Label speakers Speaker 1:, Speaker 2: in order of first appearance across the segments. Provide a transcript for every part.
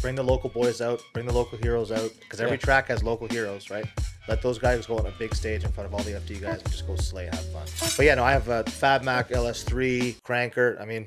Speaker 1: Bring the local boys out, bring the local heroes out, because every
Speaker 2: Yeah.
Speaker 1: track has local heroes, right? Let those guys go on a big stage in front of all the FD guys and just go slay, have fun. But yeah, no, I have uh, Fab Mac LS3, Cranker. I mean,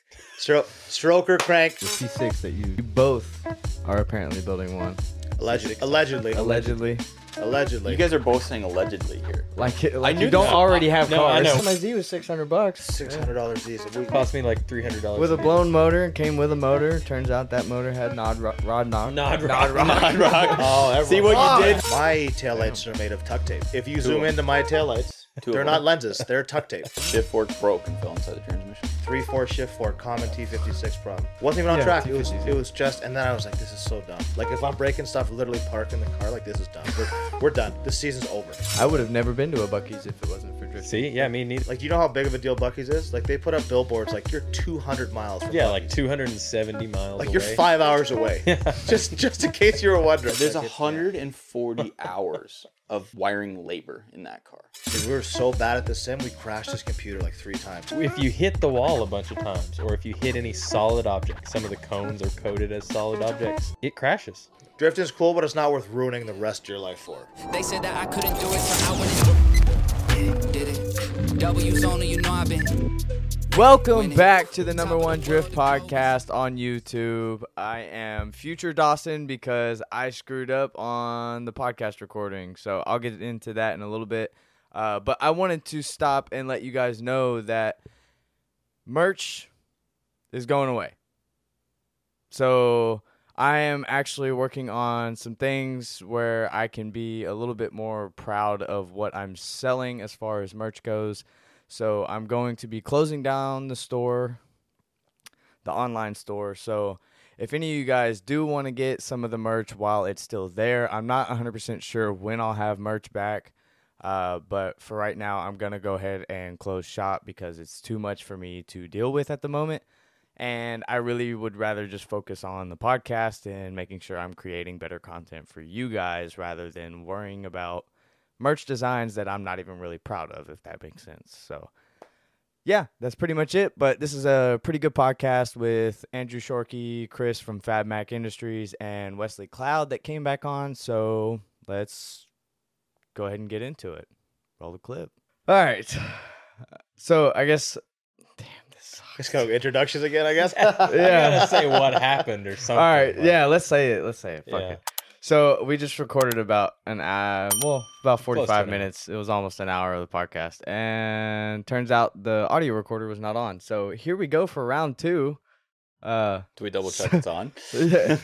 Speaker 1: stro- Stroker Crank,
Speaker 2: The C6 that you, you both are apparently building one.
Speaker 1: allegedly, allegedly,
Speaker 2: Allegedly.
Speaker 1: allegedly.
Speaker 3: You guys are both saying allegedly here.
Speaker 2: Like, it- like
Speaker 3: I
Speaker 2: you
Speaker 3: knew
Speaker 2: don't
Speaker 3: that.
Speaker 2: already have
Speaker 4: No, I
Speaker 2: cars.
Speaker 4: know.
Speaker 2: My Z was 600 bucks.
Speaker 1: six hundred dollars these. We,
Speaker 4: Cost me like three hundred dollars.
Speaker 2: With a blown motor, came with a motor. Turns out that motor had Nod Ro- Rod Knock.
Speaker 4: Nod rock. Nod rock.
Speaker 1: oh, everyone.
Speaker 3: See what you did?
Speaker 1: My taillights are made of tuck tape. If you zoom into my taillights,
Speaker 3: Two
Speaker 1: they're
Speaker 3: of
Speaker 1: not
Speaker 3: them.
Speaker 1: lenses, they're tuck tape.
Speaker 3: Shift fork broke and fell inside the transmission.
Speaker 1: Three four shift four common T fifty six problem. Wasn't even on
Speaker 2: Yeah,
Speaker 1: track. It was
Speaker 2: T56.
Speaker 1: it was just and then I was like, this is so dumb. Like if I'm breaking stuff, literally park in the car like this is dumb. We're, we're done. This season's over.
Speaker 2: I would have never been to a Bucky's if it wasn't for drifting.
Speaker 4: See, yeah, me neither.
Speaker 1: Like you know how big of a deal Bucky's is? Like they put up billboards like you're two hundred miles from
Speaker 4: Yeah, like
Speaker 1: Buc-ee's.
Speaker 4: two hundred and seventy miles.
Speaker 1: like you're
Speaker 4: away.
Speaker 1: five hours away. just just in case you were wondering.
Speaker 3: There's
Speaker 1: Like, it's- yeah.
Speaker 3: 140 hours of wiring labor in that car.
Speaker 1: Dude, we were so bad at the sim, we crashed this computer like three times.
Speaker 4: If you hit the wall a bunch of times, or if you hit any solid object, some of the cones are coded as solid objects. It crashes.
Speaker 1: Drifting's cool, but it's not worth ruining the rest of your life for.
Speaker 5: They said that I couldn't do it, so I went and did it. W's only, you know I've been.
Speaker 2: Welcome back to the number one drift podcast on YouTube. I am future Dawson because I screwed up on the podcast recording. So I'll get into that in a little bit. Uh, but I wanted to stop and let you guys know that merch is going away. So I am actually working on some things where I can be a little bit more proud of what I'm selling as far as merch goes. So I'm going to be closing down the store, the online store. So if any of you guys do want to get some of the merch while it's still there, I'm not 100% sure when I'll have merch back. Uh, but for right now, I'm going to go ahead and close shop because it's too much for me to deal with at the moment. And I really would rather just focus on the podcast and making sure I'm creating better content for you guys rather than worrying about merch designs that I'm not even really proud of, if that makes sense. So, yeah, that's pretty much it. But this is a pretty good podcast with Andrew Shorkey, Chris from Fab Mac Industries, and Wesley Cloud that came back on. So, let's go ahead and get into it. Roll the clip. All right. So, I guess. Damn, this
Speaker 1: Let's go introductions again, I guess.
Speaker 4: I
Speaker 2: Yeah.
Speaker 4: gotta say what happened or something.
Speaker 2: All right.
Speaker 4: like-
Speaker 2: Yeah, let's say it. Let's say it. Fuck
Speaker 4: Yeah.
Speaker 2: it. So we just recorded about an uh, well, about forty-five
Speaker 4: an hour.
Speaker 2: minutes. It was almost an hour of the podcast, and turns out the audio recorder was not on. So here we go for round two. Uh,
Speaker 3: Do we double check it's on?
Speaker 2: it's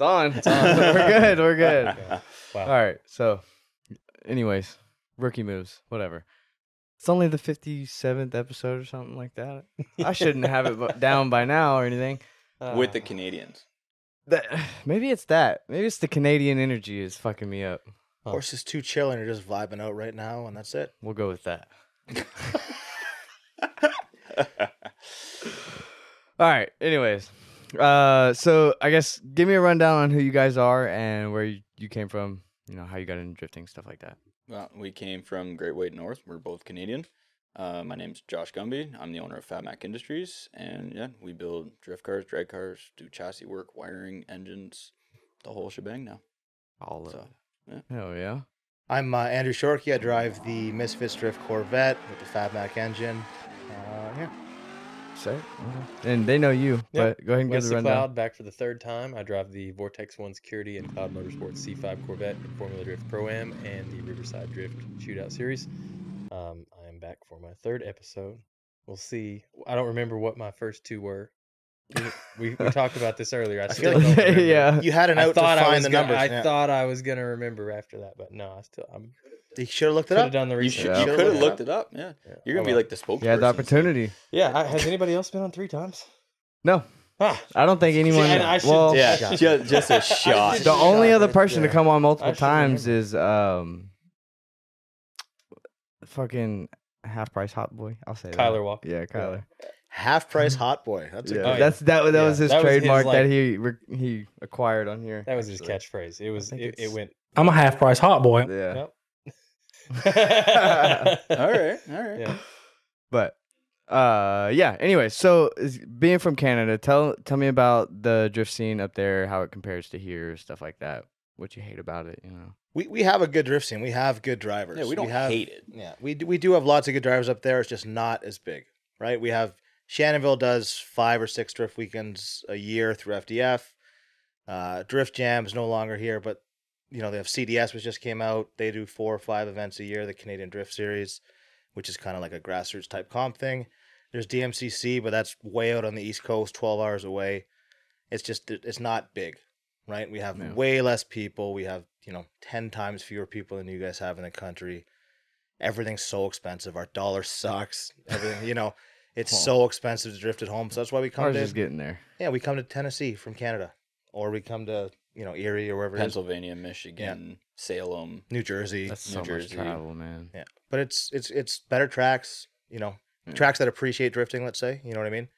Speaker 2: on. It's on. we're good. We're good. All right. So, anyways, rookie moves. Whatever. It's only the fifty-seventh episode or something like that. I shouldn't have it bu- down by now or anything.
Speaker 3: With the Canadians.
Speaker 2: That, maybe it's that. Maybe it's the Canadian energy is fucking me up.
Speaker 1: Horse is too chill and you're just vibing out right now, and that's it.
Speaker 2: We'll go with that. All right. Anyways, uh, so I guess give me a rundown on who you guys are and where you, you came from. You know how you got into drifting, stuff like that.
Speaker 3: Well, we came from Great White North. We're both Canadian. Uh, my name's Josh Gumby. I'm the owner of Fat Mac Industries, and yeah, we build drift cars, drag cars, do chassis work, wiring, engines, the whole shebang now.
Speaker 2: All of
Speaker 3: So,
Speaker 2: it. Oh yeah.
Speaker 1: I'm uh, Andrew Shorkey. I drive the Misfits Drift Corvette with the Fab Mac engine. Uh, yeah.
Speaker 2: Say. And they know you,
Speaker 4: Yeah.
Speaker 2: but go ahead and give
Speaker 4: West
Speaker 2: the
Speaker 4: the
Speaker 2: rundown.
Speaker 4: Cloud back for the third time. I drive the Vortex One Security and Cloud Motorsports C5 Corvette in Formula Drift Pro Am and the Riverside Drift Shootout Series. Um, I am back for my third episode. We'll see. I don't remember what my first two were. We, we, we talked about this earlier. I still don't remember.
Speaker 2: yeah.
Speaker 1: You had an
Speaker 4: I
Speaker 1: out to
Speaker 4: thought I
Speaker 1: find
Speaker 4: was
Speaker 1: the
Speaker 4: gonna,
Speaker 1: numbers.
Speaker 4: I
Speaker 1: yeah.
Speaker 4: thought I was gonna remember after that, but no, I still I'm
Speaker 1: you should have looked it
Speaker 4: could have
Speaker 1: up.
Speaker 4: done the
Speaker 3: You,
Speaker 4: research.
Speaker 3: should,
Speaker 1: Yeah.
Speaker 3: you could have looked it up. Yeah,
Speaker 4: Yeah.
Speaker 3: you're gonna
Speaker 4: Oh,
Speaker 3: be
Speaker 4: well.
Speaker 3: like the spokesperson.
Speaker 2: You had the opportunity.
Speaker 4: Yeah, I, has anybody else been on three times?
Speaker 2: No.
Speaker 4: Ah,
Speaker 2: I don't think anyone.
Speaker 4: and I should-
Speaker 2: well,
Speaker 4: Yeah.
Speaker 3: Yeah, just, just a shot.
Speaker 2: the only other person to
Speaker 4: Yeah.
Speaker 2: come on
Speaker 4: I
Speaker 2: multiple
Speaker 4: should
Speaker 2: times
Speaker 4: remember.
Speaker 2: is um, fucking half price hot boy. I'll say that.
Speaker 4: Kyler Walker.
Speaker 2: Yeah, Kyler.
Speaker 1: Half price hot boy. That's a
Speaker 2: Yeah.
Speaker 1: good
Speaker 4: Oh, yeah.
Speaker 2: That's that. That
Speaker 4: Yeah.
Speaker 2: was his
Speaker 4: That was his,
Speaker 2: trademark
Speaker 4: like-
Speaker 2: that he re- he acquired on here.
Speaker 4: That was his
Speaker 2: actually.
Speaker 4: catchphrase. It was.
Speaker 2: think
Speaker 4: It, it
Speaker 2: it's-
Speaker 4: went.
Speaker 6: I'm a half price hot boy.
Speaker 2: Yeah.
Speaker 4: Yep.
Speaker 3: all right, all right.
Speaker 4: Yeah.
Speaker 2: But uh yeah, anyway, so is, being from Canada, tell tell me about the drift scene up there, how it compares to here, stuff like that. What you hate about it, you know.
Speaker 1: We we have a good drift scene. We have good drivers.
Speaker 3: Yeah, we don't
Speaker 1: have,
Speaker 3: hate it.
Speaker 1: Yeah, we do, we do have lots of good drivers up there. It's just not as big, right? We have Shannonville does five or six drift weekends a year through FDF. Uh, drift Jam's no longer here, but you know they have CDS, which just came out. They do four or five events a year, the Canadian Drift Series, which is kind of like a grassroots type comp thing. There's DMCC, but that's way out on the East Coast, 12 hours away. It's just it's not big, right? We have
Speaker 2: Yeah.
Speaker 1: way less people. We have you know 10 times fewer people than you guys have in the country everything's so expensive. Our dollar sucks. Everything, you know, it's so expensive to drift at home. So that's why we come
Speaker 2: Ours
Speaker 1: to
Speaker 2: is getting there.
Speaker 1: yeah, we come to Tennessee from Canada, or we come to you know Erie or wherever it is,
Speaker 3: Pennsylvania, Michigan, Salem.
Speaker 1: New Jersey.
Speaker 2: That's
Speaker 3: New
Speaker 2: so much
Speaker 3: Jersey.
Speaker 2: travel, man.
Speaker 1: yeah, but it's it's it's better tracks. You know,
Speaker 3: Hmm.
Speaker 1: tracks that appreciate drifting. Let's say, you know what I mean?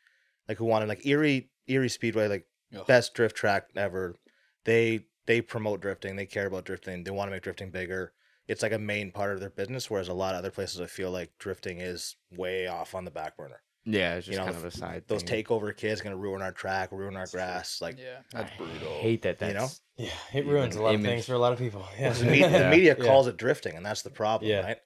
Speaker 1: Like who wanted like Erie Erie Speedway, like
Speaker 3: Ugh.
Speaker 1: best drift track ever. They they promote drifting. They care about drifting. They want to make drifting bigger. It's like a main part of their business, whereas a lot of other places I feel like drifting is way off on the back burner.
Speaker 2: Yeah, it's
Speaker 1: You
Speaker 2: just
Speaker 1: know,
Speaker 2: kind of a side
Speaker 1: those
Speaker 2: thing.
Speaker 3: Mm-hmm.
Speaker 1: takeover kids gonna ruin our track, ruin our grass. Like
Speaker 3: Yeah, that's brutal.
Speaker 2: I hate that
Speaker 1: You know?
Speaker 2: that's
Speaker 4: Yeah, it
Speaker 2: Even
Speaker 4: ruins a lot of
Speaker 2: image.
Speaker 4: things for a lot of people. Yeah.
Speaker 1: the, media, the
Speaker 2: Yeah.
Speaker 1: media
Speaker 4: Yeah.
Speaker 1: calls it drifting, and that's the problem,
Speaker 4: Yeah.
Speaker 1: right?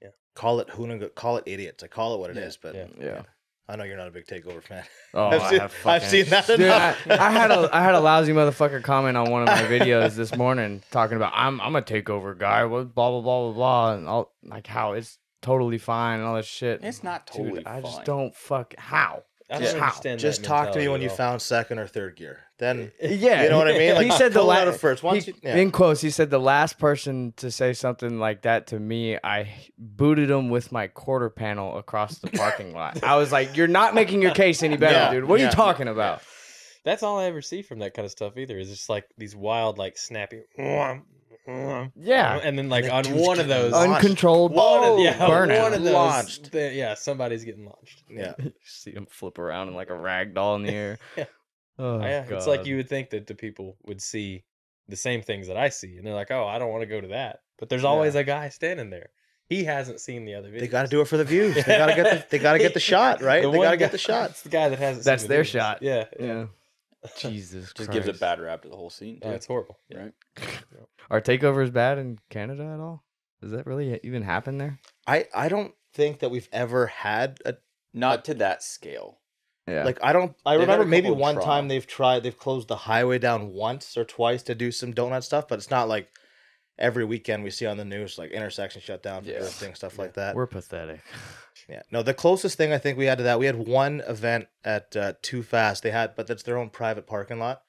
Speaker 4: Yeah.
Speaker 1: Call it hoonigan, call it idiots. I call it what it is,
Speaker 3: Yeah,
Speaker 1: but
Speaker 4: yeah.
Speaker 2: Yeah.
Speaker 1: I know you're not a big takeover fan.
Speaker 2: Oh,
Speaker 1: I've
Speaker 2: I
Speaker 1: seen-
Speaker 2: have
Speaker 1: I've
Speaker 2: fucking-
Speaker 1: seen that
Speaker 2: Dude, I,
Speaker 1: enough.
Speaker 2: I had a I had a lousy motherfucker comment on one of my videos this morning talking about I'm I'm a takeover guy, what blah blah blah blah blah, and all like how it's totally fine and all this shit.
Speaker 3: It's not
Speaker 2: Dude,
Speaker 3: totally.
Speaker 2: I just
Speaker 3: fine.
Speaker 2: don't fuck how.
Speaker 4: I
Speaker 2: Just
Speaker 4: don't
Speaker 2: how?
Speaker 4: understand. that
Speaker 1: Just talk to me when
Speaker 4: mentality
Speaker 1: you
Speaker 4: at all.
Speaker 1: found second or third gear. Then
Speaker 2: Yeah,
Speaker 1: You know what I
Speaker 2: he-
Speaker 1: mean?
Speaker 2: he
Speaker 1: Like,
Speaker 2: said the
Speaker 1: pull it out
Speaker 2: last
Speaker 1: of first. Once you- yeah.
Speaker 2: in quotes. He said the last person to say something like that to me, I booted him with my quarter panel across the parking lot. I was like, "You're not making your case any better,
Speaker 1: Yeah,
Speaker 2: dude. What are
Speaker 1: yeah.
Speaker 2: you talking about?"
Speaker 4: That's all I ever see from that kind of stuff. Either is just like these wild, like snappy. Yeah.
Speaker 2: Yeah,
Speaker 4: And then like
Speaker 1: that
Speaker 4: on
Speaker 1: dude's
Speaker 4: one of
Speaker 1: getting
Speaker 4: those.
Speaker 1: launched.
Speaker 2: uncontrolled
Speaker 4: One of, yeah,
Speaker 2: burnout.
Speaker 4: one of those.
Speaker 1: Launched.
Speaker 4: the- yeah, somebody's getting launched.
Speaker 1: yeah,
Speaker 2: See him flip around in like a rag doll in the air.
Speaker 4: Yeah.
Speaker 2: Oh,
Speaker 4: yeah, it's like
Speaker 2: God.
Speaker 4: you would think that the people would see the same things that I see, and they're like, "Oh, I don't want to go to that." But there's always a guy standing there. He hasn't seen the other video.
Speaker 1: they got to do it for the views. They gotta get the, they gotta get the shot right. they gotta get the shot.
Speaker 4: That's the guy that hasn't. seen
Speaker 2: That's
Speaker 4: the
Speaker 2: their
Speaker 4: videos.
Speaker 2: shot.
Speaker 4: Yeah,
Speaker 2: Yeah. Jesus
Speaker 3: Just
Speaker 2: Christ.
Speaker 3: gives a bad rap to the whole scene.
Speaker 4: Oh,
Speaker 3: dude,
Speaker 4: it's horrible.
Speaker 3: right.
Speaker 2: Are takeovers bad in Canada at all? Does that really e-, even happen there?
Speaker 1: I I don't think that we've ever had a
Speaker 3: Not to that scale.
Speaker 2: Yeah.
Speaker 1: Like I don't. I
Speaker 3: They've had
Speaker 1: remember
Speaker 3: a
Speaker 1: maybe
Speaker 3: couple
Speaker 1: one
Speaker 3: trials.
Speaker 1: time they've tried. They've closed the highway down once or twice to do some donut stuff, but it's not like every weekend we see on the news like intersection shut down for
Speaker 3: Yeah.
Speaker 1: drifting stuff like that.
Speaker 2: we're pathetic.
Speaker 1: yeah. No, the closest thing I think we had to that we had one event at uh, Too Fast. They had, but that's their own private parking lot,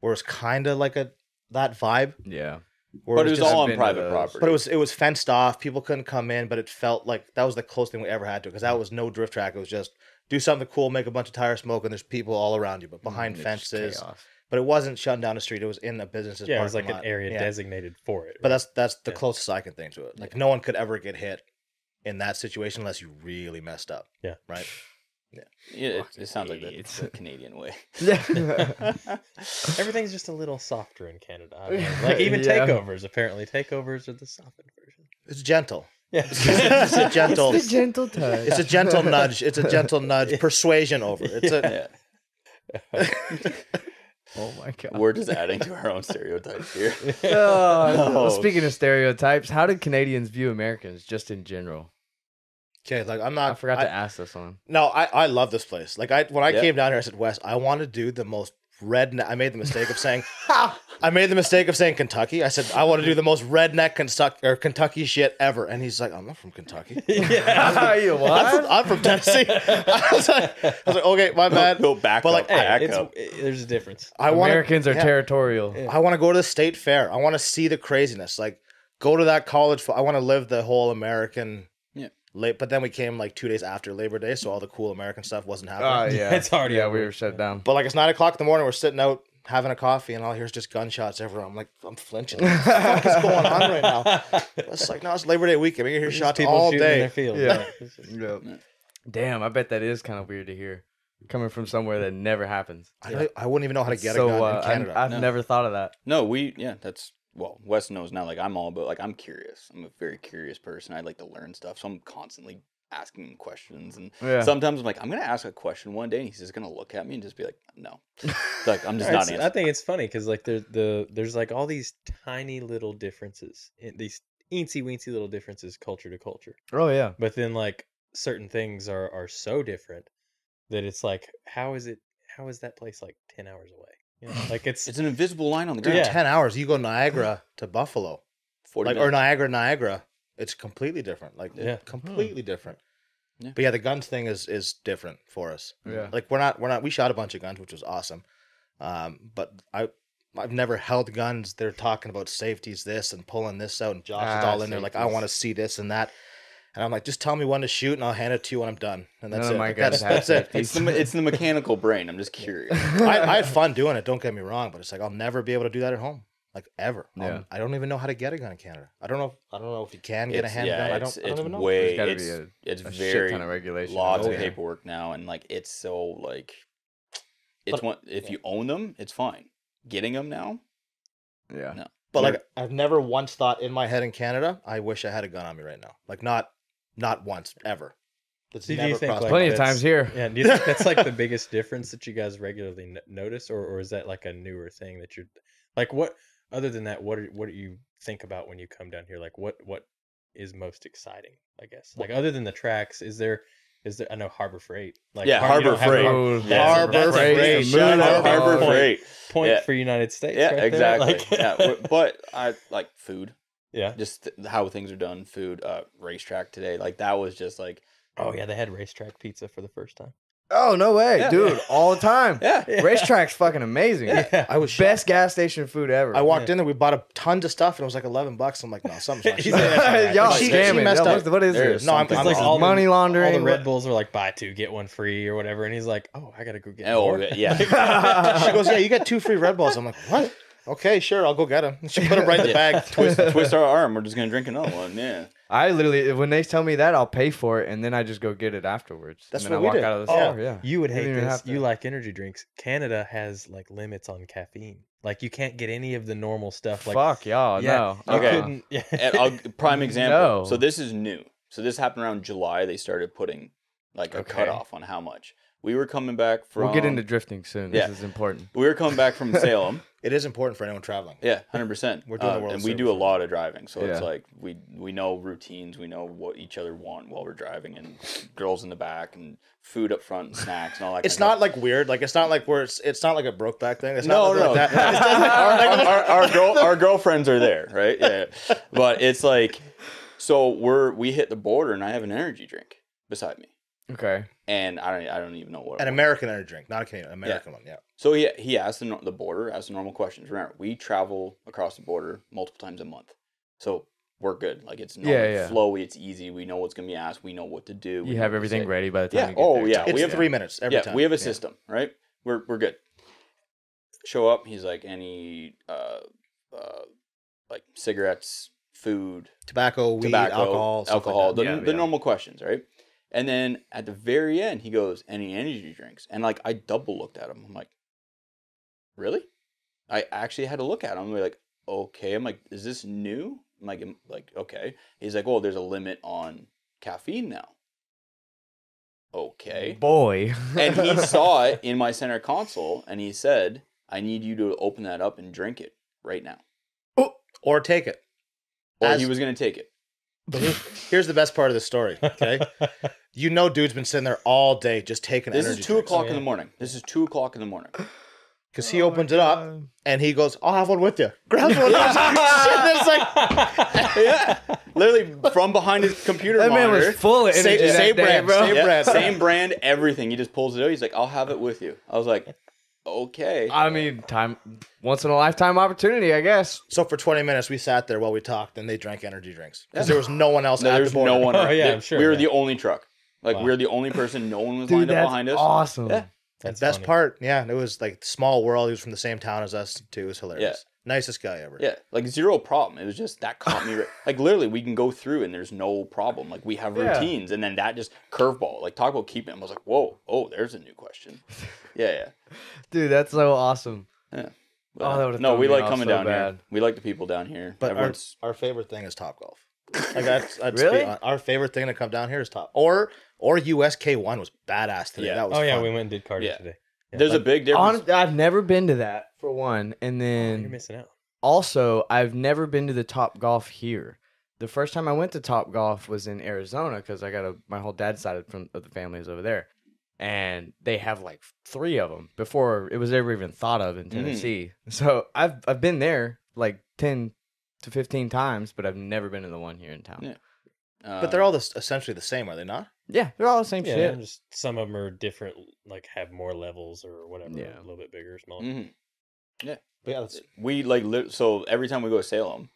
Speaker 1: where it's kind of like a that vibe.
Speaker 2: Yeah.
Speaker 1: Where
Speaker 3: But it was
Speaker 1: just-
Speaker 3: all
Speaker 2: I've been
Speaker 3: on
Speaker 2: to
Speaker 3: private
Speaker 2: those.
Speaker 3: property.
Speaker 1: But it was it was fenced off. People couldn't come in, but it felt like that was the closest thing we ever had to because that was no drift track. It was just do something cool, make a bunch of tire smoke, and there's people all around you, but
Speaker 4: Mm,
Speaker 1: behind
Speaker 2: It's just
Speaker 1: fences.
Speaker 2: chaos.
Speaker 1: But it wasn't shutting down the street. It was in a business's
Speaker 4: Yeah, it was like
Speaker 1: parking
Speaker 4: an
Speaker 1: lot.
Speaker 4: area
Speaker 1: Yeah.
Speaker 4: designated for it.
Speaker 1: But that's that's the
Speaker 4: Yeah.
Speaker 1: closest I can think to it. Like no one could ever get hit in that situation unless you really messed up.
Speaker 4: Yeah.
Speaker 1: Right.
Speaker 3: Yeah, it, it sounds like the,
Speaker 2: idiots.
Speaker 3: the Canadian way.
Speaker 2: Yeah.
Speaker 4: Everything's just a little softer in Canada. I don't know. Like even
Speaker 2: Yeah.
Speaker 4: takeovers, apparently takeovers are the softened version.
Speaker 1: It's gentle.
Speaker 4: Yeah,
Speaker 1: It's a gentle.
Speaker 2: It's the gentle touch.
Speaker 1: it's a gentle nudge. It's a gentle nudge. Persuasion over. It's a
Speaker 3: yeah,
Speaker 2: oh my god.
Speaker 3: we're just adding to our own stereotypes here.
Speaker 2: Oh,
Speaker 3: Oh,
Speaker 2: speaking of stereotypes, how did Canadians view Americans just in general?
Speaker 1: okay. Like I'm not.
Speaker 2: I forgot
Speaker 1: Uh, I-
Speaker 2: to ask this one.
Speaker 1: No, I, I love this place. Like I when I
Speaker 3: Yeah.
Speaker 1: came down here, I said, Wes, I want to do the most redneck. I made the mistake of saying, I made the mistake of saying Kentucky. I said I want to do the most redneck Kentucky or Kentucky shit ever, and he's like, I'm not from Kentucky.
Speaker 2: you
Speaker 1: I'm,
Speaker 2: what?
Speaker 1: from, I'm from Tennessee. I was like, I was like, okay, my bad.
Speaker 3: Go back
Speaker 1: But
Speaker 3: up,
Speaker 1: like,
Speaker 3: back
Speaker 4: it's,
Speaker 3: up.
Speaker 4: it- there's a difference.
Speaker 1: I want
Speaker 2: Americans are territorial.
Speaker 1: I want to go to the state fair. I want to see the craziness. Like, go to that college. fo- I want to live the whole American.
Speaker 3: Yeah.
Speaker 1: late, but then we came like two days after Labor Day, so all the cool American stuff wasn't
Speaker 3: Ah,
Speaker 1: happening.
Speaker 2: Oh yeah,
Speaker 4: It's already
Speaker 2: Yeah,
Speaker 4: over.
Speaker 2: we were shut down.
Speaker 1: But like it's nine o'clock in the morning, we're sitting out having a coffee, and all I hear is just gunshots everywhere. I'm like, I'm flinching. What the fuck is going on right now? It's like, no, it's Labor Day weekend. We can hear
Speaker 4: Just
Speaker 1: shots
Speaker 4: people
Speaker 1: all
Speaker 4: shooting in
Speaker 1: day.
Speaker 4: their field.
Speaker 2: Yeah.
Speaker 4: It's just-
Speaker 3: Yeah.
Speaker 2: Damn, I bet that is kind of weird to hear, coming from somewhere that never happens.
Speaker 1: I, don't- I wouldn't even know how to get
Speaker 2: so,
Speaker 1: a gun
Speaker 2: uh,
Speaker 1: in
Speaker 2: I-
Speaker 1: Canada.
Speaker 2: I've
Speaker 3: No.
Speaker 2: never thought of that.
Speaker 3: No, we yeah, that's well, Wes knows not like I'm all, but like I'm curious. I'm a very curious person. I like to learn stuff, so I'm constantly asking him questions. And
Speaker 2: Yeah.
Speaker 3: sometimes I'm like, I'm gonna ask a question one day, and he's just gonna look at me and just be like, no, It's like I'm just
Speaker 4: No,
Speaker 3: not
Speaker 4: it's- I
Speaker 3: answering.
Speaker 4: think it's funny because like there's the there's like all these tiny little differences, in these eensy weensy little differences culture to culture.
Speaker 2: Oh yeah.
Speaker 4: But then like certain things are are so different that it's like how is it how is that place like ten hours away? You know, like it's
Speaker 3: It's an invisible line on the
Speaker 4: Dude,
Speaker 3: ground.
Speaker 4: yeah.
Speaker 1: Ten hours, you go Niagara to Buffalo,
Speaker 3: Forty
Speaker 1: like or Niagara, Niagara. It's completely different. Like
Speaker 4: Yeah.
Speaker 1: completely different.
Speaker 3: Yeah.
Speaker 1: But yeah, the guns thing is is different for us.
Speaker 2: Yeah.
Speaker 1: Like we're not we're not we shot a bunch of guns, which was awesome. Um, but I I've never held guns. They're talking about safeties this and pulling this out, and Josh is
Speaker 2: Ah,
Speaker 1: all in there like I
Speaker 2: safeties.
Speaker 1: want to see this and that. And I'm like, just tell me when to shoot, and I'll hand it to you when I'm done. And that's
Speaker 2: None of
Speaker 1: it.
Speaker 2: Oh my
Speaker 1: Like,
Speaker 2: guys
Speaker 1: that's that's
Speaker 2: have
Speaker 1: it.
Speaker 3: It's the, me- it's the mechanical brain. I'm just curious.
Speaker 1: I, I had fun doing it. Don't get me wrong, but it's like I'll never be able to do that at home, like ever. I'll-
Speaker 2: Yeah.
Speaker 1: I don't even know how to get a gun in Canada. I don't know. If, I don't know if you can get a
Speaker 3: It's-
Speaker 1: handgun. I don't.
Speaker 3: It's,
Speaker 1: I don't
Speaker 3: it's
Speaker 1: even know.
Speaker 3: way.
Speaker 2: gotta be
Speaker 3: It's,
Speaker 2: a-
Speaker 3: it's
Speaker 2: a
Speaker 3: very
Speaker 2: shit ton of regulation.
Speaker 3: lots
Speaker 1: Oh,
Speaker 3: of
Speaker 1: yeah.
Speaker 3: paperwork now, and like it's so like it's
Speaker 1: But-
Speaker 3: one. If
Speaker 1: yeah.
Speaker 3: you own them, it's fine. Getting them now,
Speaker 2: Oh, Yeah.
Speaker 3: No.
Speaker 1: But like, I've never once thought in my head in Canada, I wish I had a gun on me right now. Like, not, not once ever. That's
Speaker 4: do you
Speaker 1: never
Speaker 4: think,
Speaker 1: crossed
Speaker 4: like,
Speaker 1: my
Speaker 2: Plenty of
Speaker 4: that's-
Speaker 2: times here.
Speaker 4: yeah. Do you think that's like the biggest difference that you guys regularly n- notice, or or is that like a newer thing that you're like what other than that what are, what do you think about when you come down here? Like what what is most exciting? I guess like other than the tracks, is there is there I know Harbor Freight like
Speaker 3: Yeah,
Speaker 4: Har- you don't
Speaker 3: Harbor
Speaker 4: have
Speaker 3: Freight.
Speaker 4: a
Speaker 2: Oh,
Speaker 3: Yeah.
Speaker 1: Harbor
Speaker 4: That's
Speaker 1: Freight.
Speaker 4: great.
Speaker 1: Shout
Speaker 4: Moon
Speaker 1: out
Speaker 4: Harbor
Speaker 3: Harbor
Speaker 4: Freight.
Speaker 3: Freight.
Speaker 4: point
Speaker 3: Yeah.
Speaker 4: for United States.
Speaker 3: Yeah,
Speaker 4: right there,
Speaker 3: exactly.
Speaker 4: like-
Speaker 3: yeah, w- but I like food.
Speaker 4: yeah.
Speaker 3: Just th- how things are done. Food, uh, racetrack today. Like that was just like
Speaker 4: Oh yeah, they had racetrack pizza for the first time.
Speaker 2: Oh no way,
Speaker 3: Yeah.
Speaker 2: dude! All the time.
Speaker 3: yeah.
Speaker 2: Racetrack's fucking amazing.
Speaker 1: I was shocked.
Speaker 2: Best gas station food ever.
Speaker 1: I walked in there. We bought a tons of stuff, and it was like eleven bucks. I'm like, no, something's not.
Speaker 4: He's
Speaker 1: right.
Speaker 4: like, "That's not right."
Speaker 2: Y'all
Speaker 1: She- she
Speaker 2: scamming.
Speaker 1: messed
Speaker 2: Y'all-
Speaker 1: up.
Speaker 2: what's- What is
Speaker 3: There's
Speaker 2: this?
Speaker 1: No, I'm-
Speaker 3: something
Speaker 1: I'm- It's like
Speaker 3: wrong.
Speaker 4: all the-
Speaker 2: money laundering.
Speaker 4: All the Red
Speaker 2: what-
Speaker 4: Bulls are like buy two get one free or whatever, and he's like, "Oh, I gotta go get
Speaker 3: Oh,
Speaker 4: more."
Speaker 3: yeah.
Speaker 1: She goes, yeah, you got two free Red Bulls. I'm like, what? Okay, sure, I'll go get them. She put them right in the
Speaker 3: Yeah.
Speaker 1: bag.
Speaker 3: twist, twist our arm. We're just gonna drink another one. Yeah.
Speaker 2: I literally, when they tell me that, I'll pay for it, and then I just go get it afterwards.
Speaker 1: That's
Speaker 2: and
Speaker 1: what
Speaker 2: then
Speaker 1: we
Speaker 2: I walk
Speaker 1: did.
Speaker 2: out of the
Speaker 1: Oh,
Speaker 2: store. Yeah.
Speaker 4: You would
Speaker 2: Didn't
Speaker 4: hate
Speaker 2: even
Speaker 4: this.
Speaker 2: have to.
Speaker 4: You like energy drinks. Canada has like limits on caffeine. Like you can't get any of the normal stuff. Like
Speaker 2: Fuck y'all.
Speaker 4: yeah,
Speaker 2: No.
Speaker 4: you
Speaker 3: Okay.
Speaker 2: Uh-uh.
Speaker 4: couldn't. Yeah.
Speaker 3: And I'll, prime example.
Speaker 2: No.
Speaker 3: So this is new. So this happened around July. They started putting like a
Speaker 2: Okay.
Speaker 3: cutoff on how much. We were coming back from.
Speaker 2: We'll get into drifting soon.
Speaker 3: Yeah.
Speaker 2: This is important.
Speaker 3: We were coming back from Salem.
Speaker 1: It is important for anyone traveling.
Speaker 3: Yeah, hundred percent. Um,
Speaker 1: We're doing the world
Speaker 3: and we
Speaker 1: service
Speaker 3: do a
Speaker 1: right
Speaker 3: lot of driving, so it's
Speaker 2: Yeah.
Speaker 3: like we we know routines, we know what each other want while we're driving, and girls in the back, and food up front, and snacks, and all that.
Speaker 1: It's
Speaker 3: kind
Speaker 1: not like weird. Like it's not like we're. It's, it's not like a broke back thing. It's
Speaker 3: of no,
Speaker 1: not
Speaker 3: no.
Speaker 1: Like that. It's not like-
Speaker 3: our, our, our, girl, our girlfriends are there, right? Yeah, but it's like so we're we hit the border, and I have an energy drink beside me,
Speaker 2: Okay.
Speaker 3: and I don't I don't even know what.
Speaker 1: an
Speaker 3: it was.
Speaker 1: American energy drink, not a Canadian. an American one. Yeah.
Speaker 3: So he he asked the, nor- the border asked the normal questions. Remember, we travel across the border multiple times a month, so we're good. Like it's normal,
Speaker 2: Yeah, yeah.
Speaker 3: flowy, it's easy. We know what's gonna be asked. We know what to do. we
Speaker 2: You
Speaker 3: know
Speaker 2: have
Speaker 3: what to
Speaker 2: everything
Speaker 3: say.
Speaker 2: ready by the time
Speaker 3: Yeah.
Speaker 2: you get
Speaker 3: Oh
Speaker 2: there.
Speaker 3: yeah.
Speaker 1: It's
Speaker 3: we have
Speaker 1: three minutes every
Speaker 3: yeah.
Speaker 1: time.
Speaker 3: We have a system, right? We're we're good. Show up. He's like any uh, uh like cigarettes, food,
Speaker 1: Tobacco, weed,
Speaker 3: tobacco,
Speaker 1: alcohol, stuff like
Speaker 3: alcohol,
Speaker 1: that.
Speaker 3: the,
Speaker 2: Yeah,
Speaker 3: the
Speaker 2: yeah.
Speaker 3: normal questions, right? And then at the very end, he goes, "Any energy drinks?" And like I double looked at him. I'm like, "Really?" I actually had to look at him. I'm like, "Okay." I'm like, "Is this new?" I'm like, "Am- "Like okay." He's like, "Well, there's a limit on caffeine now." Okay.
Speaker 2: Boy.
Speaker 3: and he saw it in my center console, and he said, "I need you to open that up and drink it right now."
Speaker 1: Or take it.
Speaker 3: Or
Speaker 1: As-
Speaker 3: he was gonna take it.
Speaker 1: Here's the best part of the story. Okay. you know, dude's been sitting there all day just taking
Speaker 3: This
Speaker 1: energy
Speaker 3: is two
Speaker 1: drinks.
Speaker 3: o'clock
Speaker 4: Oh,
Speaker 3: in
Speaker 4: yeah.
Speaker 3: the morning. This is two o'clock in the morning.
Speaker 1: Because
Speaker 2: Oh
Speaker 1: he opens it up and he goes, I'll have one with you. Grabs one. it's like,
Speaker 3: yeah, literally from behind his computer
Speaker 2: That man
Speaker 3: monitor.
Speaker 2: was full of
Speaker 1: Same-
Speaker 2: energy. that
Speaker 1: same
Speaker 2: day,
Speaker 1: brand,
Speaker 2: bro.
Speaker 1: same
Speaker 3: Yeah,
Speaker 1: brand.
Speaker 3: same brand, everything. He just pulls it out. He's like, "I'll have it with you." I was like, Okay.
Speaker 2: I mean, time once in a lifetime opportunity, I guess.
Speaker 1: So for 20 minutes, we sat there while we talked, and they drank energy drinks because there was no one else.
Speaker 3: No,
Speaker 1: at
Speaker 3: there's
Speaker 1: the border.
Speaker 3: no one.
Speaker 4: Oh,
Speaker 3: around.
Speaker 4: yeah,
Speaker 3: There-
Speaker 4: I'm sure,
Speaker 3: We were
Speaker 4: yeah.
Speaker 3: the only truck. Like
Speaker 4: Wow.
Speaker 3: we were the only person. No one was
Speaker 2: Dude,
Speaker 3: lined up
Speaker 2: that's
Speaker 3: behind us.
Speaker 2: awesome.
Speaker 3: Yeah.
Speaker 4: That's
Speaker 1: Best
Speaker 4: funny.
Speaker 1: part, yeah, and it was like small world. He was from the same town as us too. It was hilarious. Nicest guy ever.
Speaker 3: Yeah, like zero problem. It was just that caught me. Right. Like literally, we can go through and there's no problem. Like we have
Speaker 2: Yeah.
Speaker 3: routines, and then that just curveball. Like talk about keeping. I was like, whoa, oh, there's a new question. Yeah, yeah.
Speaker 2: Dude, that's so awesome.
Speaker 3: But,
Speaker 2: Oh,
Speaker 3: uh,
Speaker 2: that would've
Speaker 3: no,
Speaker 2: thrown
Speaker 3: we
Speaker 2: me
Speaker 3: like
Speaker 2: off
Speaker 3: coming
Speaker 2: so
Speaker 3: down here.
Speaker 2: bad.
Speaker 3: We like the people down here.
Speaker 1: But our,
Speaker 3: Everyone's
Speaker 1: our favorite thing is Top Golf. Like that's I'd
Speaker 2: Really?
Speaker 1: speak on- our favorite thing to come down here is Top or or USK one was badass today.
Speaker 3: Yeah.
Speaker 1: That was
Speaker 4: Oh yeah,
Speaker 1: fun.
Speaker 4: we went and did cardio
Speaker 3: Yeah.
Speaker 4: today.
Speaker 3: there's a big difference.
Speaker 2: Hon- I've never been to that for one, and
Speaker 4: Oh, You're
Speaker 2: then
Speaker 4: missing out.
Speaker 2: also I've never been to the Top Golf here. The first time I went to Top Golf was in Arizona because I got a my whole dad's side of, from, of the family is over there, and they have like three of them before it was ever even thought of
Speaker 4: Mm-hmm.
Speaker 2: in Tennessee. So I've I've been there like ten to fifteen times, but I've never been to the one here in town.
Speaker 3: Yeah.
Speaker 2: Yeah,
Speaker 1: but they're all this, essentially the same, are they not?
Speaker 2: they're all the same
Speaker 4: Yeah,
Speaker 2: shit.
Speaker 4: just some of them are different, like have more levels or whatever.
Speaker 2: Yeah.
Speaker 4: a little bit bigger, smaller.
Speaker 3: hmm
Speaker 1: But yeah, that's,
Speaker 3: We like li- so every time we go to Salem,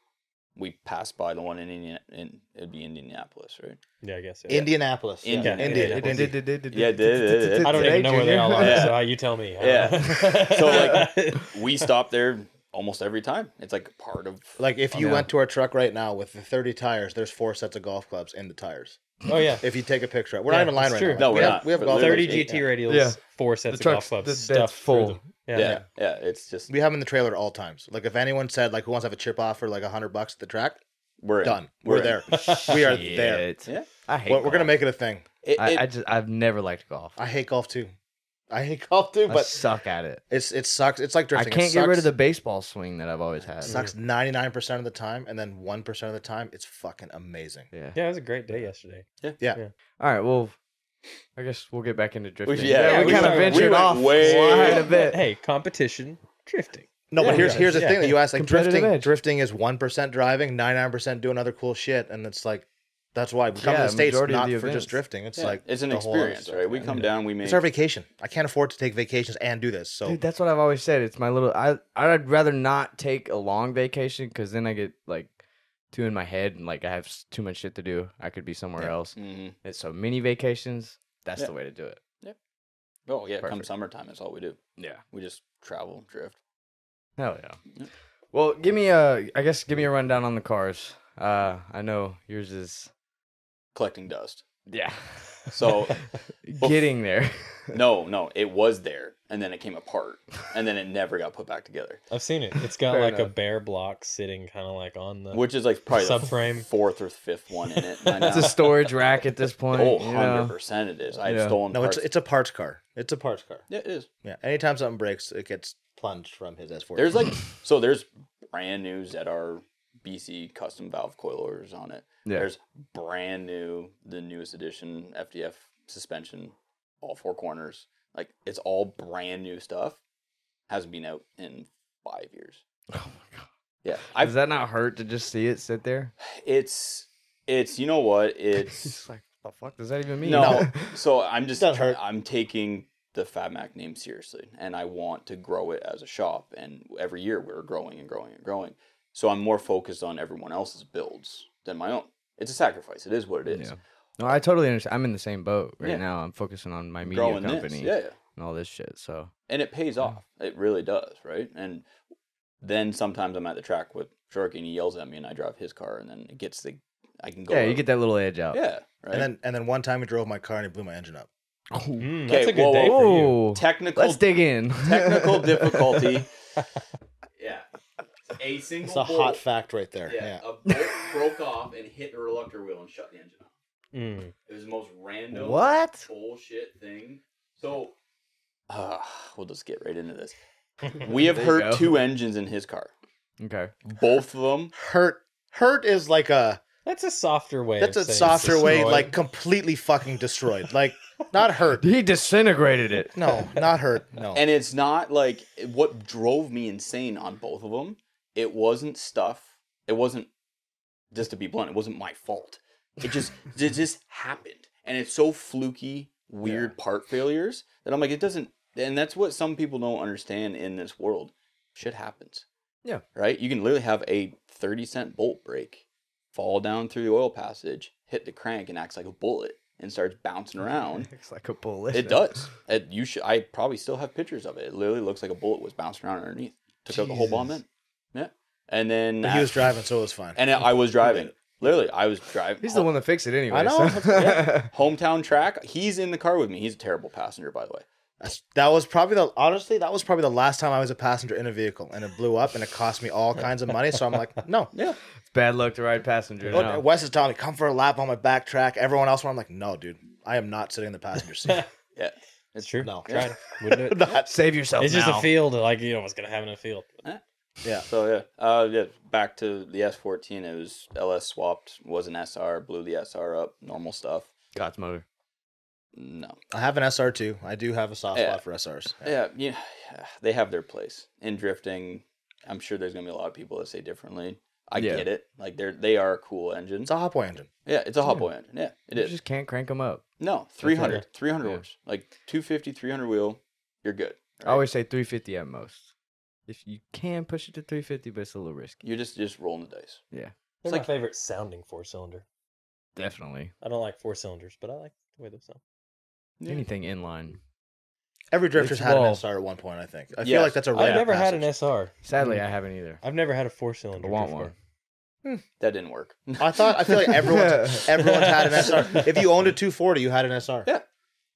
Speaker 3: we pass by the one in Indian. In, it'd be Indianapolis, right?
Speaker 4: Yeah, I guess. Yeah.
Speaker 1: Indianapolis. Yeah.
Speaker 3: Indian-
Speaker 1: Indian-
Speaker 4: Indianapolis.
Speaker 1: Indian-
Speaker 3: Yeah, did-
Speaker 4: I don't even know where they all are.
Speaker 3: Yeah.
Speaker 4: So uh, you tell me. I don't
Speaker 3: Yeah.
Speaker 4: know.
Speaker 3: So, like- We stop there almost every time. It's like part of
Speaker 1: Like if you
Speaker 2: Yeah.
Speaker 1: went to our truck right now with the 30 tires, there's four sets of golf clubs in the tires.
Speaker 4: oh yeah,
Speaker 1: If you take a picture, we're
Speaker 4: Yeah,
Speaker 1: not even lying
Speaker 4: it's
Speaker 1: right
Speaker 4: true.
Speaker 1: now.
Speaker 3: No,
Speaker 1: we
Speaker 3: we're
Speaker 1: have,
Speaker 3: not.
Speaker 1: we have
Speaker 3: But
Speaker 1: golf
Speaker 4: thirty
Speaker 3: Yeah.
Speaker 4: GT radials,
Speaker 2: Yeah.
Speaker 4: four sets
Speaker 2: The
Speaker 4: of golf
Speaker 2: truck's-
Speaker 4: clubs
Speaker 2: the
Speaker 4: stuffed
Speaker 2: bed's
Speaker 4: full.
Speaker 2: full.
Speaker 4: Yeah.
Speaker 3: yeah, yeah. It's just
Speaker 1: We have them in the trailer at all times. Like if anyone said like who wants to have a chip off for like a hundred bucks at the track,
Speaker 3: we're in.
Speaker 1: done. We're,
Speaker 3: in.
Speaker 1: there. we are there.
Speaker 2: Shit.
Speaker 3: Yeah.
Speaker 2: I hate.
Speaker 1: Well, we're gonna
Speaker 2: golf.
Speaker 1: make it a thing.
Speaker 3: It-
Speaker 2: I,
Speaker 3: it-
Speaker 2: I just I've never liked golf.
Speaker 1: I hate golf too. I hate golf too,
Speaker 2: I
Speaker 1: but
Speaker 2: suck at it.
Speaker 1: it's it sucks. It's like
Speaker 2: I
Speaker 1: drifting. It
Speaker 2: can't get rid of the
Speaker 1: sucks-
Speaker 2: baseball swing that I've always had.
Speaker 1: sucks ninety nine percent of the time, and then one percent of the time, it's fucking amazing.
Speaker 2: Yeah.
Speaker 4: Yeah, it was a great day yesterday.
Speaker 2: All right. Well, I guess we'll get back into drifting.
Speaker 3: should- yeah,
Speaker 4: yeah,
Speaker 2: we,
Speaker 4: we
Speaker 2: kind of
Speaker 4: went-
Speaker 2: ventured
Speaker 3: we went
Speaker 2: off
Speaker 3: way-
Speaker 2: quite a bit.
Speaker 4: Hey, competition drifting.
Speaker 1: No,
Speaker 4: Yeah,
Speaker 1: but here's
Speaker 4: yeah.
Speaker 1: here's the
Speaker 4: Yeah,
Speaker 1: thing that you asked. Like
Speaker 2: Competitive
Speaker 1: drifting,
Speaker 2: edge.
Speaker 1: drifting is one percent driving, ninety nine percent doing other cool shit, and it's like that's why we come
Speaker 2: Yeah,
Speaker 1: to the states
Speaker 2: majority of
Speaker 1: not for
Speaker 2: the events.
Speaker 1: just drifting. It's
Speaker 3: yeah,
Speaker 1: like
Speaker 3: it's an
Speaker 1: the whole other
Speaker 3: experience,
Speaker 1: stuff,
Speaker 3: right? We
Speaker 1: yeah.
Speaker 3: come down, we make
Speaker 1: It's our vacation. I can't afford to take vacations and do this. So
Speaker 2: Dude, that's what I've always said. It's my little. I I'd rather not take a long vacation because then I get like too in my head and like I have s- too much shit to do. I could be somewhere
Speaker 1: Yeah.
Speaker 2: else.
Speaker 3: Mhm.
Speaker 2: And so mini vacations. That's
Speaker 3: Yeah.
Speaker 2: the way to do it.
Speaker 3: Oh yeah, come
Speaker 2: Perfect.
Speaker 3: summertime, that's all we do.
Speaker 2: Yeah.
Speaker 3: We just travel, drift.
Speaker 2: Hell yeah.
Speaker 3: Yeah.
Speaker 2: Well, give me a. I guess give me a rundown on the cars. Uh, I know yours is.
Speaker 3: collecting dust.
Speaker 2: Yeah.
Speaker 3: So
Speaker 2: Getting there.
Speaker 3: no, no, it was there, and then it came apart, and then it never got put back together,
Speaker 4: I've seen it. It's got
Speaker 2: Fair
Speaker 4: like a
Speaker 2: enough.
Speaker 4: bare block sitting kind of like on the.
Speaker 3: which is like probably the
Speaker 4: Subframe.
Speaker 3: fourth or fifth one in it. by
Speaker 2: it's a
Speaker 3: now.
Speaker 2: storage rack at this point.
Speaker 3: Oh,
Speaker 2: you
Speaker 3: 100
Speaker 2: know.
Speaker 3: percent it is. I had
Speaker 2: Yeah.
Speaker 3: stolen.
Speaker 1: no, it's
Speaker 3: parts.
Speaker 1: it's a parts car. It's a parts car.
Speaker 3: yeah, it is.
Speaker 1: Yeah. Anytime something breaks, it gets plunged from his S4.
Speaker 3: There's like so there's brand new ZR BC custom valve coilers on it.
Speaker 2: Yeah.
Speaker 3: There's brand new the newest edition FDF suspension, all four corners. Like it's all brand new stuff. Hasn't been out in five years.
Speaker 2: Oh my god.
Speaker 3: Yeah, I've
Speaker 2: Does that not hurt to just see it sit there?
Speaker 3: it's it's you know what it's
Speaker 2: It's like, what the fuck does that even mean?
Speaker 3: no so i'm just
Speaker 1: Doesn't
Speaker 3: try-
Speaker 1: hurt.
Speaker 3: i'm taking the fatmac name seriously and i want to grow it as a shop and every year we're growing and growing and growing so i'm more focused on everyone else's builds than my own it's a sacrifice it is what it is
Speaker 2: Yeah. no, I totally understand. I'm in the same boat right
Speaker 3: Yeah.
Speaker 2: now. I'm focusing on my media
Speaker 3: growing
Speaker 2: company
Speaker 3: this yeah, yeah
Speaker 2: and all this shit. So
Speaker 3: and it pays off it really does right and then sometimes i'm at the track with sharky and he yells at me and i drive his car and then it gets the i can go
Speaker 2: yeah, you
Speaker 3: out.
Speaker 2: get that little edge out.
Speaker 3: yeah right
Speaker 1: and then and then one time he drove my car and he blew my engine up.
Speaker 4: Mm, that's
Speaker 3: Okay,
Speaker 4: a good
Speaker 3: whoa,
Speaker 4: day for you.
Speaker 2: Whoa.
Speaker 3: technical
Speaker 2: Let's dig in.
Speaker 3: technical difficulty. Yeah. A single
Speaker 1: It's a hot fact right there. Yeah.
Speaker 3: yeah, a bolt broke off and hit the reluctor wheel and shut the engine off.
Speaker 4: Mm.
Speaker 3: It was the most random
Speaker 2: what?
Speaker 3: bullshit thing. So uh, we'll just get right into this. We have hurt
Speaker 2: go.
Speaker 3: two engines in his car.
Speaker 2: Okay.
Speaker 3: Both of them.
Speaker 1: Hurt hurt is like a
Speaker 4: That's a softer way.
Speaker 1: that's a
Speaker 4: of saying
Speaker 1: softer way,
Speaker 4: destroyed.
Speaker 1: like completely fucking destroyed. Like not hurt.
Speaker 2: He disintegrated it.
Speaker 1: No, not hurt. No.
Speaker 3: And it's not like what drove me insane on both of them. It wasn't stuff. It wasn't just to be blunt. It wasn't my fault. It just it just happened, and it's so fluky, weird part failures that I'm like, it doesn't And that's what some people don't understand in this world. Shit happens.
Speaker 2: Yeah.
Speaker 3: Right? You can literally have a 30 cent bolt break, fall down through the oil passage, hit the crank, and acts like a bullet and starts bouncing around.
Speaker 2: It's like a bullet.
Speaker 3: it does. It, you should. I probably still have pictures of it. It literally looks like a bullet was bouncing around underneath. Took out the whole bomb in.
Speaker 1: Jesus.
Speaker 3: Yeah. And then
Speaker 1: But he was driving, so it was fine.
Speaker 3: uh, And I was driving. Literally, I was driving.
Speaker 2: He's the one that fixed it anyway.
Speaker 1: I know.
Speaker 2: so-
Speaker 3: Yeah. Hometown track. He's in the car with me. He's a terrible passenger, by the way.
Speaker 1: That's- that was probably the honestly that was probably the last time I was a passenger in a vehicle, and it blew up, and it cost me all kinds of money. So I'm like, no.
Speaker 3: Yeah.
Speaker 2: Bad luck to ride passenger.
Speaker 1: Oh,
Speaker 2: now.
Speaker 1: Wes is telling me come for a lap on my back track. Everyone else, I'm like, no, dude, I am not sitting in the passenger seat.
Speaker 3: Yeah.
Speaker 4: It's true.
Speaker 1: No.
Speaker 4: Tried. Wouldn't do it.
Speaker 1: Not-
Speaker 2: Save yourself.
Speaker 4: It's just
Speaker 2: now.
Speaker 4: a field. Like you know what's gonna happen in a field.
Speaker 1: yeah.
Speaker 3: So yeah, uh, yeah. Back to the S14. It was LS swapped. Was an SR. Blew the SR up. Normal stuff.
Speaker 2: God's motor.
Speaker 3: No.
Speaker 1: I have an SR2. I do have a soft
Speaker 3: Yeah.
Speaker 1: spot for SRs.
Speaker 3: Yeah. Yeah. yeah, They have their place in drifting. I'm sure there's gonna be a lot of people that say differently. I
Speaker 2: Yeah.
Speaker 3: get it. Like they're they are a cool engines.
Speaker 1: It's a Hopway engine.
Speaker 3: Yeah, it's a hotboy engine. Yeah, it
Speaker 2: You
Speaker 3: is.
Speaker 2: just can't crank them up.
Speaker 3: No, 300,
Speaker 4: right.
Speaker 3: 300
Speaker 2: Yeah.
Speaker 3: horse. Like 250, 300 wheel, you're good.
Speaker 2: I
Speaker 3: right?
Speaker 2: always say 350 at most. If you can push it to 350, but it's a little risky.
Speaker 3: You're just just rolling the dice.
Speaker 2: Yeah,
Speaker 4: They're
Speaker 3: like-
Speaker 4: my favorite sounding four cylinder.
Speaker 2: definitely.
Speaker 4: I don't like four cylinders, but I like the way those sound.
Speaker 2: Anything in line.
Speaker 1: Every drifter's
Speaker 2: It's
Speaker 1: had an
Speaker 2: evolved.
Speaker 1: SR at one point, I think. I
Speaker 3: Yes.
Speaker 1: feel like that's a
Speaker 4: I've
Speaker 1: rite of
Speaker 4: never had an
Speaker 1: passage.
Speaker 4: SR.
Speaker 2: Sadly, I haven't either.
Speaker 4: I've never had a four cylinder.
Speaker 2: I want one.
Speaker 3: That didn't work.
Speaker 1: I thought I feel like everyone's everyone's had an SR. If you owned a 240, you had an SR.
Speaker 3: Yeah.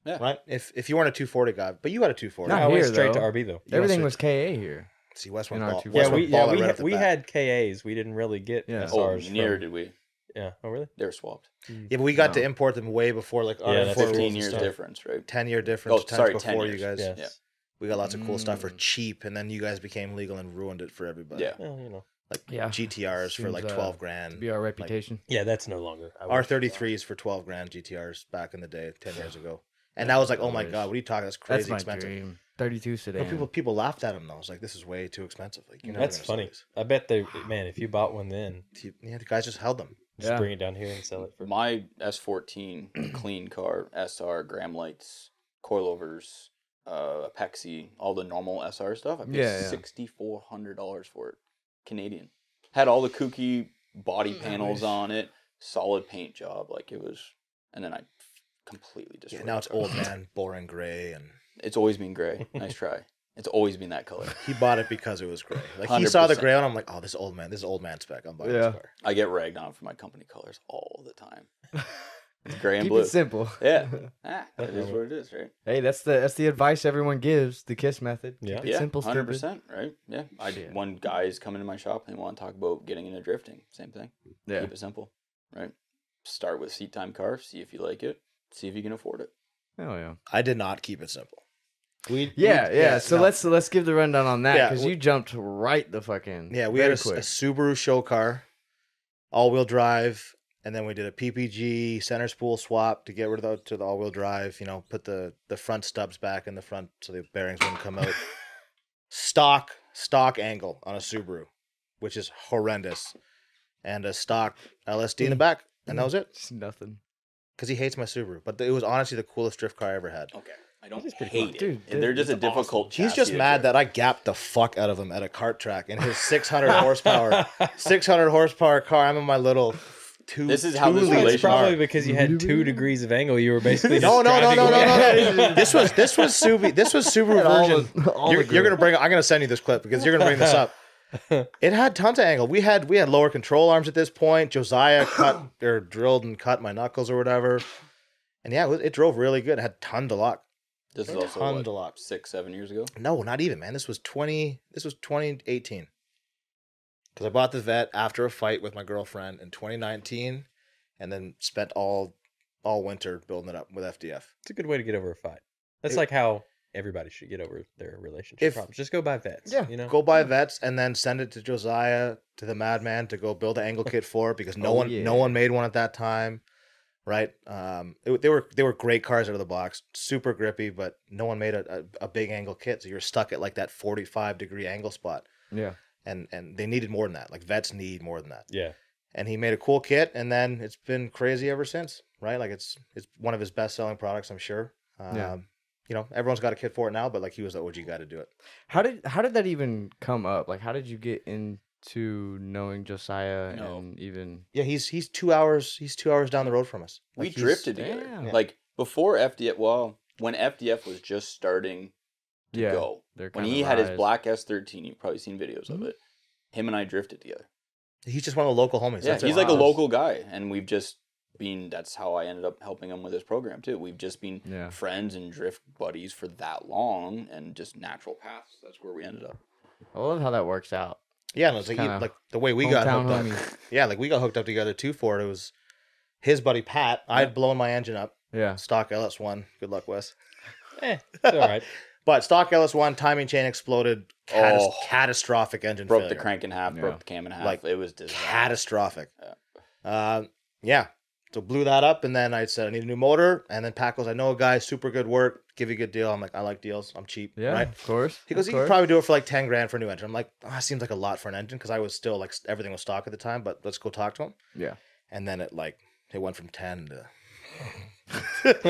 Speaker 3: Yeah.
Speaker 1: Right. If if you weren't a 240 guy, but you had a 240.
Speaker 2: Not
Speaker 4: I went
Speaker 2: here,
Speaker 4: straight to
Speaker 2: though.
Speaker 4: RB though.
Speaker 2: Everything was KA here.
Speaker 1: See, Westwood
Speaker 2: In our
Speaker 1: ball.
Speaker 2: 240.
Speaker 4: Yeah,
Speaker 2: That's
Speaker 1: Westwood
Speaker 4: we yeah
Speaker 1: baller
Speaker 4: we,
Speaker 1: right
Speaker 4: ha-
Speaker 1: off the
Speaker 4: we
Speaker 1: bat.
Speaker 4: had KAs. We didn't really get
Speaker 2: Yeah.
Speaker 4: SRs.
Speaker 3: oh, near
Speaker 4: from-
Speaker 3: did we?
Speaker 4: Yeah. Oh really?
Speaker 3: They were swapped.
Speaker 1: Yeah, but we got to
Speaker 2: No.
Speaker 1: import them way before like
Speaker 4: Yeah,
Speaker 1: our
Speaker 4: that's
Speaker 1: four
Speaker 3: 15
Speaker 1: rules and
Speaker 3: years
Speaker 1: stuff.
Speaker 3: difference, right?
Speaker 1: 10 year difference.
Speaker 3: Oh,
Speaker 1: times
Speaker 3: sorry, 10
Speaker 1: before
Speaker 3: years.
Speaker 1: you guys.
Speaker 4: Yes.
Speaker 1: We got lots of cool stuff for
Speaker 2: Mm.
Speaker 1: cheap, and then you guys became legal and ruined it for everybody.
Speaker 3: Yeah.
Speaker 4: Well, you know.
Speaker 1: Like
Speaker 2: Yeah.
Speaker 1: GTRs for
Speaker 2: Seems,
Speaker 1: like
Speaker 2: uh,
Speaker 1: 12 grand.
Speaker 2: Be our reputation.
Speaker 4: Yeah, that's no longer. I
Speaker 1: R
Speaker 4: wish.
Speaker 1: thirty threes for twelve grand GTRs back in the day, ten years ago, and that was like, oh my
Speaker 2: Always.
Speaker 1: god, what are you talking? That's crazy
Speaker 2: That's my
Speaker 1: expensive.
Speaker 2: dream. 32
Speaker 1: But
Speaker 2: sedan.
Speaker 1: people people laughed at him though. I was like, this is way too expensive. Like, you're never
Speaker 4: That's
Speaker 1: gonna sell
Speaker 4: funny.
Speaker 1: these.
Speaker 4: I bet they man, if you bought one then,
Speaker 1: He- Yeah, the guys just held them.
Speaker 4: just
Speaker 2: Yeah.
Speaker 4: bring it down here and sell it for
Speaker 3: My S14, clean car, SR, gram lights, coilovers, uh, Apexi, all the normal SR stuff. I paid
Speaker 2: Yeah, yeah.
Speaker 3: $6,400 for it. Canadian. Had all the kooky body panels on it, solid paint job. Like it was, and then I completely
Speaker 1: Yeah,
Speaker 3: destroyed
Speaker 1: now
Speaker 3: the
Speaker 1: it's
Speaker 3: car.
Speaker 1: old man, boring gray, and
Speaker 3: It's always been gray. Nice try. It's always been that color.
Speaker 1: he bought it because it was gray. Like he saw the
Speaker 3: 100%.
Speaker 1: gray, and I'm like, oh, this is old man, this is old man spec. I'm buying
Speaker 2: Yeah.
Speaker 1: this car.
Speaker 3: I get ragged on for my company colors all the time. It's gray and
Speaker 2: Keep
Speaker 3: blue.
Speaker 2: it simple.
Speaker 3: Yeah. Ah, that is what it is, right?
Speaker 2: Hey, that's the that's the advice everyone gives. The kiss method.
Speaker 4: Yeah.
Speaker 2: Keep it
Speaker 3: Yeah,
Speaker 2: simple,
Speaker 3: hundred
Speaker 2: stupid.
Speaker 3: percent, right? Yeah, I
Speaker 2: Shit.
Speaker 3: one guy's coming to my shop and they want to talk about getting into drifting. Same thing.
Speaker 2: Yeah.
Speaker 3: Keep it simple, right? Start with seat time car. See if you like it. See if you can afford it.
Speaker 2: Oh yeah.
Speaker 1: I did not keep it simple. We
Speaker 2: Yeah,
Speaker 1: we-
Speaker 2: yeah. so
Speaker 1: no.
Speaker 2: let's let's give the rundown on that
Speaker 1: Yeah,
Speaker 2: because
Speaker 1: we-
Speaker 2: you jumped right the fucking
Speaker 1: yeah we
Speaker 2: very
Speaker 1: had a, s- a Subaru show car, all wheel drive, and then we did a PPG center spool swap to get rid of the, to the all wheel drive. You know, put the the front stubs back in the front so the bearings wouldn't come out. stock stock angle on a Subaru, which is horrendous, and a stock LSD in the back, and that was it.
Speaker 2: Just nothing.
Speaker 1: Because he hates my Subaru, but it was honestly the coolest drift car I ever had.
Speaker 3: Okay, I don't
Speaker 4: That's pretty
Speaker 3: hate
Speaker 4: cool.
Speaker 3: it.
Speaker 2: Dude,
Speaker 3: And they're
Speaker 2: that's
Speaker 3: just a difficult.
Speaker 1: He's just mad that I gapped the fuck out of him at a cart track in his 600 horsepower, 600 horsepower car. I'm in my little two.
Speaker 3: This is how
Speaker 1: two
Speaker 3: this
Speaker 1: liter
Speaker 4: It's
Speaker 3: relation-
Speaker 1: car.
Speaker 4: probably because you had two degrees of angle. You were basically
Speaker 1: No,
Speaker 4: just
Speaker 1: no, no,
Speaker 4: driving
Speaker 1: no, no,
Speaker 4: away.
Speaker 1: no, no. This was this was Subi. This was Subaru version.
Speaker 2: all
Speaker 1: you're, you're gonna bring. I'm gonna send you this clip because you're gonna bring this up. It had tons of angle. We had we had lower control arms at this point. Josiah cut or drilled and cut my knuckles or whatever. And yeah, it, was- it drove really good. It had tons of lock.
Speaker 3: this is also
Speaker 1: Ton
Speaker 3: what,
Speaker 1: to lock.
Speaker 3: six, seven years ago.
Speaker 1: No, not even, man. This was 20 this was 2018. Cuz I bought the vet after a fight with my girlfriend in 2019 and then spent all all winter building it up with FDF.
Speaker 4: It's a good way to get over a fight. That's
Speaker 1: It-
Speaker 4: like how everybody should get over their relationship
Speaker 1: If-
Speaker 4: problems. Just go buy vets.
Speaker 2: Yeah,
Speaker 4: you know.
Speaker 1: Go buy vets and then send it to Josiah to the madman to go build an angle kit for it because no
Speaker 2: Oh,
Speaker 1: one
Speaker 2: yeah.
Speaker 1: no one made one at that time. Right? Um it, they were they were great cars out of the box, super grippy, but no one made a, a, a big angle kit, so you're stuck at like that 45 degree angle spot.
Speaker 2: yeah.
Speaker 1: And and they needed more than that. Like vets need more than that.
Speaker 4: Yeah,
Speaker 1: and he made a cool kit and then it's been crazy ever since right like it's it's one of his best selling products i'm sure um,
Speaker 2: Yeah.
Speaker 1: you know, everyone's got a kid for it now, but like he was the OG guy to do it.
Speaker 2: How did how did that even come up? Like, how did you get into knowing Josiah
Speaker 3: No.
Speaker 2: and even?
Speaker 1: Yeah, he's he's two hours he's two hours down the road from us.
Speaker 3: we
Speaker 1: Like, he's-
Speaker 3: drifted together.
Speaker 2: Damn. Yeah.
Speaker 3: Like before FDF, well, when FDF was just starting to
Speaker 2: Yeah,
Speaker 3: go,
Speaker 2: their
Speaker 3: when
Speaker 2: kinda
Speaker 3: he had his
Speaker 2: rise.
Speaker 3: black S13, you've probably seen videos of it. Him and I drifted together.
Speaker 1: He's just one of the local homies.
Speaker 3: yeah,
Speaker 1: That's it.
Speaker 3: he's like a
Speaker 2: Wow.
Speaker 3: local guy, and we've just been. That's how I ended up helping him with his program too. We've just been
Speaker 2: Yeah.
Speaker 3: friends and drift buddies for that long, and just natural paths. That's where we ended up.
Speaker 2: I love how that works out.
Speaker 1: Yeah, and it was like, he-
Speaker 2: Kinda
Speaker 1: like the way we got
Speaker 2: hometown
Speaker 1: hooked up.
Speaker 2: homie.
Speaker 1: Yeah, like we got hooked up together too for it. It was his buddy Pat. I had blown my engine up.
Speaker 2: Yeah.
Speaker 1: Stock LS1. Good luck, Wes.
Speaker 4: Eh, it's all right.
Speaker 1: But stock LS1 timing chain exploded. Catas-
Speaker 3: Oh.
Speaker 1: Catastrophic engine
Speaker 3: Broke
Speaker 1: failure.
Speaker 3: the crank in half,
Speaker 2: Yeah.
Speaker 3: broke the cam in half.
Speaker 1: Like,
Speaker 3: it was disaster.
Speaker 1: Catastrophic. Uh, yeah. So blew that up, and then I said I need a new motor. And then Pat goes, I know a guy, super good work, give you a good deal. I'm like, I like deals. I'm cheap.
Speaker 2: Yeah.
Speaker 1: Right.
Speaker 2: Of course.
Speaker 1: He
Speaker 2: of
Speaker 1: goes, you could
Speaker 2: course.
Speaker 1: probably do it for like 10 grand for a new engine. I'm like, ah, seems like a lot for an engine because I was still like, s- everything was stock at the time, but let's go talk to him.
Speaker 2: Yeah.
Speaker 1: And then it like, it went from 10 to.
Speaker 4: But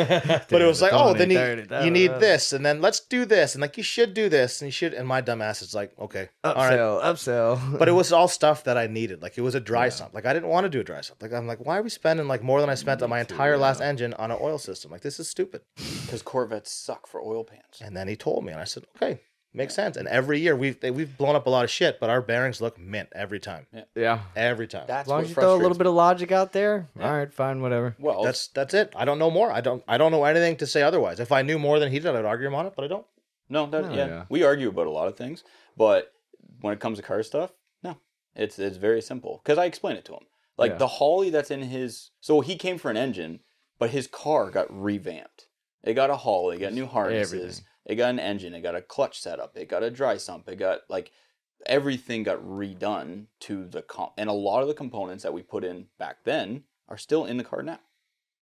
Speaker 1: But it was like, oh,
Speaker 2: 20,
Speaker 1: then you,
Speaker 2: 30, da,
Speaker 1: you
Speaker 2: da,
Speaker 1: need
Speaker 2: da.
Speaker 1: this, and then let's do this, and like you should do this, and you should. And my dumb ass is like, okay, all right.
Speaker 2: Upsell. Upsell.
Speaker 3: Mm.
Speaker 1: But it was all stuff that I needed. Like it was a dry sump. Like I didn't want to do a dry sump. Like I'm like, why are we spending like more than I spent on my entire last engine on an oil system? Like this is stupid.
Speaker 3: Because Corvettes suck for oil pans.
Speaker 1: And then he told me, and I said, okay, makes sense. And every year we've they- we've blown up a lot of shit, but our bearings look mint every time.
Speaker 2: yeah.
Speaker 1: Every time.
Speaker 3: That's
Speaker 2: As long
Speaker 3: what
Speaker 2: as you throw a little
Speaker 3: frustrates me.
Speaker 2: bit of logic out there. All right. Fine. Whatever.
Speaker 3: Well,
Speaker 1: that's that's it. I don't know more. I don't I don't know anything to say otherwise. If I knew more than he did, I'd argue him on it, but I don't.
Speaker 3: No, that,
Speaker 2: No,
Speaker 3: yeah.
Speaker 2: Oh, yeah.
Speaker 3: we argue about a lot of things, but when it comes to car stuff, no, it's it's very simple because I explain it to him. Like
Speaker 2: Yeah.
Speaker 3: the Holly that's in his, so he came for an engine, but his car got revamped. It got a Holly, it got new harnesses,
Speaker 2: Everything.
Speaker 3: it got an engine, it got a clutch setup, it got a dry sump, it got like everything got redone to the comp, and a lot of the components that we put in back then are still in the car now.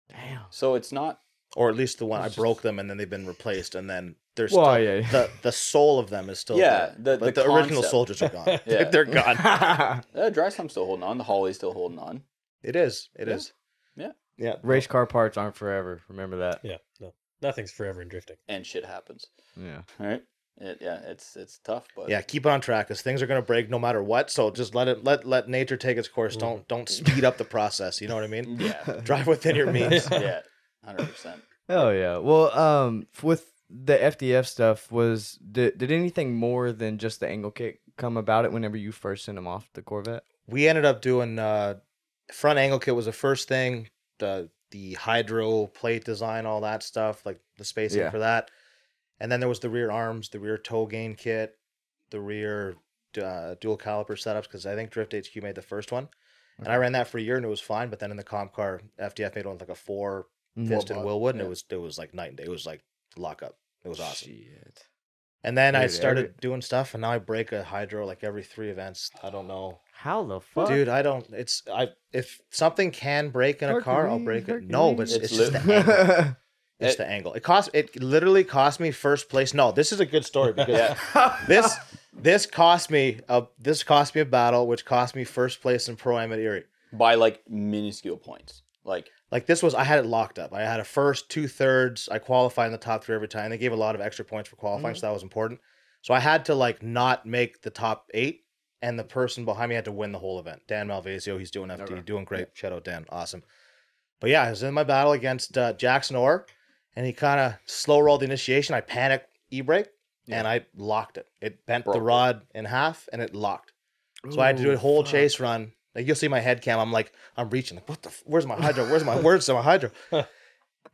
Speaker 2: Damn.
Speaker 3: So it's not
Speaker 1: Or at least the one I broke them and then they've been replaced and then there's
Speaker 2: Well,
Speaker 1: still
Speaker 2: yeah.
Speaker 1: the the soul of them is still
Speaker 3: Yeah,
Speaker 1: there.
Speaker 3: the-
Speaker 1: but
Speaker 3: the
Speaker 1: the, original
Speaker 3: concept.
Speaker 1: soldiers are gone.
Speaker 3: Yeah.
Speaker 1: They're gone.
Speaker 3: uh, dry sump's still holding on, the Holly's still holding on.
Speaker 1: It is. It
Speaker 3: Yeah.
Speaker 1: is.
Speaker 3: Yeah.
Speaker 1: Yeah.
Speaker 2: Race car parts aren't forever. Remember that.
Speaker 4: yeah, no, nothing's forever in drifting.
Speaker 3: and shit happens.
Speaker 2: Yeah.
Speaker 3: All right. It, yeah, it's it's tough, but
Speaker 1: Yeah, keep it on track because things are gonna break no matter what. So just let it let let nature take its course.
Speaker 3: Mm.
Speaker 1: Don't don't speed up the process. You know what I mean?
Speaker 3: yeah,
Speaker 1: Drive within your means.
Speaker 3: yeah, hundred percent.
Speaker 2: Oh yeah. Well, um, f- with the FDF stuff, was did did anything more than just the angle kick come about it whenever you first sent him off the Corvette?
Speaker 1: we ended up doing uh front angle kit was the first thing the the hydro plate design all that stuff like the spacing
Speaker 2: Yeah.
Speaker 1: for that and then there was the rear arms the rear toe gain kit the rear uh, dual caliper setups because i think drift hq made the first one and i ran that for a year and it was fine but then in the comp car fdf made one with like a four
Speaker 2: Mhm.
Speaker 1: piston
Speaker 3: block,
Speaker 1: willwood and
Speaker 3: yeah.
Speaker 1: it was it was like night and day it was like lock up it was awesome
Speaker 2: Shit.
Speaker 1: and then i
Speaker 2: Dude,
Speaker 1: started
Speaker 2: every-
Speaker 1: doing stuff and now i break a hydro like every three events i don't know
Speaker 2: How the fuck,
Speaker 1: Dude, I don't. It's I. If something can break in a car, I'll break
Speaker 2: Hercules,
Speaker 1: it. No, but it's, it's
Speaker 2: Hercules.
Speaker 3: It's
Speaker 1: just the
Speaker 3: lit-
Speaker 1: angle. It's
Speaker 3: It-
Speaker 1: the angle. It cost. It literally cost me first place. No, this is a good story because
Speaker 3: Yeah,
Speaker 1: this this cost me a this cost me a battle, which cost me first place in pro am at Erie.
Speaker 3: by like minuscule points. Like
Speaker 1: Like this was, I had it locked up. I had a first, two thirds. I qualified in the top three every time. They gave a lot of extra points for qualifying, so that was important. So I had to like not make the top eight, and the person behind me had to win the whole event. Dan Malvasio, he's doing FD, doing great. Shout out Dan, awesome. But yeah, I was in my battle against uh, Jackson Orr, and he kind of slow rolled the initiation. I panicked e brake, and I locked it. It bent
Speaker 3: Broke
Speaker 1: the
Speaker 3: it.
Speaker 1: rod in half, and it locked. So I had to do a whole chase run. Like you'll see my head cam. I'm like, I'm reaching. Like, what the? F- where's my hydro? Where's my where's my hydro?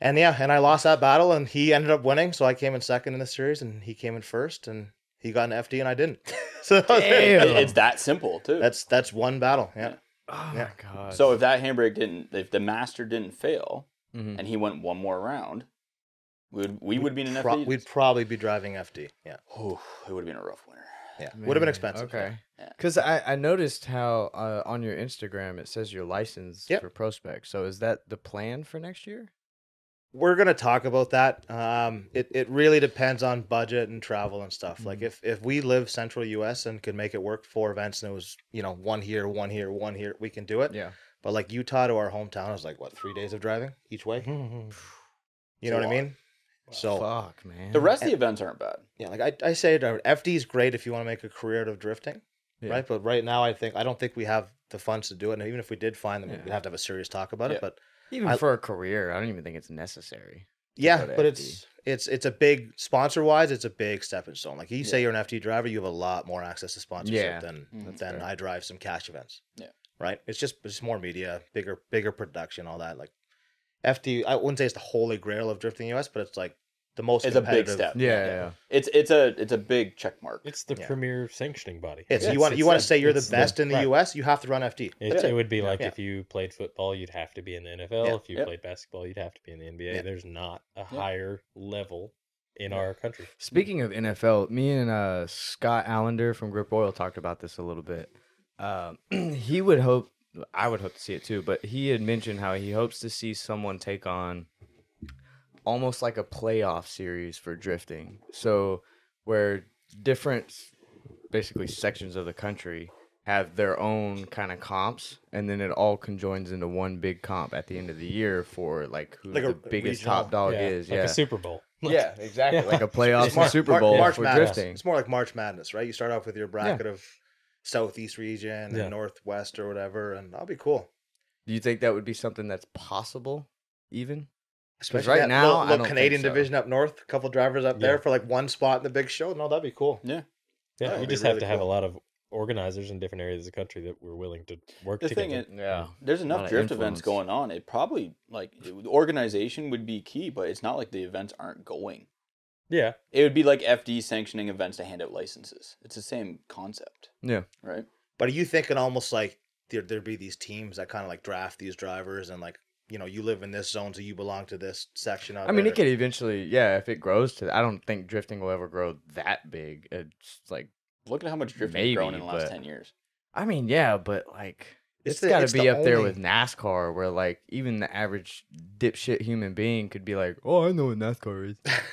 Speaker 1: and yeah, and I lost that battle, and he ended up winning. So I came in second in the series, and he came in first, and he got an FD, and I didn't. so that was it.
Speaker 3: it- it's that simple too.
Speaker 1: that's that's one battle. Yeah,
Speaker 2: Oh
Speaker 1: Yeah.
Speaker 2: my god.
Speaker 3: so if that handbrake didn't, if the master didn't fail,
Speaker 2: Mhm.
Speaker 3: and he went one more round, we would we would be in an
Speaker 1: Pro-
Speaker 3: FD.
Speaker 1: we'd probably be driving FD. Yeah,
Speaker 3: Ooh, it would have been a rough winter.
Speaker 1: yeah, would have been
Speaker 2: Man,
Speaker 1: expensive.
Speaker 2: Okay.
Speaker 3: Yeah.
Speaker 2: Because I, I noticed how uh, on your Instagram it says your license
Speaker 1: Yep.
Speaker 2: for prospect. So is that the plan for next year?
Speaker 1: we're gonna talk about that. Um, it it really depends on budget and travel and stuff. Like
Speaker 2: Mm-hmm.
Speaker 1: if if we live central U.S. and could make it work four events and it was you know one here, one here, one here, we can do it.
Speaker 2: Yeah.
Speaker 1: But like
Speaker 2: Mm-hmm.
Speaker 1: Utah to our hometown is like what three days of driving each way. you know what I mean? So
Speaker 2: Fuck, man.
Speaker 3: The rest of the events aren't bad.
Speaker 1: yeah, like I, I say, to everyone, FD is great if you want to make a career out of drifting,
Speaker 2: Yeah.
Speaker 1: right? But right now, I think I don't think we have the funds to do it. And even if we did find them,
Speaker 2: Yeah.
Speaker 1: we'd have to have a serious talk about
Speaker 3: Yeah.
Speaker 1: it. But
Speaker 2: Even
Speaker 1: I-
Speaker 2: for a career, I don't even think it's necessary.
Speaker 1: yeah,
Speaker 2: go to
Speaker 1: but
Speaker 2: FD.
Speaker 1: it's it's it's a big sponsor wise, it's a big stepping stone. Like you say, you're an FD driver, you have a lot more access to sponsorship
Speaker 2: Yeah,
Speaker 1: than
Speaker 3: Mm-hmm. that's
Speaker 1: than
Speaker 3: fair.
Speaker 1: I drive some cash events.
Speaker 3: Yeah.
Speaker 1: right. It's just it's more media, bigger bigger production, all that. Like FD, I wouldn't say it's the holy grail of drifting in the US, but it's like the most.
Speaker 3: It's a big
Speaker 1: competitive-
Speaker 3: step.
Speaker 2: Yeah, yeah.
Speaker 3: yeah. It's it's a it's a big check mark.
Speaker 4: It's the
Speaker 1: Yeah.
Speaker 4: premier sanctioning body.
Speaker 1: It's,
Speaker 3: Yes,
Speaker 1: you want
Speaker 3: it's
Speaker 1: you want
Speaker 3: a-
Speaker 1: to say you're the
Speaker 4: it's the-
Speaker 1: best in the
Speaker 4: right.
Speaker 1: US, you have to run FD.
Speaker 4: It,
Speaker 3: Yeah.
Speaker 4: it would be like
Speaker 1: Yeah.
Speaker 4: if you played football, you'd have to be in the NFL.
Speaker 1: Yeah.
Speaker 4: If you
Speaker 3: Yeah.
Speaker 4: played basketball, you'd have to be in the NBA.
Speaker 1: Yeah.
Speaker 4: There's not a higher level in our country.
Speaker 2: Speaking of NFL, me and uh, Scott Allender from Grip Oil talked about this a little bit. Um, he would hope, I would hope to see it too, but he had mentioned how he hopes to see someone take on almost like a playoff series for drifting. So, where different, basically, sections of the country have their own kind of comps, and then it all conjoins into one big comp at the end of the year for like who
Speaker 1: Like a
Speaker 2: the biggest
Speaker 1: regional-
Speaker 2: top dog is.
Speaker 4: like
Speaker 2: yeah.
Speaker 4: a Super Bowl.
Speaker 2: Yeah, exactly.
Speaker 4: Yeah.
Speaker 2: Like a playoff and
Speaker 1: Mar-
Speaker 2: Super
Speaker 1: Mar-
Speaker 2: Bowl
Speaker 1: March
Speaker 2: for
Speaker 1: Madness.
Speaker 2: drifting.
Speaker 1: It's more like March Madness, right? You start off with your bracket of Southeast region
Speaker 4: Yeah.
Speaker 1: and Northwest or whatever, and that'll be cool.
Speaker 2: Do you think that would be something that's possible? Even
Speaker 1: Especially
Speaker 2: right
Speaker 1: that
Speaker 2: now,
Speaker 1: little,
Speaker 2: I
Speaker 1: little
Speaker 2: don't think
Speaker 1: Canadian
Speaker 2: so.
Speaker 1: division up north, a couple drivers up there
Speaker 4: Yeah.
Speaker 1: for like one spot in the big show. No, that'd be cool.
Speaker 3: yeah.
Speaker 4: Yeah,
Speaker 1: That
Speaker 4: you
Speaker 1: would be
Speaker 4: just have
Speaker 1: really
Speaker 4: to have a
Speaker 1: cool.
Speaker 4: lot of organizers in different areas of the country that were willing to work
Speaker 3: The
Speaker 4: together.
Speaker 3: thing is,
Speaker 2: Yeah.
Speaker 3: there's enough
Speaker 2: of
Speaker 3: drift events
Speaker 2: influence.
Speaker 3: going on. It probably like it, the organization would be key, but it's not like the events aren't going.
Speaker 4: yeah,
Speaker 3: It would be like FD sanctioning events to hand out licenses. It's the same concept,
Speaker 2: Yeah.
Speaker 3: right?
Speaker 1: But are you thinking almost like there there'd be these teams that kind of like draft these drivers and like you know you live in this zone, so you belong to this section of.
Speaker 2: I mean,
Speaker 1: or-
Speaker 2: it could eventually, yeah, if it grows to I don't think drifting will ever grow that big. It's like
Speaker 3: Look at how much drifting has grown in
Speaker 2: Maybe,
Speaker 3: the last
Speaker 2: but-
Speaker 3: 10 years.
Speaker 2: I mean, yeah, but like
Speaker 1: It's
Speaker 2: it's
Speaker 1: the-
Speaker 2: got to
Speaker 1: it's
Speaker 2: be
Speaker 1: the
Speaker 2: up there
Speaker 1: only-
Speaker 2: with NASCAR where like even the average dipshit human being could be like, "Oh, I know what NASCAR is."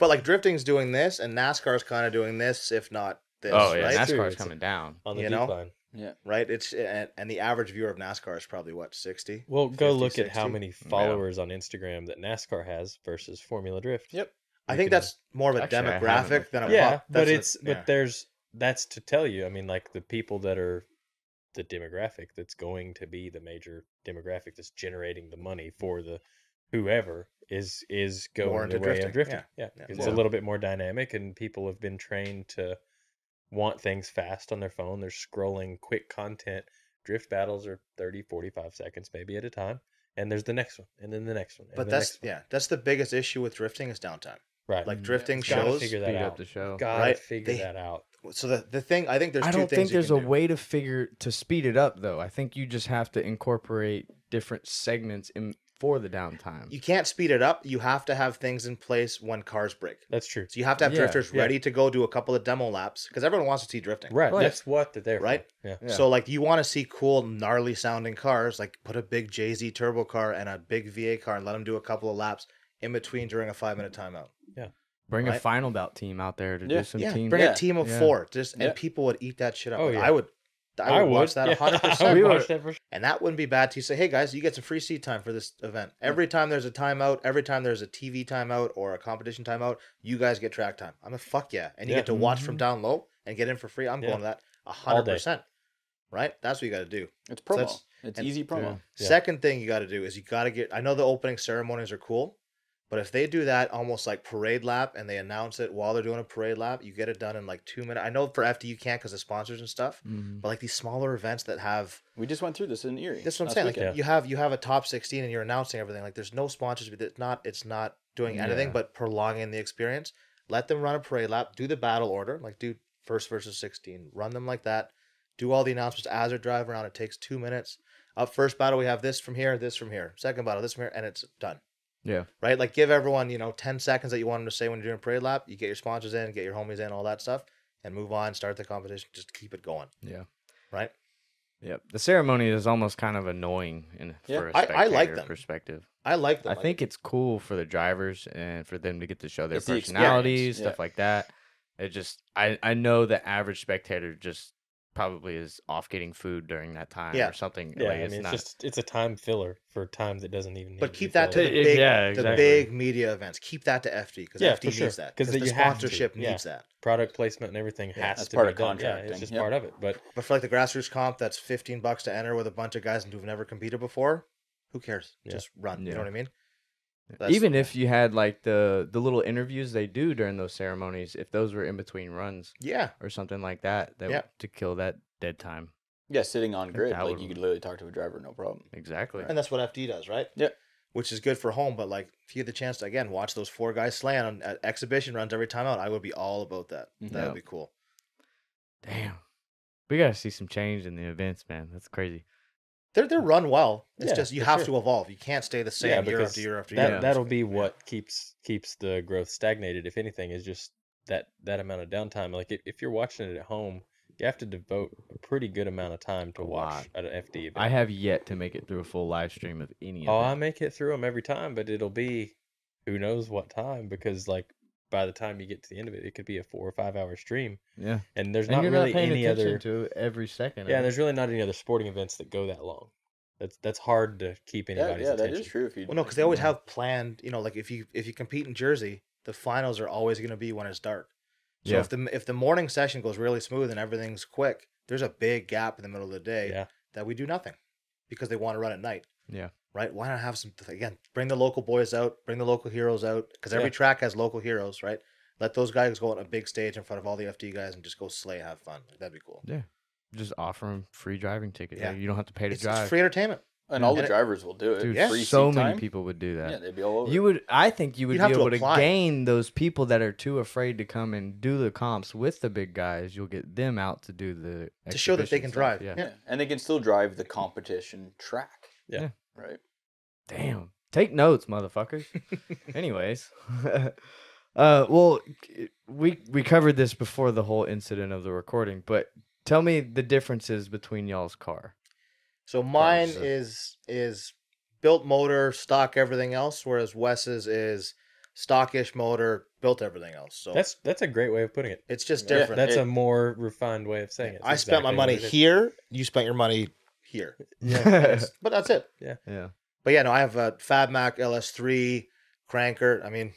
Speaker 1: But like drifting's doing this, and NASCAR's kind of doing this, if not this.
Speaker 2: oh, yeah,
Speaker 1: right?
Speaker 4: that's- true.
Speaker 2: NASCAR's
Speaker 4: It's a-
Speaker 2: coming down.
Speaker 4: on the
Speaker 1: You know?
Speaker 4: decline.
Speaker 3: Yeah.
Speaker 1: right? It's and, and the average viewer of NASCAR is probably what sixty.
Speaker 4: Well, go
Speaker 1: 50,
Speaker 4: look at how
Speaker 1: 60.
Speaker 4: many followers on Instagram that NASCAR has versus Formula Drift.
Speaker 3: Yep.
Speaker 1: I
Speaker 4: You
Speaker 1: think
Speaker 4: can-
Speaker 1: that's more of a
Speaker 2: Actually, I haven't
Speaker 1: demographic
Speaker 2: looked
Speaker 1: than a
Speaker 4: yeah,
Speaker 1: pop-
Speaker 4: but
Speaker 1: that's a-
Speaker 4: it's
Speaker 1: yeah.
Speaker 4: but there's that's to tell you. I mean, like the people that are the demographic that's going to be the major demographic that's generating the money for the whoever is is going
Speaker 1: More into
Speaker 4: the way
Speaker 1: drifting,
Speaker 4: of drifting. Yeah,
Speaker 1: yeah.
Speaker 4: it's
Speaker 1: Well-
Speaker 4: a little bit more dynamic, and people have been trained to want things fast on their phone. They're scrolling quick content. Drift battles are 30, 45 seconds maybe at a time, and there's the next one, and then the next one. and
Speaker 1: but
Speaker 4: the
Speaker 1: that's
Speaker 4: next one.
Speaker 1: yeah, that's the biggest issue with drifting is downtime.
Speaker 2: Mm,
Speaker 4: right.
Speaker 1: Like drifting
Speaker 4: Gotta
Speaker 1: shows.
Speaker 4: figure that
Speaker 2: Speed
Speaker 4: out.
Speaker 2: up the show.
Speaker 4: Gotta
Speaker 1: Right,
Speaker 4: figure
Speaker 1: they-
Speaker 4: that out.
Speaker 1: So the the thing I think there's
Speaker 2: I
Speaker 1: two
Speaker 2: don't
Speaker 1: things
Speaker 2: think
Speaker 1: you
Speaker 2: there's
Speaker 1: can
Speaker 2: a
Speaker 1: do.
Speaker 2: way to figure to speed it up though. I think you just have to incorporate different segments in for the downtime.
Speaker 1: You can't speed it up. You have to have things in place when cars break.
Speaker 4: That's true.
Speaker 1: So you have to have
Speaker 2: Yeah,
Speaker 1: drifters
Speaker 4: yeah.
Speaker 1: ready to go do a couple of demo laps because everyone wants to see drifting.
Speaker 4: Right.
Speaker 2: Right.
Speaker 4: That's what they're there for.
Speaker 1: Right?
Speaker 4: Yeah.
Speaker 2: Yeah.
Speaker 1: So like you want to see cool, gnarly sounding cars, like put a big Jay Z turbo car and a big VA car and let them do a couple of laps in between during a five minute timeout.
Speaker 2: Bring a
Speaker 1: Right.
Speaker 2: final bout team out there to
Speaker 3: Yeah.
Speaker 2: do some
Speaker 1: yeah,
Speaker 2: team.
Speaker 1: bring
Speaker 3: Yeah.
Speaker 1: a team of
Speaker 2: Yeah.
Speaker 1: four, just and
Speaker 3: Yeah.
Speaker 1: people would eat that shit up.
Speaker 4: Oh,
Speaker 1: Like,
Speaker 4: yeah.
Speaker 1: I would, I would, watch that
Speaker 4: Yeah,
Speaker 1: hundred
Speaker 4: I
Speaker 1: percent,
Speaker 4: would
Speaker 2: We
Speaker 4: watch
Speaker 2: were-
Speaker 4: that for sure.
Speaker 1: and that wouldn't be bad to say, hey guys, you get some free seat time for this event. Every time there's a timeout, every time there's a TV timeout or a competition timeout, you guys get track time. I'm a fuck yeah, and you
Speaker 4: Yeah.
Speaker 1: get to watch from down low and get in for free. I'm
Speaker 4: Yeah.
Speaker 1: going to that
Speaker 4: All
Speaker 1: hundred
Speaker 4: day.
Speaker 1: percent. Right, that's what you got to do.
Speaker 3: It's
Speaker 1: So
Speaker 3: promo.
Speaker 1: that's-
Speaker 3: it's
Speaker 1: and-
Speaker 3: easy promo.
Speaker 4: Yeah.
Speaker 1: Second thing you got to do is you got to get. I know the opening ceremonies are cool, but if they do that almost like parade lap and they announce it while they're doing a parade lap, you get it done in like two minutes. I know for FD you can't because of sponsors and stuff,
Speaker 2: Mhm.
Speaker 1: but like these smaller events that have
Speaker 3: We just went through this in Erie.
Speaker 1: that's what I'm
Speaker 3: last
Speaker 1: saying. Like
Speaker 3: weekend.
Speaker 1: you have you have a top 16 and you're announcing everything. Like there's no sponsors, but it's not it's not doing anything
Speaker 2: Yeah.
Speaker 1: but prolonging the experience. Let them run a parade lap, do the battle order, like do first versus 16, run them like that. Do all the announcements as they're driving around. It takes two minutes. Up first battle, we have this from here, this from here. Second battle, this from here, and it's done.
Speaker 2: Yeah.
Speaker 1: Right? Like give everyone, you know, 10 seconds that you want them to say when you're doing a parade lap. You get your sponsors in, get your homies in, all that stuff, and move on, start the competition. Just keep it going.
Speaker 2: Yeah.
Speaker 1: Right?
Speaker 2: Yep. The ceremony is almost kind of annoying in
Speaker 3: Yeah.
Speaker 2: for a
Speaker 1: I- I like
Speaker 2: spectator
Speaker 1: them.
Speaker 2: perspective.
Speaker 1: I like them.
Speaker 2: I
Speaker 1: Like,
Speaker 2: think it's cool for the drivers and for them to get to show their
Speaker 3: It's the experience,
Speaker 2: personalities,
Speaker 3: yeah.
Speaker 2: stuff like that. It just I I know the average spectator just
Speaker 6: probably is off getting food during that time
Speaker 1: Yeah.
Speaker 6: or something.
Speaker 4: Yeah,
Speaker 6: like,
Speaker 4: I mean,
Speaker 6: it's,
Speaker 4: it's
Speaker 6: not.
Speaker 4: just it's a time filler for time that doesn't even. need
Speaker 1: But
Speaker 4: be
Speaker 1: keep that to the
Speaker 4: filled.
Speaker 6: Yeah,
Speaker 1: big,
Speaker 4: yeah,
Speaker 1: the
Speaker 4: exactly.
Speaker 1: big media events. Keep that to FD because
Speaker 4: Yeah,
Speaker 1: FD
Speaker 4: for
Speaker 1: needs
Speaker 4: sure.
Speaker 1: that
Speaker 4: 'Cause
Speaker 1: because
Speaker 4: then
Speaker 1: the
Speaker 4: you have to.
Speaker 1: sponsorship
Speaker 4: Yeah.
Speaker 1: needs that.
Speaker 4: product placement and everything
Speaker 1: Yeah,
Speaker 4: has
Speaker 3: that's
Speaker 4: to
Speaker 3: part
Speaker 4: be
Speaker 3: of
Speaker 4: done. Yeah, it's
Speaker 3: contracting,
Speaker 4: just
Speaker 3: yep.
Speaker 4: part of it. But
Speaker 1: But for like the grassroots comp, that's fifteen bucks to enter with a bunch of guys who've never competed before. Who cares?
Speaker 4: Yeah.
Speaker 1: Just run. You
Speaker 2: Yeah.
Speaker 1: know what I mean? That's-
Speaker 2: Even if you had like the the little interviews they do during those ceremonies, if those were in between runs
Speaker 1: yeah,
Speaker 2: or something like that, that
Speaker 1: Yeah.
Speaker 2: to kill that dead time.
Speaker 3: Yeah, sitting on
Speaker 2: think
Speaker 3: grid,
Speaker 2: that
Speaker 3: like
Speaker 2: would-
Speaker 3: you could literally talk to a driver, no problem.
Speaker 2: Exactly.
Speaker 1: and that's what FD does, right?
Speaker 3: Yeah.
Speaker 1: Which is good for home, but like if you get the chance to again watch those four guys slaying on at exhibition runs every time out, I would be all about that.
Speaker 4: Mm-hmm.
Speaker 3: Mhm.
Speaker 1: That
Speaker 2: Yeah.
Speaker 1: would be cool.
Speaker 2: Damn. We gotta see some change in the events, man. That's crazy.
Speaker 1: They're they're run well. It's
Speaker 4: Yeah,
Speaker 1: just you
Speaker 4: for
Speaker 1: have
Speaker 4: sure.
Speaker 1: to evolve. You can't stay the same
Speaker 4: yeah,
Speaker 1: year
Speaker 4: because
Speaker 1: after year after
Speaker 4: that
Speaker 1: year.
Speaker 4: that'll be what keeps keeps the growth stagnated. If anything, is just that that amount of downtime. Like if, if you're watching it at home, you have to devote a pretty good amount of time to
Speaker 2: A
Speaker 4: watch an FD event.
Speaker 2: I have yet to make it through a full live stream of any
Speaker 4: Oh, I
Speaker 2: event.
Speaker 4: make it through them every time, but it'll be who knows what time because like by the time you get to the end of it, it could be a four or five hour stream,
Speaker 2: yeah.
Speaker 4: and there's
Speaker 2: And
Speaker 4: not
Speaker 2: you're
Speaker 4: really
Speaker 2: not paying
Speaker 4: any
Speaker 2: attention
Speaker 4: other.
Speaker 2: to it every second. of
Speaker 4: Yeah,
Speaker 2: it.
Speaker 4: and there's really not any other sporting events that go that long. That's that's hard to keep
Speaker 3: Yeah,
Speaker 4: anybody's
Speaker 3: yeah, that
Speaker 4: attention.
Speaker 3: is true. If you
Speaker 1: Well, no, because they always
Speaker 3: Yeah.
Speaker 1: have planned. You know, like if you if you compete in Jersey, the finals are always going to be when it's dark. So
Speaker 2: Yeah.
Speaker 1: if the if the morning session goes really smooth and everything's quick, there's a big gap in the middle of the day
Speaker 4: Yeah.
Speaker 1: that we do nothing because they want to run at night.
Speaker 2: Yeah.
Speaker 1: Right? Why not have some again? Bring the local boys out. Bring the local heroes out because every
Speaker 4: Yeah.
Speaker 1: track has local heroes, right? Let those guys go on a big stage in front of all the FD guys and just go slay, have fun. That'd be cool.
Speaker 2: just offer them free driving tickets.
Speaker 1: Yeah.
Speaker 2: Like, you don't have to pay to
Speaker 1: It's,
Speaker 2: drive.
Speaker 1: it's free entertainment.
Speaker 3: and all the
Speaker 1: And it-
Speaker 3: drivers will do it.
Speaker 2: Dude,
Speaker 1: Yeah.
Speaker 3: Free
Speaker 2: so
Speaker 3: seat
Speaker 2: many
Speaker 3: time.
Speaker 2: people would do that.
Speaker 3: Yeah, they'd be all over.
Speaker 2: You would, I think you would
Speaker 1: You'd
Speaker 2: be
Speaker 1: have to
Speaker 2: able to,
Speaker 1: apply.
Speaker 2: gain those people that are too afraid to come and do the comps with the big guys. You'll get them out to do the
Speaker 1: To show that they
Speaker 2: exhibition
Speaker 1: can
Speaker 2: stuff.
Speaker 1: drive.
Speaker 2: Yeah.
Speaker 3: yeah. and they can still drive the competition track.
Speaker 4: Yeah.
Speaker 2: Yeah.
Speaker 3: right.
Speaker 2: Damn. Take notes, motherfuckers. Anyways, uh, well, c- we we covered this before the whole incident of the recording, but tell me the differences between y'all's car.
Speaker 1: So mine
Speaker 2: so-
Speaker 1: is is built motor, stock everything else, whereas Wes's is stockish motor, built everything else. So
Speaker 4: That's that's a great way of putting it.
Speaker 1: it's just
Speaker 3: Yeah,
Speaker 1: different.
Speaker 4: That's
Speaker 3: It-
Speaker 4: a more refined way of saying it. It's
Speaker 1: I spent my
Speaker 4: exactly what
Speaker 1: money
Speaker 4: it is.
Speaker 1: here. You spent your money here.
Speaker 2: Yeah.
Speaker 1: But that's it.
Speaker 2: yeah.
Speaker 1: But yeah, no, I have a FabMac LS3 cranker. I mean,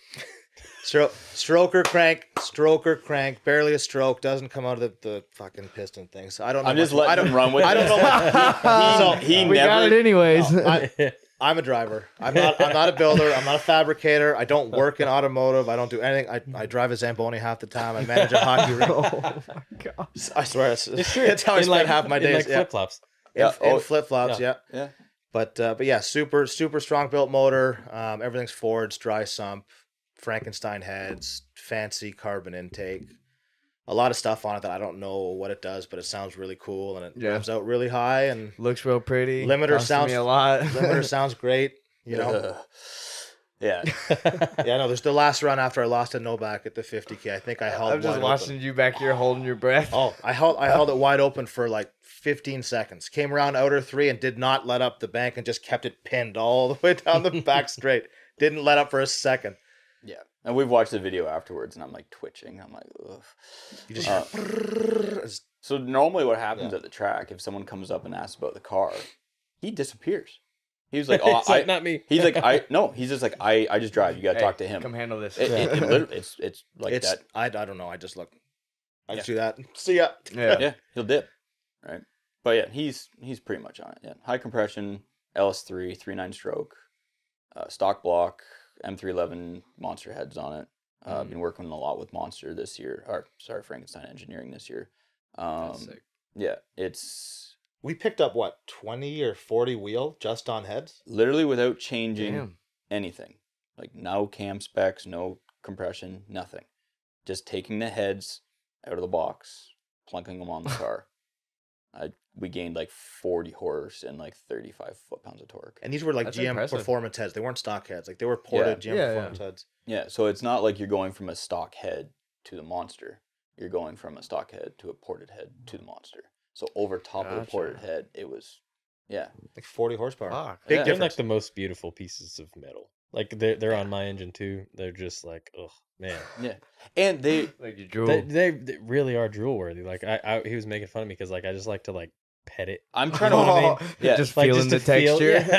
Speaker 1: stro- stroker crank, stroker crank, barely a stroke, doesn't come out of the, the fucking piston thing. So I don't. Know
Speaker 3: I'm just
Speaker 1: much- I
Speaker 3: letting
Speaker 1: don't,
Speaker 3: him run with
Speaker 1: I
Speaker 3: it.
Speaker 1: don't know.
Speaker 3: know.
Speaker 1: So-
Speaker 3: he he
Speaker 2: we got it
Speaker 3: never.
Speaker 2: anyways.
Speaker 1: I, I'm a driver. I'm not. I'm not a builder. I'm not a fabricator. I don't work in automotive. I don't do anything. I, I drive a Zamboni half the time. I manage a hockey rink.
Speaker 2: oh my god.
Speaker 1: I swear, it's,
Speaker 4: It's
Speaker 1: it's,
Speaker 4: true.
Speaker 1: how I
Speaker 4: In,
Speaker 1: spend
Speaker 4: like-
Speaker 1: half my
Speaker 4: in,
Speaker 1: days.
Speaker 4: like
Speaker 1: yeah.
Speaker 4: flip flops.
Speaker 1: In,
Speaker 3: Yeah, oh,
Speaker 1: flip flops. Yeah.
Speaker 4: yeah.
Speaker 3: Yeah,
Speaker 1: But uh, but yeah, super super strong built motor. Um, everything's Ford's dry sump, Frankenstein heads, fancy carbon intake. A lot of stuff on it that I don't know what it does, but it sounds really cool and it
Speaker 2: Yeah.
Speaker 1: revs out really high and
Speaker 2: Looks real pretty.
Speaker 1: Limiter
Speaker 2: Costing
Speaker 1: sounds-
Speaker 2: me a lot.
Speaker 1: limiter sounds great. You know,
Speaker 3: Ugh. yeah.
Speaker 1: Yeah, no, there's the last run after I lost a no back at the 50k. I think I held.
Speaker 2: I'm just
Speaker 1: wide
Speaker 2: watching you back here holding your breath.
Speaker 1: Open. Oh, I held. I held it wide open for like 15 seconds. Came around outer three and did not let up the bank and just kept it pinned all the way down the back straight. Didn't let up for a second.
Speaker 3: Yeah. And we've watched the video afterwards, and I'm like twitching. I'm like, ugh.
Speaker 1: You just
Speaker 3: Uh,
Speaker 1: It's-
Speaker 3: so normally, what happens at the track if someone comes up and asks about the car, he disappears. He was like, "Oh,
Speaker 4: It's
Speaker 3: I."
Speaker 4: like, not me.
Speaker 3: he's like, "I no." He's just like, "I, I just drive. You gotta
Speaker 2: Hey,
Speaker 3: talk to him."
Speaker 2: Come handle this.
Speaker 3: It, it, it literally, it's it's like
Speaker 1: it's.
Speaker 3: that.
Speaker 1: I, I don't know. I just look. I
Speaker 3: Yeah.
Speaker 1: just do that. See ya.
Speaker 2: yeah.
Speaker 3: Yeah, he'll dip, right? But yeah, he's he's pretty much on it. Yeah, high compression, LS3, 3.9 stroke, uh, stock block, M311 monster heads on it. Uh, I've been working a lot with Monster this year, or sorry, Frankenstein Engineering this year. Um, Yeah, it's
Speaker 1: We picked up what 20 or 40 wheel just on heads.
Speaker 3: literally without changing
Speaker 2: Damn.
Speaker 3: anything, like no cam specs, no compression, nothing. Just taking the heads out of the box, plunking them on the car. I we gained like 40 horse and like 35 foot pounds of torque.
Speaker 1: And these were like
Speaker 2: That's
Speaker 1: GM
Speaker 2: impressive.
Speaker 1: performance heads. They weren't stock heads. Like they were ported
Speaker 2: Yeah.
Speaker 1: GM
Speaker 2: Yeah, yeah.
Speaker 1: performance heads.
Speaker 3: Yeah, so it's not like you're going from a stock head to the monster. You're going from a stock head to a ported head to the monster. So over top of the ported
Speaker 2: Gotcha.
Speaker 3: head, it was yeah,
Speaker 1: Like 40 horsepower.
Speaker 2: Fuck.
Speaker 1: Big
Speaker 3: Yeah.
Speaker 4: They're like
Speaker 1: difference.
Speaker 4: the most beautiful pieces of metal. Like they're they're on my engine too. They're just like, oh man,
Speaker 3: Yeah, and they
Speaker 6: Like you drool.
Speaker 4: they, they they really are drool worthy. Like I, I he was making fun of me because like I just like to like pet it.
Speaker 3: I'm trying to
Speaker 4: You know what I mean?
Speaker 3: yeah,
Speaker 6: just
Speaker 4: Like,
Speaker 6: feeling
Speaker 4: just
Speaker 6: the
Speaker 4: to feel-
Speaker 6: texture.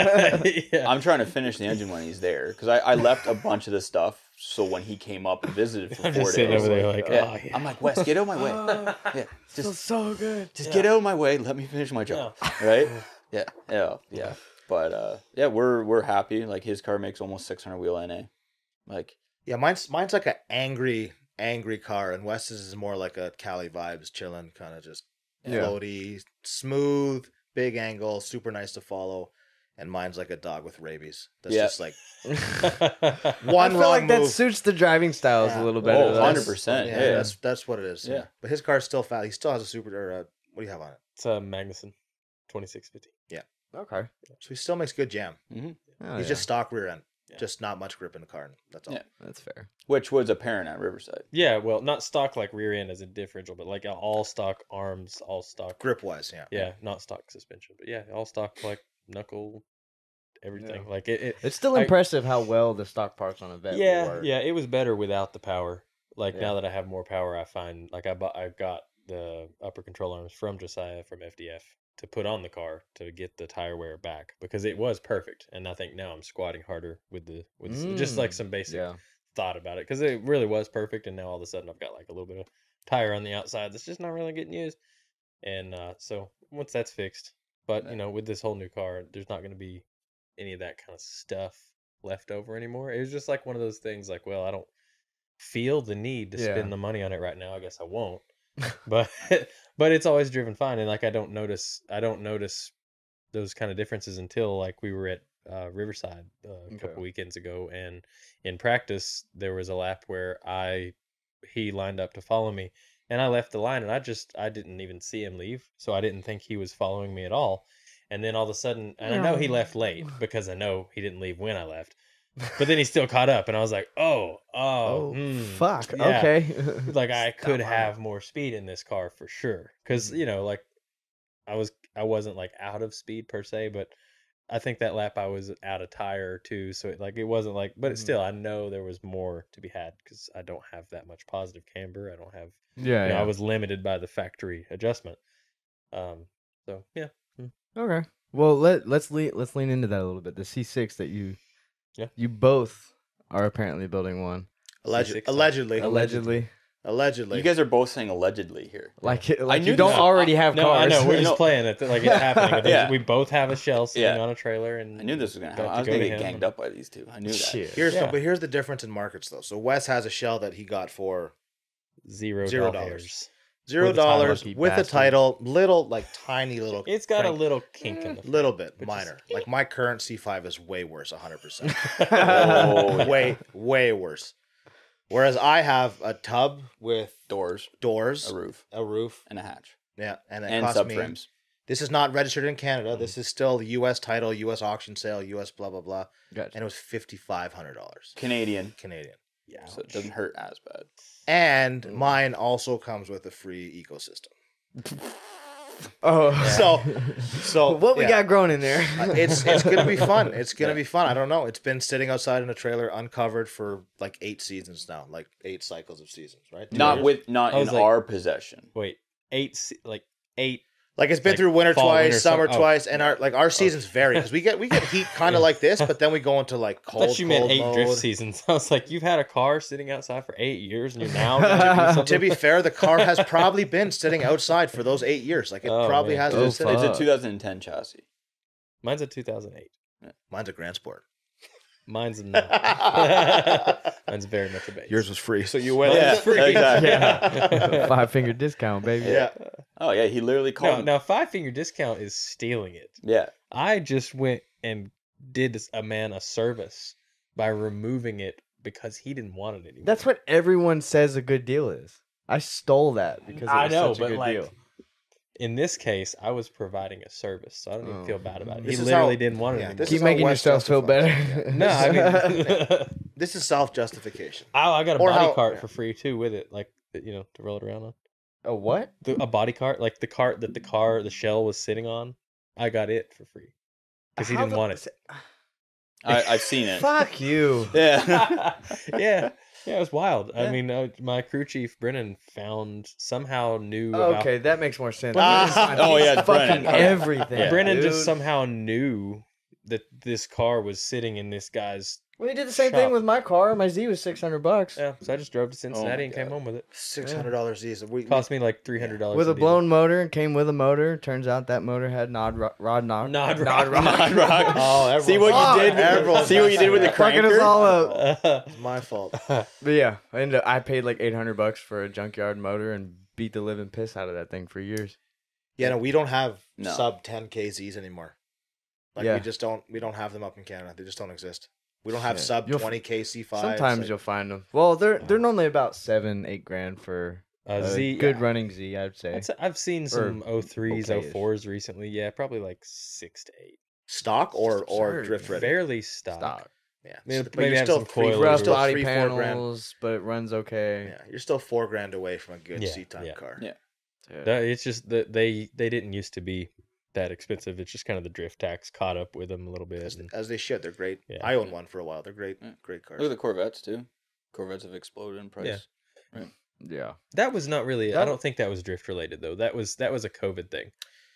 Speaker 4: yeah, yeah.
Speaker 3: I'm trying to finish the engine when he's there because I, I left a bunch of this stuff. So when he came up and visited for
Speaker 4: I'm
Speaker 3: four
Speaker 4: just sitting
Speaker 3: days,
Speaker 4: over there like,
Speaker 3: yeah,
Speaker 4: oh yeah.
Speaker 3: I'm like Wes, get out of my way. yeah, just
Speaker 2: so good.
Speaker 3: just get out of my way. Let me finish my job, right? Yeah, yeah, yeah. But uh, yeah, we're we're happy. Like his car makes almost 600 wheel NA. Like
Speaker 1: Yeah, mine's mine's like an angry, angry car, and Wes's is more like a Cali vibes, chilling, kind of just
Speaker 2: Yeah.
Speaker 1: floaty, smooth, big angle, super nice to follow. And mine's like a dog with rabies. That's
Speaker 3: Yeah.
Speaker 1: just like one
Speaker 6: I feel
Speaker 1: wrong
Speaker 6: like that
Speaker 1: move.
Speaker 6: suits the driving styles
Speaker 1: Yeah.
Speaker 6: a little better.
Speaker 3: oh,
Speaker 6: though.
Speaker 3: 100 percent.
Speaker 1: yeah,
Speaker 3: Yeah,
Speaker 1: that's that's what it is.
Speaker 3: Yeah.
Speaker 1: but his car's still fat. He still has a super. Or a, what do you have on it?
Speaker 4: it's a Magnuson, twenty six fifty.
Speaker 6: Okay.
Speaker 1: So he still makes good jam.
Speaker 6: Oh,
Speaker 1: He's
Speaker 6: yeah.
Speaker 1: just stock rear end,
Speaker 4: Yeah.
Speaker 1: just not much grip in the car. and That's all.
Speaker 3: Yeah.
Speaker 6: that's fair.
Speaker 3: which was apparent at Riverside.
Speaker 4: Yeah, well, not stock like rear end as a differential, but like all stock arms, all stock
Speaker 1: Grip wise, yeah.
Speaker 4: Yeah, not stock suspension, but yeah, all stock like knuckle, everything. Like it, it
Speaker 6: It's still
Speaker 4: I-
Speaker 6: impressive how well the stock parts on a vet. will
Speaker 4: yeah,
Speaker 6: work.
Speaker 4: yeah, it was better without the power. Like
Speaker 3: Yeah.
Speaker 4: now that I have more power, I find like I bought, I got the upper control arms from Josiah from FDF to put on the car to get the tire wear back because it was perfect. And I think now I'm squatting harder with the with s- just like
Speaker 6: Mm,
Speaker 4: some basic
Speaker 6: Yeah.
Speaker 4: thought about it because it really was perfect. And now all of a sudden I've got like a little bit of tire on the outside that's just not really getting used. And uh, so once that's fixed, but you know, with this whole new car, there's not going to be any of that kind of stuff left over anymore. It was just like one of those things like, well, I don't feel the need to
Speaker 6: Yeah.
Speaker 4: spend the money on it right now. I guess I won't. but but it's always driven fine and like I don't notice I don't notice those kind of differences until like we were at uh, Riverside uh, a
Speaker 6: Okay.
Speaker 4: couple weekends ago, and in practice there was a lap where I he lined up to follow me, and I left the line, and I just I didn't even see him leave, so I didn't think he was following me at all. And then all of a sudden, and I know he left late because I know he didn't leave when I left, but then he still caught up, and I was like, oh, oh,
Speaker 6: Oh,
Speaker 4: hmm,
Speaker 6: fuck.
Speaker 4: yeah
Speaker 6: Okay.
Speaker 4: like I could
Speaker 6: Stop.
Speaker 4: have more speed in this car for sure. Because
Speaker 3: Mm-hmm.
Speaker 4: you know, like I was, I wasn't like out of speed per se, but I think that lap I was out of tire too. So it, like it wasn't like, but
Speaker 6: Mhm.
Speaker 3: Mm-hmm.
Speaker 4: it's still, I know there was more to be had because I don't have that much positive camber. I don't have.
Speaker 6: Yeah.
Speaker 3: Oh,
Speaker 4: you know,
Speaker 6: yeah.
Speaker 4: I was limited by the factory adjustment. Um. So yeah.
Speaker 6: Okay. Well, let let's lean let's lean into that a little bit. The C6 that you
Speaker 4: Yeah.
Speaker 6: you both are apparently building one
Speaker 1: Alleged,
Speaker 4: C6 on.
Speaker 1: allegedly,
Speaker 6: allegedly.
Speaker 1: allegedly.
Speaker 3: You guys are both saying allegedly here.
Speaker 6: Like, it- like you
Speaker 3: knew
Speaker 6: don't
Speaker 3: this.
Speaker 6: already have
Speaker 4: No, I
Speaker 6: cars.
Speaker 4: know. We're
Speaker 3: No.
Speaker 4: just playing it like it's happening. but there's-
Speaker 3: Yeah.
Speaker 4: We both have a shell sitting
Speaker 3: Yeah.
Speaker 4: on a trailer, and
Speaker 3: I knew this was gonna
Speaker 4: got
Speaker 3: happen. I was
Speaker 4: go
Speaker 3: gonna
Speaker 4: to
Speaker 3: get
Speaker 4: him.
Speaker 3: ganged up by these two. I knew that.
Speaker 6: Shit.
Speaker 1: Here's
Speaker 4: Yeah.
Speaker 1: the, but here's the difference in markets though. So Wes has a shell that he got for
Speaker 4: Zero,
Speaker 1: Zero
Speaker 4: dollars.
Speaker 1: dollars. zero
Speaker 4: With a title.
Speaker 1: dollars
Speaker 6: Lucky
Speaker 1: with a
Speaker 6: bastard.
Speaker 1: title, little like tiny little.
Speaker 4: It's got a
Speaker 1: crank-
Speaker 4: little kink
Speaker 3: Eh,
Speaker 4: in the
Speaker 1: little bit
Speaker 4: which is-
Speaker 1: minor. Like my current C5 is way worse, 100. percent
Speaker 3: Oh, yeah.
Speaker 1: Way way worse. Whereas I have a tub with
Speaker 3: doors,
Speaker 1: doors,
Speaker 3: a roof,
Speaker 1: a roof,
Speaker 3: and a hatch,
Speaker 1: yeah, and it
Speaker 3: and
Speaker 1: cost me.
Speaker 3: subframes. Mm-hmm.
Speaker 1: This is not registered in Canada. This is still the U.S. title, U.S. auction sale, U.S. blah blah blah,
Speaker 6: Gotcha.
Speaker 1: and it was fifty five hundred dollars
Speaker 3: Canadian,
Speaker 1: Canadian.
Speaker 4: Yeah.
Speaker 3: so Mm. it doesn't hurt as bad.
Speaker 1: And mine also comes with a free ecosystem.
Speaker 6: Oh,
Speaker 1: So, so
Speaker 6: what we
Speaker 1: yeah.
Speaker 6: got growing in there?
Speaker 1: Uh, it's it's gonna be fun. It's gonna be fun. I don't know. It's been sitting outside in a trailer, uncovered for like eight seasons now, like eight cycles of seasons, right? Two
Speaker 3: Not
Speaker 1: years.
Speaker 3: with, not
Speaker 4: I
Speaker 3: in
Speaker 4: was like-
Speaker 3: our possession.
Speaker 4: Wait, eight, se- like eight.
Speaker 1: like it's been
Speaker 4: like,
Speaker 1: through winter
Speaker 4: fall,
Speaker 1: twice,
Speaker 4: winter,
Speaker 1: summer
Speaker 4: summer- oh.
Speaker 1: twice, and our like our seasons vary because we get we get heat kind of like this, but then we go into like
Speaker 4: I
Speaker 1: cold.
Speaker 4: thought you meant
Speaker 1: cold
Speaker 4: eight
Speaker 1: mode.
Speaker 4: drift seasons. I was like, you've had a car sitting outside for eight years, and you're now. gonna do
Speaker 1: To
Speaker 4: something?
Speaker 1: be fair, the car has probably been sitting outside for those eight years. Like it
Speaker 4: Oh,
Speaker 1: probably
Speaker 4: man.
Speaker 1: has
Speaker 6: Oh,
Speaker 1: been sitting.
Speaker 6: fuck.
Speaker 3: It's a 2010 chassis.
Speaker 4: Mine's a 2008.
Speaker 1: Mine's a Grand Sport.
Speaker 4: Mine's a not. Mine's very much a base.
Speaker 1: was free, so you went.
Speaker 4: Mine's
Speaker 3: Yeah,
Speaker 4: free.
Speaker 3: exactly.
Speaker 4: Yeah.
Speaker 6: Five finger discount, baby.
Speaker 1: Yeah.
Speaker 3: Oh yeah, he literally
Speaker 4: no,
Speaker 3: called.
Speaker 4: now five finger discount is stealing it.
Speaker 3: Yeah,
Speaker 4: I just went and did this- a man a service by removing it because he didn't want it anymore.
Speaker 6: That's what everyone says a good deal is. I stole that because it was
Speaker 4: I know,
Speaker 6: such a
Speaker 4: but
Speaker 6: good
Speaker 4: like,
Speaker 6: deal.
Speaker 4: in this case, I was providing a service, so I don't even
Speaker 6: Oh.
Speaker 4: feel bad about it.
Speaker 1: This
Speaker 4: he
Speaker 1: is
Speaker 4: literally
Speaker 1: how-
Speaker 4: didn't want it
Speaker 1: yeah,
Speaker 4: anymore.
Speaker 1: this is
Speaker 6: Keep
Speaker 1: how
Speaker 6: making
Speaker 1: Wes
Speaker 6: yourself feel
Speaker 1: justifies
Speaker 6: better.
Speaker 4: no, I mean,
Speaker 1: This is self justification.
Speaker 4: I, I got a
Speaker 1: Or
Speaker 4: body
Speaker 1: how-
Speaker 4: cart
Speaker 1: yeah.
Speaker 4: for free too with it, like that, you know, to roll it around on.
Speaker 6: a what?
Speaker 4: The, a body cart, like the cart that the car, the shell was sitting on, I got it for free because he
Speaker 6: How
Speaker 4: didn't
Speaker 6: the-
Speaker 4: want it.
Speaker 3: I, I've seen it.
Speaker 6: Fuck you.
Speaker 3: Yeah.
Speaker 4: yeah, yeah, it was wild. I
Speaker 3: Yeah.
Speaker 4: mean, uh, my crew chief Brennan found somehow knew about
Speaker 6: Okay, that makes more sense.
Speaker 1: Ah,
Speaker 6: It's my-
Speaker 3: oh, yeah,
Speaker 6: it's
Speaker 3: it's
Speaker 6: fucking
Speaker 3: Brennan. Okay.
Speaker 6: everything.
Speaker 3: Yeah.
Speaker 4: Brennan just
Speaker 6: dude.
Speaker 4: somehow knew that this car was sitting in this guy's.
Speaker 6: Well, he did the same thing
Speaker 4: Shop.
Speaker 6: with my car. My Z was six hundred bucks
Speaker 4: Yeah, so I just drove to Cincinnati and came
Speaker 3: God.
Speaker 4: home with it.
Speaker 1: Six hundred dollars these. We,
Speaker 4: Cost me like three hundred dollars
Speaker 6: with a blown motor. Came with a motor. Turns out that motor had Nod Ro- Rod Knock.
Speaker 4: Nod Rod.
Speaker 3: Hot rock.
Speaker 1: Oh,
Speaker 3: see what
Speaker 1: everyone's-
Speaker 3: you did.
Speaker 1: Oh, everyone's
Speaker 3: see what you did with the
Speaker 6: Fucking us
Speaker 3: cranker.
Speaker 6: all up.
Speaker 1: it's my fault.
Speaker 6: But yeah, I ended up, I paid like eight hundred bucks for a junkyard motor and beat the living piss out of that thing for years.
Speaker 1: Yeah, no, we don't have
Speaker 3: No.
Speaker 1: sub ten KZs anymore. Like
Speaker 6: Yeah.
Speaker 1: we just don't we don't have them up in Canada. They just don't exist. We don't have
Speaker 3: Shit.
Speaker 1: sub
Speaker 6: You'll f-
Speaker 1: twenty KC five.
Speaker 6: Sometimes you'll find them. Well, they're they're normally about seven, eight grand for
Speaker 4: Uh,
Speaker 6: a
Speaker 4: Z.
Speaker 6: good
Speaker 4: Good run.
Speaker 6: running Z, I'd say.
Speaker 4: I've seen some O threes, O
Speaker 6: okay-ish.
Speaker 4: fours recently. Yeah, probably like six to eight.
Speaker 1: stock or or
Speaker 6: absurd.
Speaker 1: drift ready.
Speaker 4: Barely stock.
Speaker 6: Stock.
Speaker 1: Yeah,
Speaker 4: Maybe-
Speaker 1: so- but
Speaker 4: maybe
Speaker 1: you're
Speaker 4: have
Speaker 1: still
Speaker 4: some
Speaker 1: three,
Speaker 4: coil
Speaker 1: you're
Speaker 4: or
Speaker 6: Rough
Speaker 1: still
Speaker 6: body
Speaker 1: three four grand.
Speaker 6: panels, but it runs okay.
Speaker 1: Yeah, you're still four grand away from a good
Speaker 4: Yeah,
Speaker 1: C time
Speaker 4: yeah.
Speaker 1: car.
Speaker 3: Yeah.
Speaker 6: Yeah.
Speaker 4: No, It's just that they they didn't used to be that expensive. It's just kind of the drift tax caught up with them a little bit.
Speaker 1: As,
Speaker 4: and-
Speaker 1: as they should, they're great.
Speaker 4: Yeah.
Speaker 1: I owned one for a while. They're great,
Speaker 3: Yeah.
Speaker 1: great cars.
Speaker 3: Look at the Corvettes too. Corvettes have exploded in price.
Speaker 4: Yeah.
Speaker 6: yeah.
Speaker 4: That was not really. I
Speaker 6: That-
Speaker 4: don't think that was drift related though. That was that was a COVID thing.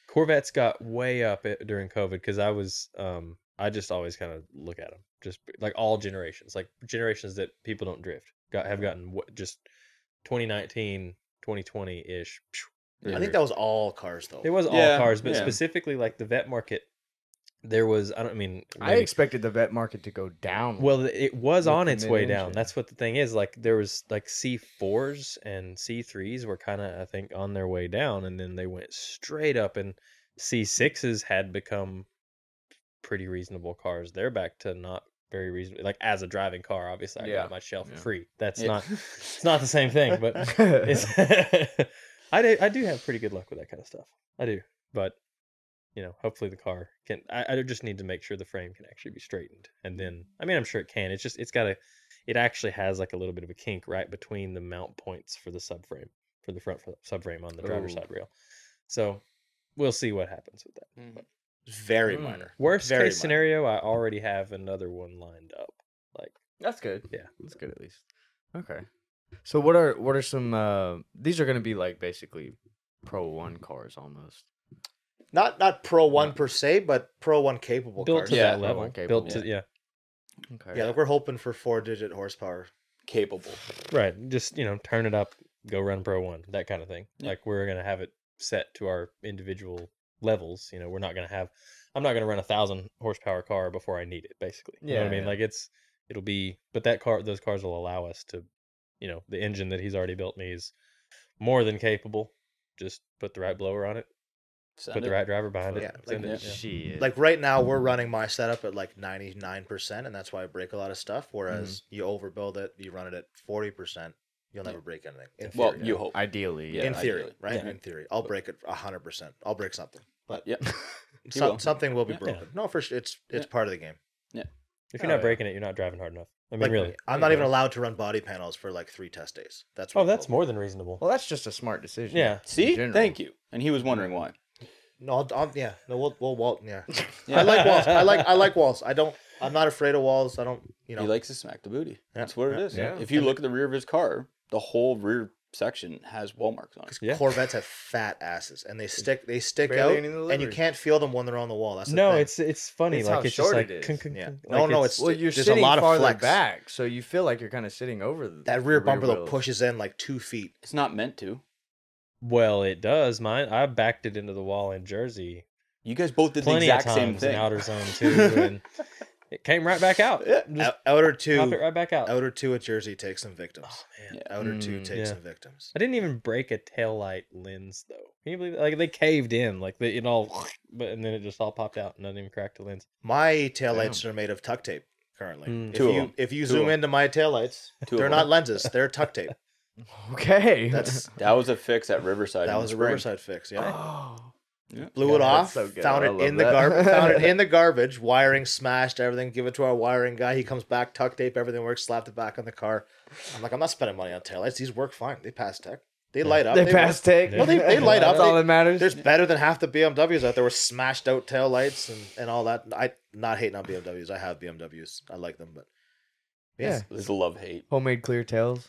Speaker 4: Corvettes got way up i- during COVID because I was um I just always kind of look at them just b- like all generations like generations that people don't drift got have gotten what just 2019 2020 ish.
Speaker 1: I think that was all cars though.
Speaker 4: it was all
Speaker 3: Yeah,
Speaker 4: cars, but
Speaker 3: yeah.
Speaker 4: specifically like the vet market. There was I don't mean
Speaker 6: I
Speaker 4: maybe-
Speaker 6: expected the vet market to go down.
Speaker 4: Well, th- it was
Speaker 6: with
Speaker 4: on
Speaker 6: the
Speaker 4: its way down.
Speaker 6: mid-engine.
Speaker 4: That's what the thing is. Like there was like C fours and C threes were kind of I think on their way down, and then they went straight up, and C sixes had become pretty reasonable cars. They're back to not very reasonable. Like as a driving car, obviously, I
Speaker 6: Yeah.
Speaker 4: got my shell for
Speaker 6: Yeah.
Speaker 4: free. That's
Speaker 3: Yeah.
Speaker 4: not it's not the same thing, but it's I do I do have pretty good luck with that kind of stuff. I do, but you know, hopefully the car can. I, I just need to make sure the frame can actually be straightened, and then I mean, I'm sure it can. It's just it's got a, it actually has like a little bit of a kink right between the mount points for the subframe for the front subframe on the driver's
Speaker 6: Ooh.
Speaker 4: side rail. So we'll see what happens with that.
Speaker 3: Mhm.
Speaker 1: very
Speaker 6: Mm.
Speaker 1: minor.
Speaker 4: Worst
Speaker 1: Very
Speaker 4: case
Speaker 1: minor.
Speaker 4: scenario, I already have another one lined up. Like
Speaker 6: That's good.
Speaker 4: Yeah.
Speaker 6: that's good at least. Okay. So what are what are some? Uh, these are going to be like basically pro one cars almost.
Speaker 1: Not not pro one per se, but pro one capable
Speaker 4: built
Speaker 1: cars.
Speaker 4: to
Speaker 3: Yeah,
Speaker 4: that
Speaker 6: that
Speaker 4: level,
Speaker 6: one
Speaker 4: built to
Speaker 3: capable.
Speaker 4: yeah,
Speaker 6: Okay.
Speaker 1: Yeah, like we're hoping for four digit horsepower.
Speaker 3: Capable.
Speaker 4: Right. Just, you know, turn it up, go run pro one, that kind of thing.
Speaker 3: Yeah.
Speaker 4: Like we're gonna have it set to our individual levels. You know, we're not gonna have I'm not gonna run a thousand horsepower car before I need it, basically. You know what I
Speaker 6: Yeah,
Speaker 4: mean?
Speaker 6: yeah.
Speaker 4: Like it's it'll be but that car those cars will allow us to you know, the engine that he's already built me is more than capable. Just put the right blower on it,
Speaker 3: Send
Speaker 4: put the
Speaker 3: it.
Speaker 4: right driver behind it.
Speaker 1: Yeah,
Speaker 4: send
Speaker 3: like-
Speaker 4: it, yeah.
Speaker 6: Shit.
Speaker 1: Like right now, we're running my setup at like ninety nine percent, and that's why I break a lot of stuff. Whereas
Speaker 4: Mm-hmm.
Speaker 1: you overbuild it, you run it at forty percent, you'll never break anything. In
Speaker 3: Well,
Speaker 1: theory.
Speaker 3: you hope.
Speaker 6: ideally,
Speaker 3: Yeah.
Speaker 1: in theory,
Speaker 3: ideally.
Speaker 1: right?
Speaker 4: Yeah.
Speaker 1: In theory, I'll break it hundred percent. I'll break something, but
Speaker 3: Yeah.
Speaker 1: some,
Speaker 3: will.
Speaker 1: something will be
Speaker 3: Yeah.
Speaker 1: broken. No, for sure, it's it's
Speaker 3: Yeah.
Speaker 1: part of the game.
Speaker 4: If you're
Speaker 6: Oh,
Speaker 4: not
Speaker 6: yeah.
Speaker 4: breaking it, you're not driving hard enough. I mean
Speaker 1: Like,
Speaker 4: really.
Speaker 1: I'm not even allowed to run body panels for like three test days. That's
Speaker 4: Oh,
Speaker 1: what
Speaker 4: that's more than reasonable.
Speaker 6: Well, that's just a smart decision.
Speaker 4: Yeah.
Speaker 3: See,
Speaker 6: general.
Speaker 3: thank you. And he was wondering why.
Speaker 1: No, I'll, I'll, yeah, no, we'll, we'll Walt. Yeah.
Speaker 3: Yeah.
Speaker 1: I like walls. I like I like walls. I don't. I'm not afraid of walls. I don't. You know.
Speaker 3: He likes to smack the booty. That's what it is.
Speaker 6: yeah.
Speaker 3: If you look at the rear of his car, the whole rear section has wall marks on it.
Speaker 1: 'cause
Speaker 4: Yeah.
Speaker 1: Corvettes have fat asses, and they stick. They stick
Speaker 6: Barely
Speaker 1: out,
Speaker 6: any in the
Speaker 1: and you
Speaker 6: livery.
Speaker 1: can't feel them when they're on the wall. That's the
Speaker 4: No,
Speaker 1: thing.
Speaker 4: it's it's funny.
Speaker 6: It's how
Speaker 4: like it's just
Speaker 6: short
Speaker 4: like
Speaker 6: it is.
Speaker 4: kung, kung,
Speaker 1: Yeah.
Speaker 4: kung.
Speaker 1: No,
Speaker 4: Like,
Speaker 1: no, it's-
Speaker 6: Well, you're
Speaker 1: There's a
Speaker 6: sitting
Speaker 1: lot of
Speaker 6: farther
Speaker 1: flex.
Speaker 6: back, so you feel like you're kind of sitting over the,
Speaker 1: that rear
Speaker 6: the
Speaker 1: bumper though
Speaker 6: wheels.
Speaker 1: pushes in like two feet.
Speaker 3: It's not meant to.
Speaker 4: Well, it does. Mine, I backed it into the wall in Jersey
Speaker 3: You guys both did
Speaker 4: plenty
Speaker 3: the exact
Speaker 4: of
Speaker 3: same
Speaker 4: times
Speaker 3: thing.
Speaker 4: in outer zone too, and it came right back out. Just
Speaker 1: Out- outer
Speaker 4: pop it
Speaker 1: two,
Speaker 4: right back out.
Speaker 1: outer two at Jersey takes some victims.
Speaker 4: Man,
Speaker 1: Outer two
Speaker 6: Mm,
Speaker 1: takes
Speaker 4: yeah.
Speaker 1: some victims.
Speaker 4: I didn't even break a taillight lens though. Can you believe that? Like they caved in, like they, it all, but and then it just all popped out and not even cracked a lens.
Speaker 1: My taillights are made of tuck tape currently.
Speaker 4: Mm.
Speaker 1: If
Speaker 3: Two of
Speaker 1: you
Speaker 3: them.
Speaker 1: if you
Speaker 3: Two of
Speaker 1: zoom
Speaker 3: them.
Speaker 1: into my taillights,
Speaker 3: Two of
Speaker 1: they're
Speaker 3: them.
Speaker 1: not lenses, they're tuck tape.
Speaker 6: Okay.
Speaker 1: That's
Speaker 3: That was a fix at Riverside.
Speaker 1: that
Speaker 3: in the
Speaker 1: was a
Speaker 3: spring.
Speaker 1: riverside fix, yeah.
Speaker 6: Oh.
Speaker 1: Blew it
Speaker 6: God,
Speaker 1: off,
Speaker 6: that's so good.
Speaker 1: found
Speaker 6: I
Speaker 1: it
Speaker 6: love
Speaker 1: in the
Speaker 6: that.
Speaker 1: garbage found it in the garbage, wiring smashed, everything, give it to our wiring guy. He comes back, tuck tape, everything works, slapped it back on the car. I'm like, I'm not spending money on taillights. These work fine. They pass tech. They light up.
Speaker 2: They
Speaker 1: They
Speaker 2: pass
Speaker 1: work.
Speaker 2: tech.
Speaker 4: Yeah.
Speaker 1: Well, they, they light up.
Speaker 2: That's all
Speaker 1: They-
Speaker 2: that matters.
Speaker 1: There's better than half the BMWs out there with smashed out taillights and, and all that. I not hating on BMWs. I have BMWs. I like them, but yeah.
Speaker 3: It's love hate.
Speaker 2: homemade clear tails.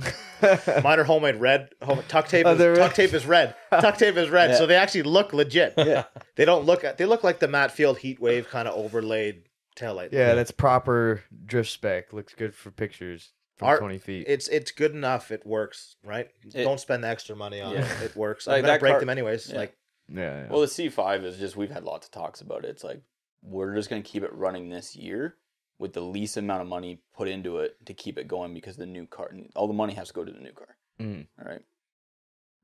Speaker 1: Mine are homemade red. Home, tuck tape.
Speaker 2: Oh,
Speaker 1: Is,
Speaker 2: they're
Speaker 1: tuck
Speaker 2: red.
Speaker 1: tape is red. Tuck tape is red.
Speaker 3: Yeah.
Speaker 1: So they actually look legit.
Speaker 3: Yeah.
Speaker 1: They don't look. They look like the Matt Field heat wave kind of overlaid taillight.
Speaker 2: Yeah, that's proper drift spec. Looks good for pictures from
Speaker 1: Art-
Speaker 2: 20 feet.
Speaker 1: It's it's good enough. It works, right?
Speaker 3: It-
Speaker 1: don't spend the extra money on
Speaker 3: Yeah.
Speaker 1: it. It works.
Speaker 3: Like
Speaker 1: I'm gonna
Speaker 3: that
Speaker 1: break
Speaker 3: car-
Speaker 1: them anyways.
Speaker 3: yeah.
Speaker 1: Like
Speaker 2: yeah, yeah.
Speaker 3: Well, the C5 is just we've had lots of talks about it. It's like we're just going to keep it running this year with the least amount of money put into it to keep it going because the new car, all the money has to go to the new car.
Speaker 1: Mm.
Speaker 2: Mhm.
Speaker 3: All right.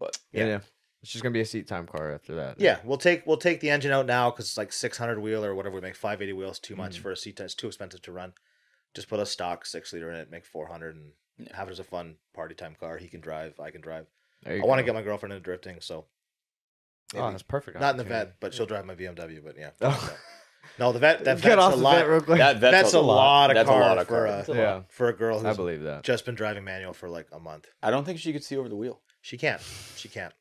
Speaker 3: But
Speaker 2: yeah. yeah. It's just gonna be a seat time car after that.
Speaker 1: Yeah, we'll take we'll take the engine out now because it's like 600 wheel or whatever we make 580 wheels too much for a seat. It's too expensive to run. Just put a stock six liter in it, make 400, and
Speaker 3: Yeah.
Speaker 1: have it as a fun party time car. He can drive, I can drive.
Speaker 2: There
Speaker 1: I
Speaker 2: you
Speaker 1: want to
Speaker 2: go.
Speaker 1: get my girlfriend into drifting, so
Speaker 2: Oh,
Speaker 1: maybe.
Speaker 2: that's perfect.
Speaker 1: not in the
Speaker 2: opportunity.
Speaker 1: vet, but she'll drive my BMW. But yeah,
Speaker 2: Oh.
Speaker 1: no, the vet that,
Speaker 2: Get
Speaker 1: vet's
Speaker 2: off
Speaker 1: a
Speaker 2: the
Speaker 1: lot.
Speaker 2: vet real quick.
Speaker 3: that,
Speaker 1: that's, a lot, of
Speaker 3: that's
Speaker 1: car
Speaker 3: a lot of
Speaker 1: for
Speaker 3: car.
Speaker 1: a,
Speaker 2: yeah,
Speaker 1: for a girl
Speaker 2: I
Speaker 1: who's
Speaker 2: believe that.
Speaker 1: just been driving manual for like a month.
Speaker 3: I don't think she could see over the wheel.
Speaker 1: She can't. She can't.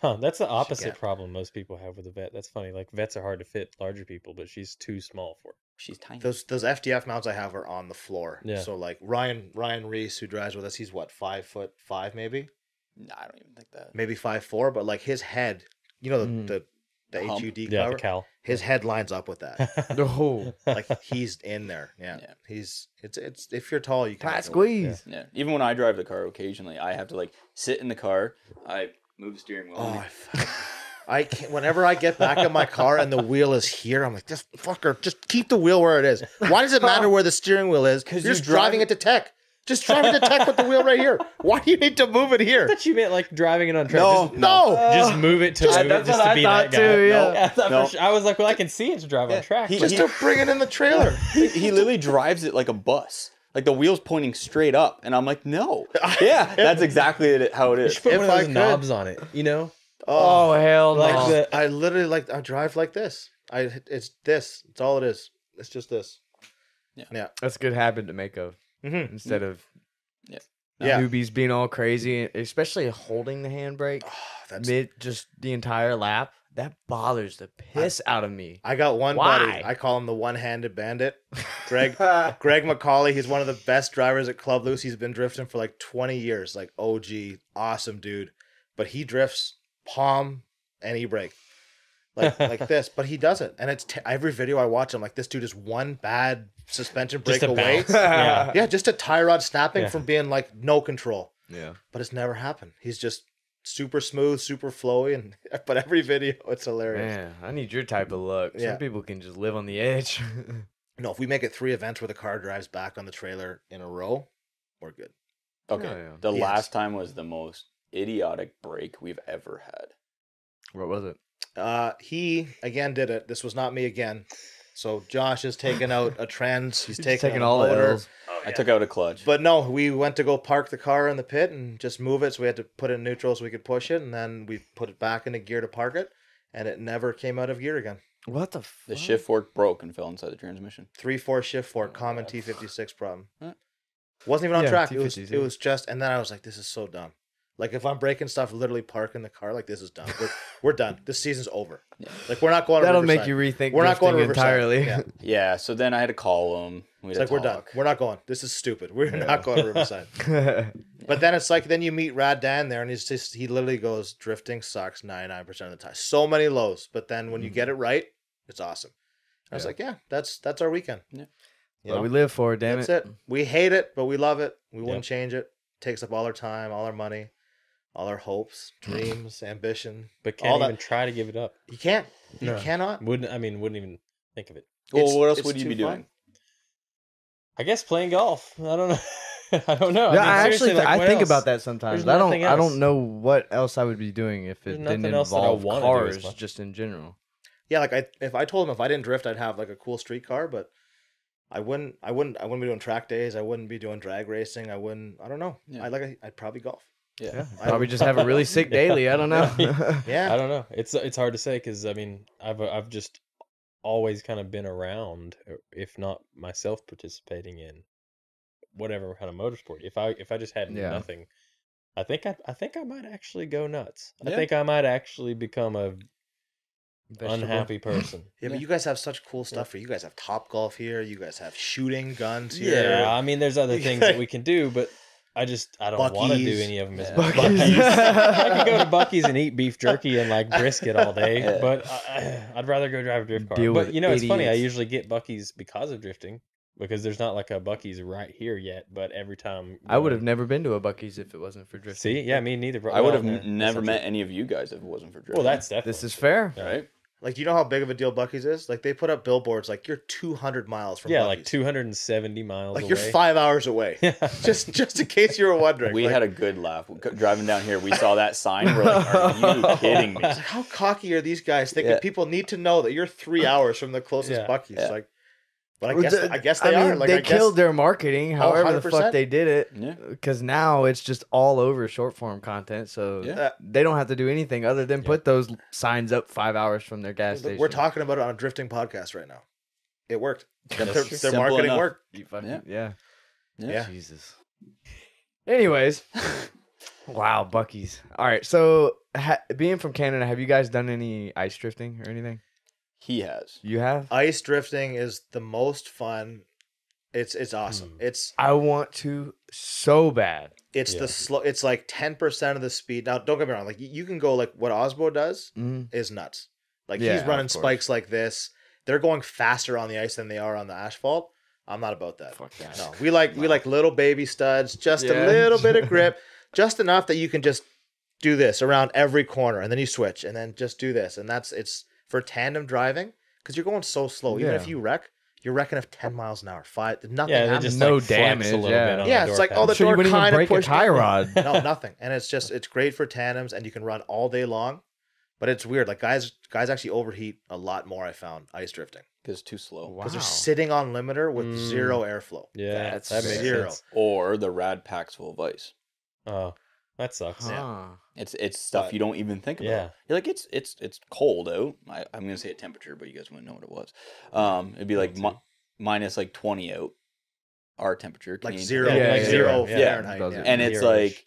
Speaker 4: Huh, that's the opposite
Speaker 1: got-
Speaker 4: problem most people have with a vet. That's funny. Like vets are hard to fit larger people, but she's too small for it.
Speaker 3: She's tiny.
Speaker 1: those those FDF mounts I have are on the floor.
Speaker 4: Yeah.
Speaker 1: So like Ryan Ryan Reese who drives with us, he's what five foot five maybe,
Speaker 3: Nah, I don't even think that.
Speaker 1: maybe five four, but like his head, you know the
Speaker 2: Mhm.
Speaker 1: the, the
Speaker 3: Hump.
Speaker 1: HUD
Speaker 4: Mm. Yeah,
Speaker 1: cover,
Speaker 4: the cow.
Speaker 1: his head lines up with that.
Speaker 2: No,
Speaker 1: like he's in there. Yeah.
Speaker 3: Yeah.
Speaker 1: He's it's it's if you're tall you can.
Speaker 2: tight
Speaker 1: make it work.
Speaker 2: squeeze.
Speaker 3: Yeah. Even when I drive the car occasionally, I have to like sit in the car. I move the steering wheel.
Speaker 1: Oh, I, fuck- I can't, whenever I get back in my car and the wheel is here, I'm like, just fucker, just keep the wheel where it is. Why does it matter where the steering wheel is?
Speaker 3: 'Cause
Speaker 1: Because
Speaker 3: you
Speaker 1: you're just
Speaker 3: drive-
Speaker 1: driving it to tech. Just drive it to tech with the wheel right here. Why do you need to move it here?
Speaker 4: That you meant like driving it on track. just,
Speaker 1: No,
Speaker 4: just move it to
Speaker 1: Just-
Speaker 4: move it
Speaker 1: that's
Speaker 4: just
Speaker 2: what
Speaker 4: to
Speaker 2: I
Speaker 4: be
Speaker 2: thought
Speaker 4: that guy.
Speaker 2: too, yeah.
Speaker 4: No, I, thought for
Speaker 3: No.
Speaker 4: sure- I was like, well, I can see it's drive on track.
Speaker 3: He-
Speaker 4: but-
Speaker 1: just to bring it in the trailer.
Speaker 3: he, he literally drives it like a bus. Like the wheels pointing straight up, and I'm like, no. Yeah, that's exactly it, how it
Speaker 4: You
Speaker 3: is.
Speaker 4: should put
Speaker 1: if
Speaker 4: one of
Speaker 1: I
Speaker 4: those
Speaker 1: could-
Speaker 4: knobs on it, you know,
Speaker 2: Oh hell no!
Speaker 4: like the
Speaker 1: I literally like I drive like this. I it's this. It's all it is. It's just this.
Speaker 2: That's a good habit to make of
Speaker 1: Mm-hmm.
Speaker 2: instead of
Speaker 1: Yeah,
Speaker 2: newbies being all crazy, especially holding the handbrake
Speaker 1: Oh, that's.
Speaker 2: mid just the entire lap. That bothers the piss out of me.
Speaker 1: I got one
Speaker 2: Why?
Speaker 1: buddy. I call him the one-handed bandit. Greg Greg McCauley. He's one of the best drivers at Club Loose. He's been drifting for like 20 years. Like OG, awesome dude. But he drifts palm and e brake. Like like this, but he doesn't. And it's t- every video I watch, I'm like, this dude is one bad suspension break
Speaker 4: just a
Speaker 1: away.
Speaker 4: bounce. yeah.
Speaker 1: yeah, just a tie rod snapping
Speaker 4: Yeah.
Speaker 1: from being like no control.
Speaker 2: Yeah.
Speaker 1: But it's never happened. He's just super smooth, super flowy, and but every video it's hilarious.
Speaker 2: Man, I need your type of luck.
Speaker 1: Yeah.
Speaker 2: Some people can just live on the edge.
Speaker 1: No, if we make it three events where the car drives back on the trailer in a row, we're good.
Speaker 3: Okay.
Speaker 2: Yeah, yeah.
Speaker 3: The
Speaker 1: Oh, Yes.
Speaker 3: last time was the most idiotic break we've ever had.
Speaker 2: what was it?
Speaker 1: Uh, he again did it. This was not me again. So Josh has taken out a trans. He's, taken,
Speaker 2: taking
Speaker 1: out
Speaker 2: all
Speaker 1: a
Speaker 2: the
Speaker 1: motor.
Speaker 2: L's.
Speaker 3: I took out a clutch.
Speaker 1: But no, we went to go park the car in the pit and just move it. So we had to put it in neutral so we could push it, and then we put it back into gear to park it, and it never came out of gear again.
Speaker 2: What the? Fuck?
Speaker 3: the shift fork broke and fell inside the transmission.
Speaker 1: three four shift fork common T fifty six problem.
Speaker 3: Oh, Huh.
Speaker 1: Wasn't even on
Speaker 2: Yeah,
Speaker 1: track. It was
Speaker 2: T50s,
Speaker 1: it
Speaker 2: yeah.
Speaker 1: was just and then I was like, this is so dumb. Like if I'm breaking stuff, literally park in the car. Like this is dumb. We're, we're done. This season's over.
Speaker 3: Yeah.
Speaker 1: Like we're not going. to
Speaker 2: That'll make
Speaker 1: Riverside.
Speaker 2: you rethink.
Speaker 1: We're not going to
Speaker 2: drifting
Speaker 1: Riverside.
Speaker 2: entirely.
Speaker 1: Yeah.
Speaker 3: Yeah, so then I had to call him. We
Speaker 1: It's
Speaker 3: had
Speaker 1: like
Speaker 3: to
Speaker 1: we're done.
Speaker 3: talk.
Speaker 1: We're not going. This is stupid. We're not going to Riverside. But then it's like then you meet Rad Dan there, and he's just he literally goes drifting sucks ninety nine percent of the time. So many lows, but then when you get it right, it's awesome. I was
Speaker 2: Yeah.
Speaker 1: like, yeah, that's that's our weekend.
Speaker 3: Yeah.
Speaker 1: You
Speaker 2: What
Speaker 1: know?
Speaker 2: we live for, damn
Speaker 1: That's it. We hate it, but we love it. We wouldn't
Speaker 4: Yeah.
Speaker 1: change it. Takes up all our time, all our money, all our hopes, dreams, ambition.
Speaker 4: but
Speaker 1: all
Speaker 4: can't
Speaker 1: that-
Speaker 4: even try to give it up.
Speaker 1: You can't. You
Speaker 4: No.
Speaker 1: cannot.
Speaker 4: Wouldn't I mean? Wouldn't even think of it.
Speaker 3: Well,
Speaker 1: It's-
Speaker 3: what else
Speaker 1: it's
Speaker 3: would you
Speaker 1: too
Speaker 3: be doing?
Speaker 4: I guess playing golf. I don't know. I don't know.
Speaker 2: No, I,
Speaker 4: mean, seriously,
Speaker 2: actually
Speaker 4: like,
Speaker 2: I
Speaker 4: what
Speaker 2: think
Speaker 4: else?
Speaker 2: about that sometimes.
Speaker 4: There's
Speaker 2: I don't
Speaker 4: nothing
Speaker 2: I
Speaker 4: else.
Speaker 2: don't know what else I would be doing if it
Speaker 4: There's
Speaker 2: didn't
Speaker 4: nothing else that I
Speaker 2: involve
Speaker 4: wanna do as
Speaker 2: cars
Speaker 4: much.
Speaker 2: just in general.
Speaker 1: Yeah, like I if I told him if I didn't drift, I'd have like a cool street car, but I wouldn't I wouldn't I wouldn't be doing track days, I wouldn't be doing drag racing, I wouldn't I don't know.
Speaker 3: Yeah.
Speaker 1: I like I'd probably golf.
Speaker 3: Yeah.
Speaker 1: I-
Speaker 2: Probably just have a really sick daily. I don't know.
Speaker 1: Yeah.
Speaker 4: I don't know. It's it's hard to say because I mean I've I've just always kind of been around, uh, if not myself participating in whatever kind of motorsport. If I if I just had
Speaker 2: Yeah.
Speaker 4: nothing, I I think I, I think I might actually go nuts. I
Speaker 3: Yeah.
Speaker 4: think I might actually become a unhappy person.
Speaker 1: Yeah, but you guys have such cool stuff. Here. You guys have top golf here. You guys have shooting guns here.
Speaker 4: Yeah, I mean, there's other things that we can do, but I just I don't want to do
Speaker 1: Buc-ee's.
Speaker 4: any of them. As
Speaker 3: Yeah.
Speaker 4: much. I could go to Bucky's and eat beef jerky and like brisket all day,
Speaker 3: Yeah.
Speaker 4: but I, I'd rather go drive a drift car.
Speaker 2: Deal
Speaker 4: but
Speaker 2: with
Speaker 4: you know, it's funny. I
Speaker 2: idiots.
Speaker 4: usually get Bucky's because of drifting, because there's not like a Bucky's right here yet. But every time
Speaker 2: I would have
Speaker 4: going-
Speaker 2: never been to a Bucky's if it wasn't for drifting.
Speaker 4: See, yeah, me neither. bro.
Speaker 3: I would
Speaker 4: Well,
Speaker 3: have
Speaker 4: yeah,
Speaker 3: n- never met
Speaker 4: essentially.
Speaker 3: any of you guys if it wasn't for Drake.
Speaker 4: Well, that's definitely
Speaker 2: this is fair.
Speaker 4: Yeah.
Speaker 3: right.
Speaker 1: Like, do you know how big of a deal Bucky's is? Like, they put up billboards like you're 200 miles from
Speaker 4: yeah,
Speaker 1: Buc-ee's.
Speaker 4: like 270 miles.
Speaker 1: Like
Speaker 4: away.
Speaker 1: you're five hours away. just just in case you were wondering.
Speaker 3: We
Speaker 1: like,
Speaker 3: had a good laugh We co- driving down here. We saw that sign. We're like, "Are you kidding me?"
Speaker 1: I was like, how cocky are these guys thinking
Speaker 3: Yeah.
Speaker 1: people need to know that you're three hours from the closest
Speaker 4: Yeah.
Speaker 1: Bucky's?
Speaker 3: Yeah.
Speaker 1: Like, but I
Speaker 2: Well,
Speaker 1: guess
Speaker 2: the-
Speaker 1: I guess they
Speaker 2: I mean,
Speaker 1: are. Like,
Speaker 2: they
Speaker 1: I guess, Oh,
Speaker 2: killed their marketing, however the fuck
Speaker 1: 100%.
Speaker 2: they did it.
Speaker 3: Yeah.
Speaker 2: Because now it's just all over short form content, so
Speaker 3: Yeah.
Speaker 1: Uh,
Speaker 2: they don't have to do anything other than put those signs up five hours from their gas station.
Speaker 1: We're talking about it on a drifting podcast right now. It worked. Their,
Speaker 3: That's
Speaker 1: their
Speaker 3: true.
Speaker 1: their
Speaker 3: Simple
Speaker 1: marketing
Speaker 3: enough.
Speaker 1: worked.
Speaker 2: You fucking-
Speaker 3: Yeah.
Speaker 2: yeah.
Speaker 1: Yeah.
Speaker 2: Jesus. Anyways, wow, Bucky's. All right, so ha- being from Canada, have you guys done any ice drifting or anything?
Speaker 3: He has.
Speaker 2: You have.
Speaker 1: Ice drifting is the most fun. It's it's awesome.
Speaker 2: Mm.
Speaker 1: It's
Speaker 2: I want to so bad.
Speaker 1: it's
Speaker 4: Yeah.
Speaker 1: the slow. It's like ten percent of the speed. Now, don't get me wrong. Like you- you can go like what Osbo does
Speaker 2: Mhm.
Speaker 1: is nuts. Like
Speaker 2: Yeah,
Speaker 1: he's
Speaker 2: of
Speaker 1: running
Speaker 2: course.
Speaker 1: spikes like this. They're going faster on the ice than they are on the asphalt. I'm not about that.
Speaker 2: Fuck that.
Speaker 1: No, we like we like little baby studs, just
Speaker 2: Yeah.
Speaker 1: a little bit of grip, just enough that you can just do this around every corner, and then you switch, and then just do this, and that's it's for tandem driving because you're going so slow. Even
Speaker 2: Yeah.
Speaker 1: if you wreck, you're wrecking of ten miles an hour, five, nothing.
Speaker 4: yeah, they
Speaker 1: happens.
Speaker 4: just
Speaker 2: No
Speaker 4: like, flex
Speaker 2: damage,
Speaker 4: A little
Speaker 2: yeah.
Speaker 4: bit on
Speaker 1: Yeah,
Speaker 4: the
Speaker 1: it's
Speaker 4: door
Speaker 1: like, oh,
Speaker 4: panel.
Speaker 1: the
Speaker 2: So you
Speaker 1: door
Speaker 2: wouldn't even
Speaker 1: kinda
Speaker 2: break a
Speaker 1: pushed
Speaker 2: tie
Speaker 1: it.
Speaker 2: rod.
Speaker 1: no, nothing. And it's just it's great for tandems, and you can run all day long. But it's weird. Like guys, guys actually overheat a lot more. I found ice drifting
Speaker 3: Because too slow.
Speaker 2: wow.
Speaker 1: because they're sitting on limiter with
Speaker 4: Mm.
Speaker 1: zero airflow.
Speaker 4: yeah,
Speaker 2: That's
Speaker 4: that makes
Speaker 1: zero.
Speaker 4: sense.
Speaker 3: Or the rad packs full of ice.
Speaker 4: Oh, that sucks.
Speaker 2: Huh.
Speaker 3: It's it's stuff
Speaker 1: But-
Speaker 3: you don't even think about.
Speaker 4: Yeah.
Speaker 3: You're like it's it's it's cold out. I, I'm gonna say a temperature, but you guys wouldn't know what it was. Um, it'd be like mi- minus like 20 out. Our temperature,
Speaker 1: Like
Speaker 3: Canadian
Speaker 1: zero,
Speaker 2: Yeah,
Speaker 3: temperature.
Speaker 1: like
Speaker 2: yeah,
Speaker 1: zero
Speaker 4: yeah.
Speaker 1: Fahrenheit.
Speaker 2: Yeah.
Speaker 1: yeah.
Speaker 3: and it's
Speaker 4: Zero-ish.
Speaker 3: like,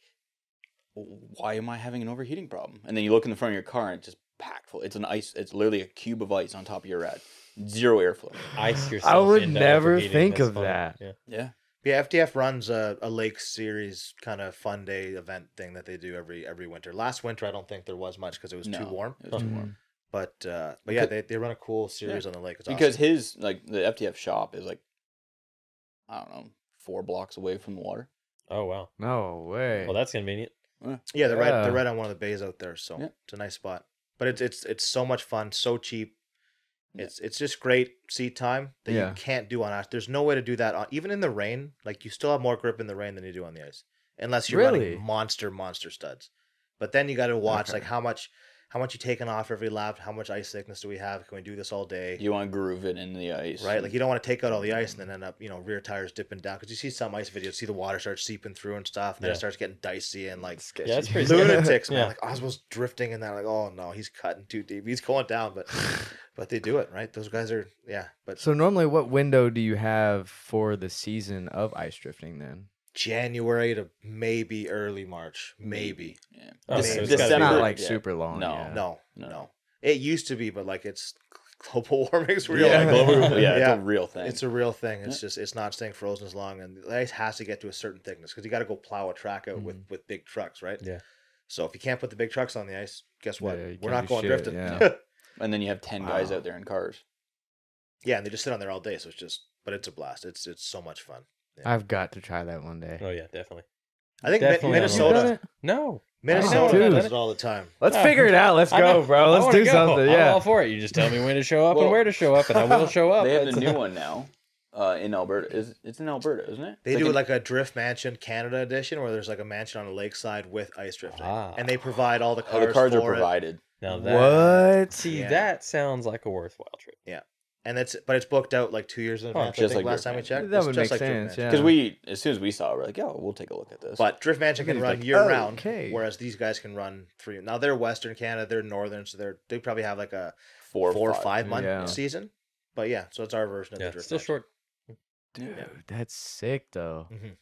Speaker 3: why am I having an overheating problem? And then you look in the front of your car and it's just packed full. It's an ice. It's literally a cube of ice on top of your rad. Zero airflow.
Speaker 4: Ice yourself.
Speaker 2: I would
Speaker 4: into
Speaker 2: never
Speaker 4: overheating.
Speaker 2: think
Speaker 4: That's
Speaker 2: of
Speaker 4: funny.
Speaker 2: that.
Speaker 4: Yeah.
Speaker 3: Yeah.
Speaker 1: Yeah, FDF runs a, a lake series kind of fun day event thing that they do every every winter. Last winter, I don't think there was much because it was too
Speaker 3: No,
Speaker 1: warm.
Speaker 3: It was too
Speaker 2: Hmm.
Speaker 4: Mhm.
Speaker 3: warm.
Speaker 1: But uh, but yeah, they, they run a cool series on the lake. It's
Speaker 3: Because
Speaker 1: awesome.
Speaker 3: his like the FTF shop is like, I don't know, four blocks away from the water.
Speaker 4: Oh wow.
Speaker 2: No way.
Speaker 4: Well, that's convenient.
Speaker 1: yeah, they're right
Speaker 2: Yeah.
Speaker 1: they're right on one of the bays out there, so
Speaker 3: Yeah.
Speaker 1: it's a nice spot. But it's it's it's so much fun, so cheap.
Speaker 3: Yeah.
Speaker 1: It's it's just great seat time that
Speaker 2: Yeah.
Speaker 1: you can't do on ice. There's no way to do that on even in the rain. Like you still have more grip in the rain than you do on the ice, unless you're
Speaker 2: Really?
Speaker 1: running monster monster studs. But then you got to watch
Speaker 2: Okay.
Speaker 1: like how much how much you taking off every lap. How much ice thickness do we have? Can we do this all day?
Speaker 3: You want to groove it in the ice,
Speaker 1: right? Like you don't want to take out all the ice and then end up, you know, rear tires dipping down because you see some ice videos, see the water start seeping through and stuff, and then
Speaker 4: Yeah.
Speaker 1: it starts getting dicey and like
Speaker 4: Yeah, that's pretty scary.
Speaker 1: lunatics, man.
Speaker 4: Yeah.
Speaker 1: Like Oswald's drifting in there, like oh no, he's cutting too deep, he's going down, but but they do it right. Those guys are yeah, but
Speaker 2: So normally, what window do you have for the season of ice drifting? Then
Speaker 1: January to maybe early March, maybe
Speaker 3: Yeah.
Speaker 4: Oh,
Speaker 3: This-
Speaker 4: so
Speaker 2: it's
Speaker 4: it's gotta
Speaker 3: this
Speaker 4: be
Speaker 3: December-
Speaker 2: not like
Speaker 3: yeah.
Speaker 2: super long.
Speaker 3: No.
Speaker 2: yeah.
Speaker 1: no,
Speaker 3: No.
Speaker 1: no, It used to be, but like it's global warming's real.
Speaker 3: Yeah,
Speaker 1: Like,
Speaker 3: global, yeah,
Speaker 1: Yeah.
Speaker 3: it's a real thing.
Speaker 1: It's a real thing. It's just it's not staying frozen as long, and the ice has to get to a certain thickness because you got to go plow a track out with with big trucks, right?
Speaker 4: Yeah.
Speaker 1: So if you can't put the big trucks on the ice, guess what?
Speaker 2: Yeah, you
Speaker 1: We're
Speaker 2: can't
Speaker 1: not
Speaker 2: do
Speaker 1: going
Speaker 2: shit,
Speaker 1: drifting.
Speaker 2: yeah.
Speaker 1: Yeah.
Speaker 3: and then you have ten guys
Speaker 2: Wow.
Speaker 3: out there in cars.
Speaker 1: and they just sit on there all day, so it's just. But it's a blast. It's it's so much fun.
Speaker 2: I've got to try that one day.
Speaker 4: Oh yeah, definitely.
Speaker 1: I think Mi-
Speaker 4: Definitely on the list.
Speaker 2: You done
Speaker 1: Minnesota
Speaker 2: it?
Speaker 4: No,
Speaker 2: Oh,
Speaker 1: Minnesota
Speaker 2: dude.
Speaker 1: does it all the time.
Speaker 2: Let's
Speaker 4: Yeah.
Speaker 2: figure it out. Let's
Speaker 4: I
Speaker 2: go,
Speaker 4: know.
Speaker 2: bro.
Speaker 4: I
Speaker 2: Let's
Speaker 4: wanna
Speaker 2: do
Speaker 4: go.
Speaker 2: something.
Speaker 4: I'm all
Speaker 2: Yeah.
Speaker 4: for it. You just tell me when to show up and
Speaker 3: Well,
Speaker 4: where to show up, and I will show
Speaker 1: Oh,
Speaker 4: up.
Speaker 3: They have
Speaker 4: That's-
Speaker 3: the new one now uh, in Alberta. Is it's in Alberta, isn't it?
Speaker 1: They do
Speaker 3: an-
Speaker 1: like a drift mansion Canada edition where there's like a mansion on a lakeside with ice drifting,
Speaker 4: Ah.
Speaker 1: and they provide all the
Speaker 3: oh,
Speaker 1: cars.
Speaker 3: the cars are
Speaker 1: for it.
Speaker 3: provided.
Speaker 4: Now that
Speaker 2: What?
Speaker 4: see,
Speaker 1: Yeah.
Speaker 4: that sounds like a worthwhile trip.
Speaker 1: and it's but it's booked out like two years in advance.
Speaker 3: just
Speaker 1: I think
Speaker 3: like
Speaker 1: last
Speaker 3: Drift
Speaker 1: time we
Speaker 3: Mansion.
Speaker 1: checked,
Speaker 2: That
Speaker 1: It's
Speaker 2: would
Speaker 1: just
Speaker 2: make
Speaker 1: Drift
Speaker 2: sense,
Speaker 1: Mansion.
Speaker 2: yeah.
Speaker 3: Because we, as soon as we saw, it, we're like, "Yo, we'll take a look at this."
Speaker 1: But Drift Mansion can run
Speaker 2: Everybody's like,
Speaker 1: year round,
Speaker 2: "Okay."
Speaker 1: whereas these guys can run three. Now they're Western Canada, they're Northern, so they're they probably have like a
Speaker 3: four,
Speaker 1: four,
Speaker 3: or
Speaker 1: or five, month
Speaker 2: Yeah.
Speaker 1: season. But yeah, so it's our version of
Speaker 4: Yeah,
Speaker 1: the Drift.
Speaker 4: still short. Mm-hmm.
Speaker 2: Dude, that's sick though.
Speaker 1: Mhm.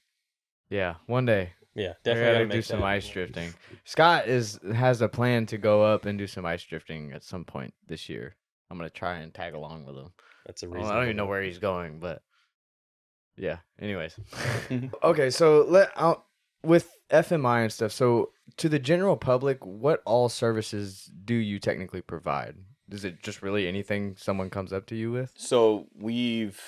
Speaker 2: Yeah, one day.
Speaker 4: Yeah,
Speaker 2: We
Speaker 4: definitely
Speaker 2: gotta
Speaker 4: make
Speaker 2: do some
Speaker 4: that.
Speaker 2: ice drifting. Scott is has a plan to go up and do some ice drifting at some point this year. I'm gonna try and tag along with him.
Speaker 4: That's a
Speaker 2: I don't-
Speaker 4: reason.
Speaker 2: I don't even know where he's going, but yeah. Anyways, okay. So let out with FMI and stuff. So to the general public, what all services do you technically provide? Is it just really anything someone comes up to you with?
Speaker 3: So we've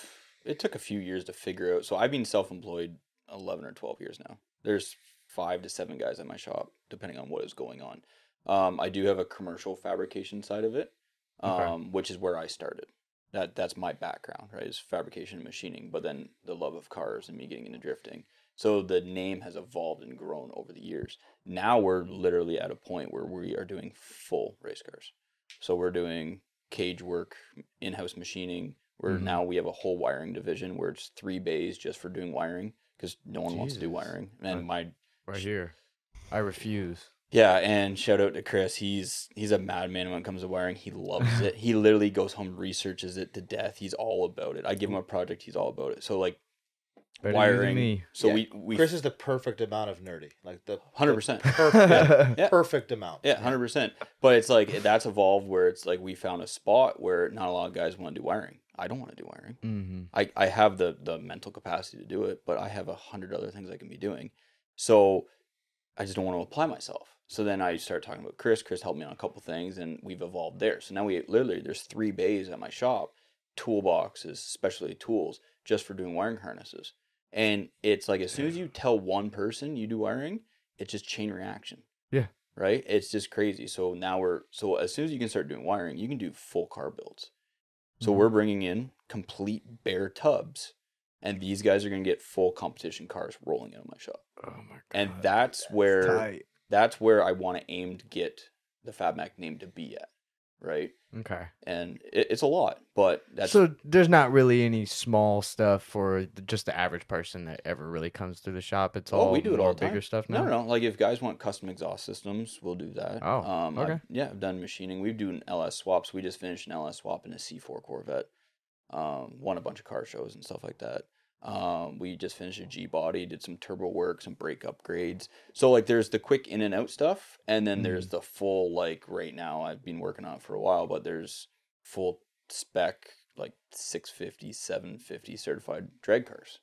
Speaker 3: it took a few years to figure out. So I've been self-employed 11 or 12 years now. There's 5 to 7 guys at my shop depending on what is going on. Um, I do have a commercial fabrication side of it. Um,
Speaker 2: Okay.
Speaker 3: which is where I started. That that's my background, right? Is fabrication and machining, but then the love of cars and me getting into drifting. So the name has evolved and grown over the years. Now we're literally at a point where we are doing full race cars. So we're doing cage work, in-house machining. Where
Speaker 2: Mhm.
Speaker 3: now we have a whole wiring division where it's three bays just for doing wiring because no one wants to do
Speaker 2: Jesus.
Speaker 3: wiring. And
Speaker 2: Okay.
Speaker 3: my
Speaker 2: Right here, I refuse.
Speaker 3: yeah, and shout out to Chris. He's he's a madman when it comes to wiring. He loves it. He literally goes home, researches it to death. He's all about it. I give him a project, he's all about it. So like
Speaker 2: Better you than
Speaker 3: wiring.
Speaker 2: me.
Speaker 3: So
Speaker 1: Yeah,
Speaker 3: we we
Speaker 1: Chris is the perfect amount of nerdy, like the
Speaker 3: 100%.
Speaker 1: the perfect,
Speaker 3: Yeah.
Speaker 1: perfect amount.
Speaker 3: Yeah, hundred percent. But it's like that's evolved where it's like we found a spot where not a lot of guys want to do wiring. I don't want to do wiring.
Speaker 2: Mm-hmm.
Speaker 3: I, I have the the mental capacity to do it, but I have a hundred other things I can be doing. So I just don't want to apply myself. So then I start talking about Chris. Chris helped me on a couple things, and we've evolved there. So now we literally there's three bays at my shop, toolboxes, specialty tools, just for doing wiring harnesses. And it's like as soon as you tell one person you do wiring, it's just chain reaction.
Speaker 2: Yeah.
Speaker 3: Right? It's just crazy. So now we're so as soon as you can start doing wiring, you can do full car builds. So we're bringing in complete bare tubs, and these guys are going to get full competition cars rolling out of my shop.
Speaker 2: Oh my god.
Speaker 3: And that's where that's where I want to aim to get the FabMac name to be at, right?
Speaker 2: okay.
Speaker 3: And it, it's a lot, but that's
Speaker 2: so there's not really any small stuff for th- just the average person that ever really comes through the shop. It's
Speaker 3: Oh,
Speaker 2: all
Speaker 3: we do it
Speaker 2: more
Speaker 3: all the time.
Speaker 2: bigger stuff now.
Speaker 3: No, no, no. Like if guys want custom exhaust systems, we'll do that.
Speaker 2: Oh,
Speaker 3: um, I've-
Speaker 2: okay.
Speaker 3: yeah, I've done machining. We've done LS swaps. We just finished an LS swap in a C4 Corvette. Um, won a bunch of car shows and stuff like that. Um, we just finished a G body, did some turbo work, some brake upgrades. So like, there's the quick in and out stuff, and then there's
Speaker 2: Mm-hmm.
Speaker 3: the full like right now. I've been working on it for a while, but there's full spec like 650, 750 certified drag cars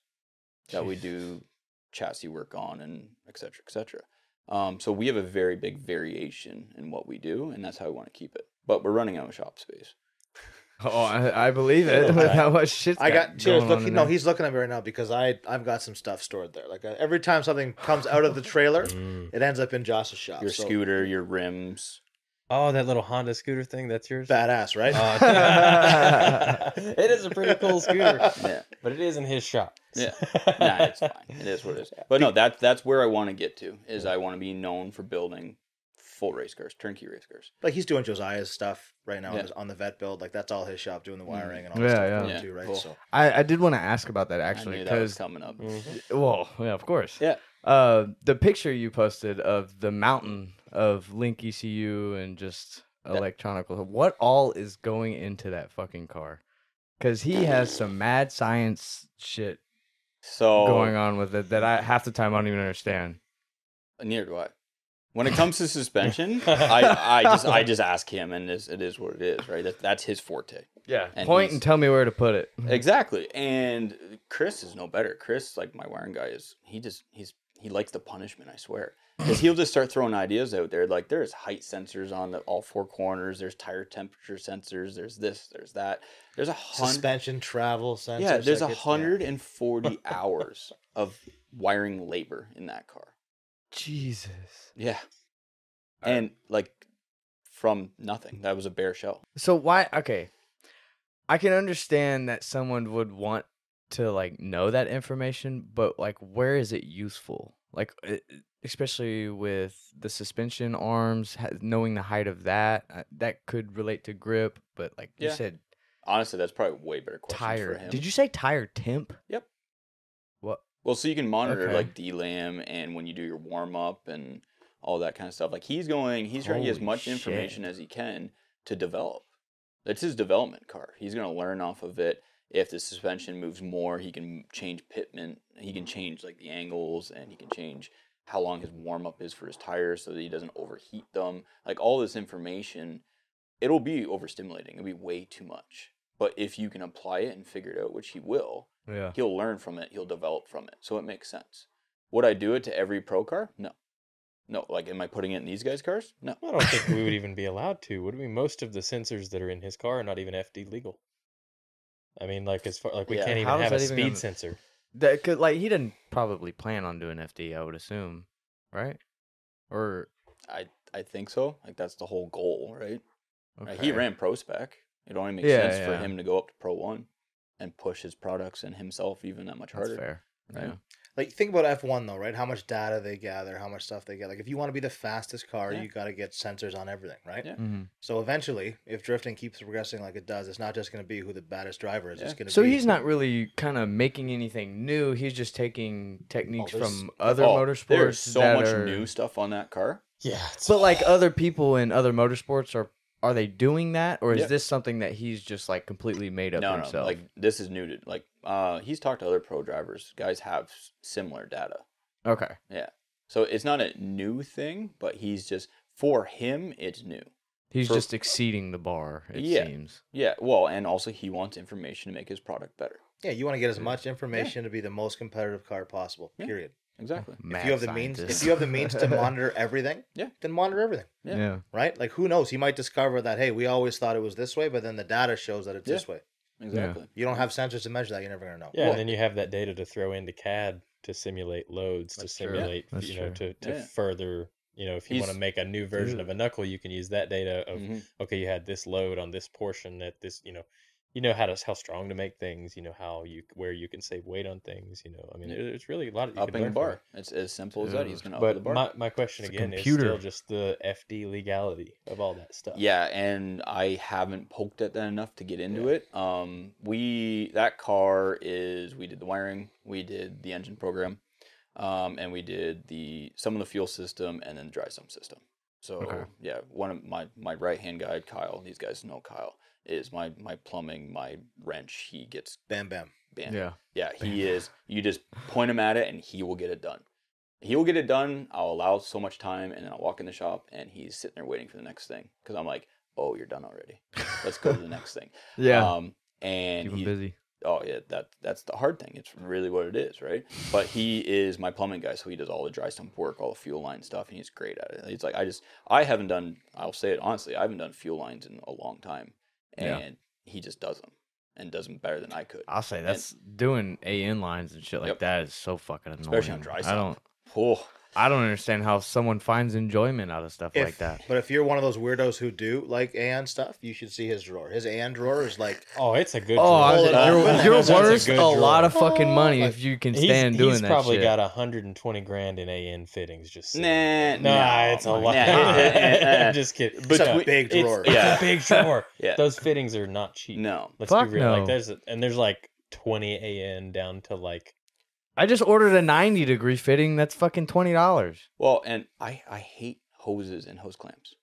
Speaker 3: that we do chassis work on and et cetera, et cetera. Um, so we have a very big variation in what we do, and that's how we want to keep it. But we're running out of shop space.
Speaker 2: Oh, I, I believe it.
Speaker 1: Okay.
Speaker 2: With how much shit's
Speaker 1: I got cheers.
Speaker 2: going
Speaker 1: Look,
Speaker 2: on
Speaker 1: he,
Speaker 2: in
Speaker 1: no,
Speaker 2: there.
Speaker 1: he's looking at me right now because I I've got some stuff stored there. Like uh, every time something comes out of the trailer,
Speaker 4: Mm.
Speaker 1: it ends up in Josh's shop.
Speaker 3: Your
Speaker 1: So,
Speaker 3: scooter, your rims.
Speaker 4: Oh, that little Honda scooter thing. That's yours.
Speaker 1: badass, right?
Speaker 2: Uh,
Speaker 4: Oh, it is a pretty cool scooter,
Speaker 3: Yeah,
Speaker 4: but it is in his shop.
Speaker 3: yeah. nah, it's fine. It is what it is. But no, that's that's where I want to get to. Is I want to be known for building full race cars, turnkey race cars.
Speaker 1: like he's doing Josiah's stuff right now on,
Speaker 3: Yeah.
Speaker 1: his, on the vet build. Like that's all his shop doing the wiring and all
Speaker 2: Mm. Yeah,
Speaker 1: that stuff
Speaker 2: yeah.
Speaker 1: going
Speaker 3: Yeah,
Speaker 1: too, right?
Speaker 3: cool.
Speaker 1: So
Speaker 2: I, I did want to ask about that
Speaker 3: I
Speaker 2: actually mm,
Speaker 3: knew that was
Speaker 2: because
Speaker 3: coming up.
Speaker 4: Mhm.
Speaker 2: well, yeah, of course.
Speaker 3: Yeah.
Speaker 2: Uh, the picture you posted of the mountain of Link ECU and just electronic. What all is going into that fucking car? Because he has some mad science shit
Speaker 3: So
Speaker 2: going on with it that I half the time I don't even understand.
Speaker 3: Neither do I. When it comes to suspension, I, I just I just ask him, and it is, it is what it is, right? That, that's his forte.
Speaker 2: Yeah,
Speaker 3: And
Speaker 2: point
Speaker 3: he's-
Speaker 2: and tell me where to put it.
Speaker 1: Mm-hmm.
Speaker 3: Exactly. And Chris is no better. Chris, like my wiring guy, is he just he's he likes the punishment. I swear, because he'll just start throwing ideas out there. Like there's height sensors on the all four corners. There's tire temperature sensors. There's this. There's that. There's a hundred.
Speaker 1: suspension, travel, sensors.
Speaker 3: Yeah, there's
Speaker 1: like
Speaker 3: a
Speaker 1: it's- yeah.
Speaker 3: hundred and forty hours of wiring labor in that car.
Speaker 2: Jesus.
Speaker 3: Yeah. And like from nothing. That was a bare shell.
Speaker 2: So why? Okay, I can understand that someone would want to like know that information, but like, where is it useful? Like, e- especially with the suspension arms, ha- knowing the height of that, uh, that could relate to grip. But like you
Speaker 3: Yeah.
Speaker 2: said,
Speaker 3: Honestly, that's probably a way better question for
Speaker 2: tire.
Speaker 3: him.
Speaker 2: Did you say tire temp?
Speaker 3: Yep.
Speaker 2: What?
Speaker 3: Well, so you can monitor
Speaker 2: Okay.
Speaker 3: like DLAM and when you do your warm up and all that kind of stuff. Like he's going, he's trying to get as
Speaker 2: Holy
Speaker 3: much information
Speaker 2: shit.
Speaker 3: as he can to develop. That's his development car. He's going to learn off of it. If the suspension moves more, he can change pitman. He can change like the angles and he can change how long his warm up is for his tires so that he doesn't overheat them. Like all this information, it'll be overstimulating. It'll be way too much. But if you can apply it and figure it out, which he will,
Speaker 2: Yeah.
Speaker 3: he'll learn from it, he'll develop from it. So it makes sense. Would I do it to every pro car? No. No, like am I putting it in these guys' cars? No.
Speaker 4: I don't think we would even be allowed to, would we? Most of the sensors that are in his car are not even FD legal. I mean, like as far like we
Speaker 3: Yeah,
Speaker 4: can't
Speaker 2: how
Speaker 4: even
Speaker 2: is
Speaker 4: have a
Speaker 2: that even
Speaker 4: speed
Speaker 2: gonna-
Speaker 4: sensor.
Speaker 2: That could like he didn't probably plan on doing FD. I would assume, right? Or
Speaker 3: I I think so. Like that's the whole goal, right? Like,
Speaker 2: okay.
Speaker 3: Uh, he ran pro spec. It only makes
Speaker 2: Yeah,
Speaker 3: sense for
Speaker 2: yeah.
Speaker 3: him to go up to pro one and push his products and himself even that much
Speaker 2: That's
Speaker 3: harder.
Speaker 2: fair.
Speaker 3: right?
Speaker 2: Yeah.
Speaker 1: Like think about F one though, right? How much data they gather, how much stuff they get. Like if you want to be the fastest car,
Speaker 3: Yeah.
Speaker 1: you got to get sensors on everything, right?
Speaker 3: Yeah.
Speaker 2: hmm
Speaker 1: So eventually, if drifting keeps progressing like it does, it's not just going to be who the baddest driver is. It's
Speaker 3: Yeah.
Speaker 1: going to
Speaker 2: So
Speaker 1: be
Speaker 2: he's not really kind of making anything new. He's just taking techniques
Speaker 1: there's-
Speaker 2: from other
Speaker 3: Oh,
Speaker 2: motorsports.
Speaker 3: There's so
Speaker 2: that
Speaker 3: much
Speaker 2: are-
Speaker 3: new stuff on that car.
Speaker 4: Yeah, it's-
Speaker 2: But like other people in other motorsports are are they doing that or is
Speaker 3: Yeah.
Speaker 2: this something that he's just like completely made up
Speaker 3: No,
Speaker 2: himself?
Speaker 3: no, like this is new to like uh he's talked to other pro drivers. Guys have s- similar data.
Speaker 2: okay.
Speaker 3: Yeah. So it's not a new thing, but he's just for him it's new.
Speaker 2: He's
Speaker 3: For-
Speaker 2: just exceeding the bar it
Speaker 3: Yeah.
Speaker 2: seems.
Speaker 3: Yeah, well, and also he wants information to make his product better.
Speaker 1: Yeah, you want to get as much information to be the most competitive car possible.
Speaker 3: Yeah.
Speaker 1: Period.
Speaker 3: Exactly.
Speaker 1: If you have the means, if you have the means to monitor everything,
Speaker 3: Yeah.
Speaker 1: then monitor everything.
Speaker 3: Yeah.
Speaker 2: yeah.
Speaker 1: right? Like who knows? He might discover that hey, we always thought it was this way, but then the data shows that it's
Speaker 3: Yeah.
Speaker 1: this way.
Speaker 3: Exactly.
Speaker 1: You don't have sensors to measure that. You're never gonna know.
Speaker 4: yeah, and then you have that data to throw into CAD to simulate loads, to
Speaker 1: That's true.
Speaker 3: Yeah.
Speaker 4: simulate,
Speaker 2: That's
Speaker 4: you know,
Speaker 2: true.
Speaker 4: to, to
Speaker 3: Yeah.
Speaker 4: further, you know, if you want to
Speaker 3: He's-
Speaker 4: make a new version of a knuckle, you can use that data of
Speaker 3: Mhm.
Speaker 4: okay, you had this load on this portion at this, you know, you know how to how strong to make things, you know how you where you can save weight on things, you know. I mean, it, it's really a lot of you can
Speaker 3: Upping the
Speaker 4: learn from
Speaker 3: bar.
Speaker 4: it.
Speaker 3: It's as simple as that. He's
Speaker 2: Dude.
Speaker 3: gonna up the
Speaker 4: But
Speaker 3: bar.
Speaker 4: my, my question
Speaker 2: It's a
Speaker 4: again is
Speaker 2: computer.
Speaker 4: still just the FD legality of all that stuff.
Speaker 3: Yeah, and I haven't poked at that enough to get into it. Um, we that car is we did the wiring, we did the engine program, um, and we did the some of the fuel system and then the dry sump system. So
Speaker 2: Okay.
Speaker 3: yeah, one of my my right hand guy, Kyle. These guys know Kyle is my my plumbing, my wrench. He gets
Speaker 1: Bam, bam.
Speaker 3: banned.
Speaker 2: Yeah.
Speaker 3: Yeah, he is. You just point him at it, and he will get it done. He will get it done. I'll allow so much time, and then I'll walk in the shop, and he's sitting there waiting for the next thing because I'm like, "Oh, you're done already. Let's go to the next thing."
Speaker 2: Yeah.
Speaker 3: Um, and
Speaker 2: Keep him
Speaker 3: he,
Speaker 2: busy.
Speaker 3: oh yeah, that that's the hard thing. It's really what it is, right? But he is my plumbing guy, so he does all the dry sump work, all the fuel line stuff, and he's great at it. He's like, I just I haven't done. I'll say it honestly, I haven't done fuel lines in a long time,
Speaker 2: Yeah.
Speaker 3: and he just does them and does them better than I could.
Speaker 2: I'll say that's doing AN lines and shit like
Speaker 3: Yep.
Speaker 2: that is so fucking annoying.
Speaker 3: Especially on dry
Speaker 2: I
Speaker 3: sump.
Speaker 2: don't
Speaker 3: Oh,
Speaker 2: I don't understand how someone finds enjoyment out of stuff
Speaker 1: If-
Speaker 2: like that.
Speaker 1: But if you're one of those weirdos who do like AN stuff, you should see his drawer. His AN drawer is like
Speaker 4: Oh, it's a good.
Speaker 2: Oh, I
Speaker 1: Pull
Speaker 2: was
Speaker 4: drawer.
Speaker 1: it
Speaker 2: like,
Speaker 1: off.
Speaker 2: you're,
Speaker 1: That's-
Speaker 2: you're
Speaker 1: that's a
Speaker 2: worth a,
Speaker 4: good drawer.
Speaker 2: lot of fucking money
Speaker 1: Like,
Speaker 2: if you can
Speaker 4: Oh, He's-
Speaker 2: stand doing
Speaker 4: he's
Speaker 2: that
Speaker 4: probably
Speaker 2: shit.
Speaker 4: got 120 grand in AN fittings just sitting
Speaker 3: Nah,
Speaker 4: Nah,
Speaker 3: no,
Speaker 4: it's a lot.
Speaker 3: nah, uh, uh,
Speaker 4: just kidding.
Speaker 1: it's a
Speaker 4: No,
Speaker 1: big
Speaker 4: it's-
Speaker 1: drawer.
Speaker 4: It's,
Speaker 3: Yeah.
Speaker 4: a big drawer.
Speaker 3: Yeah.
Speaker 4: Those fittings are not cheap.
Speaker 3: no.
Speaker 4: Let's
Speaker 2: Fuck
Speaker 4: be real.
Speaker 2: no.
Speaker 4: Like there's a, and there's like 20 AN down to like
Speaker 2: I just ordered a 90 degree fitting. That's fucking twenty dollars.
Speaker 3: Well, and I I hate hoses and hose clamps.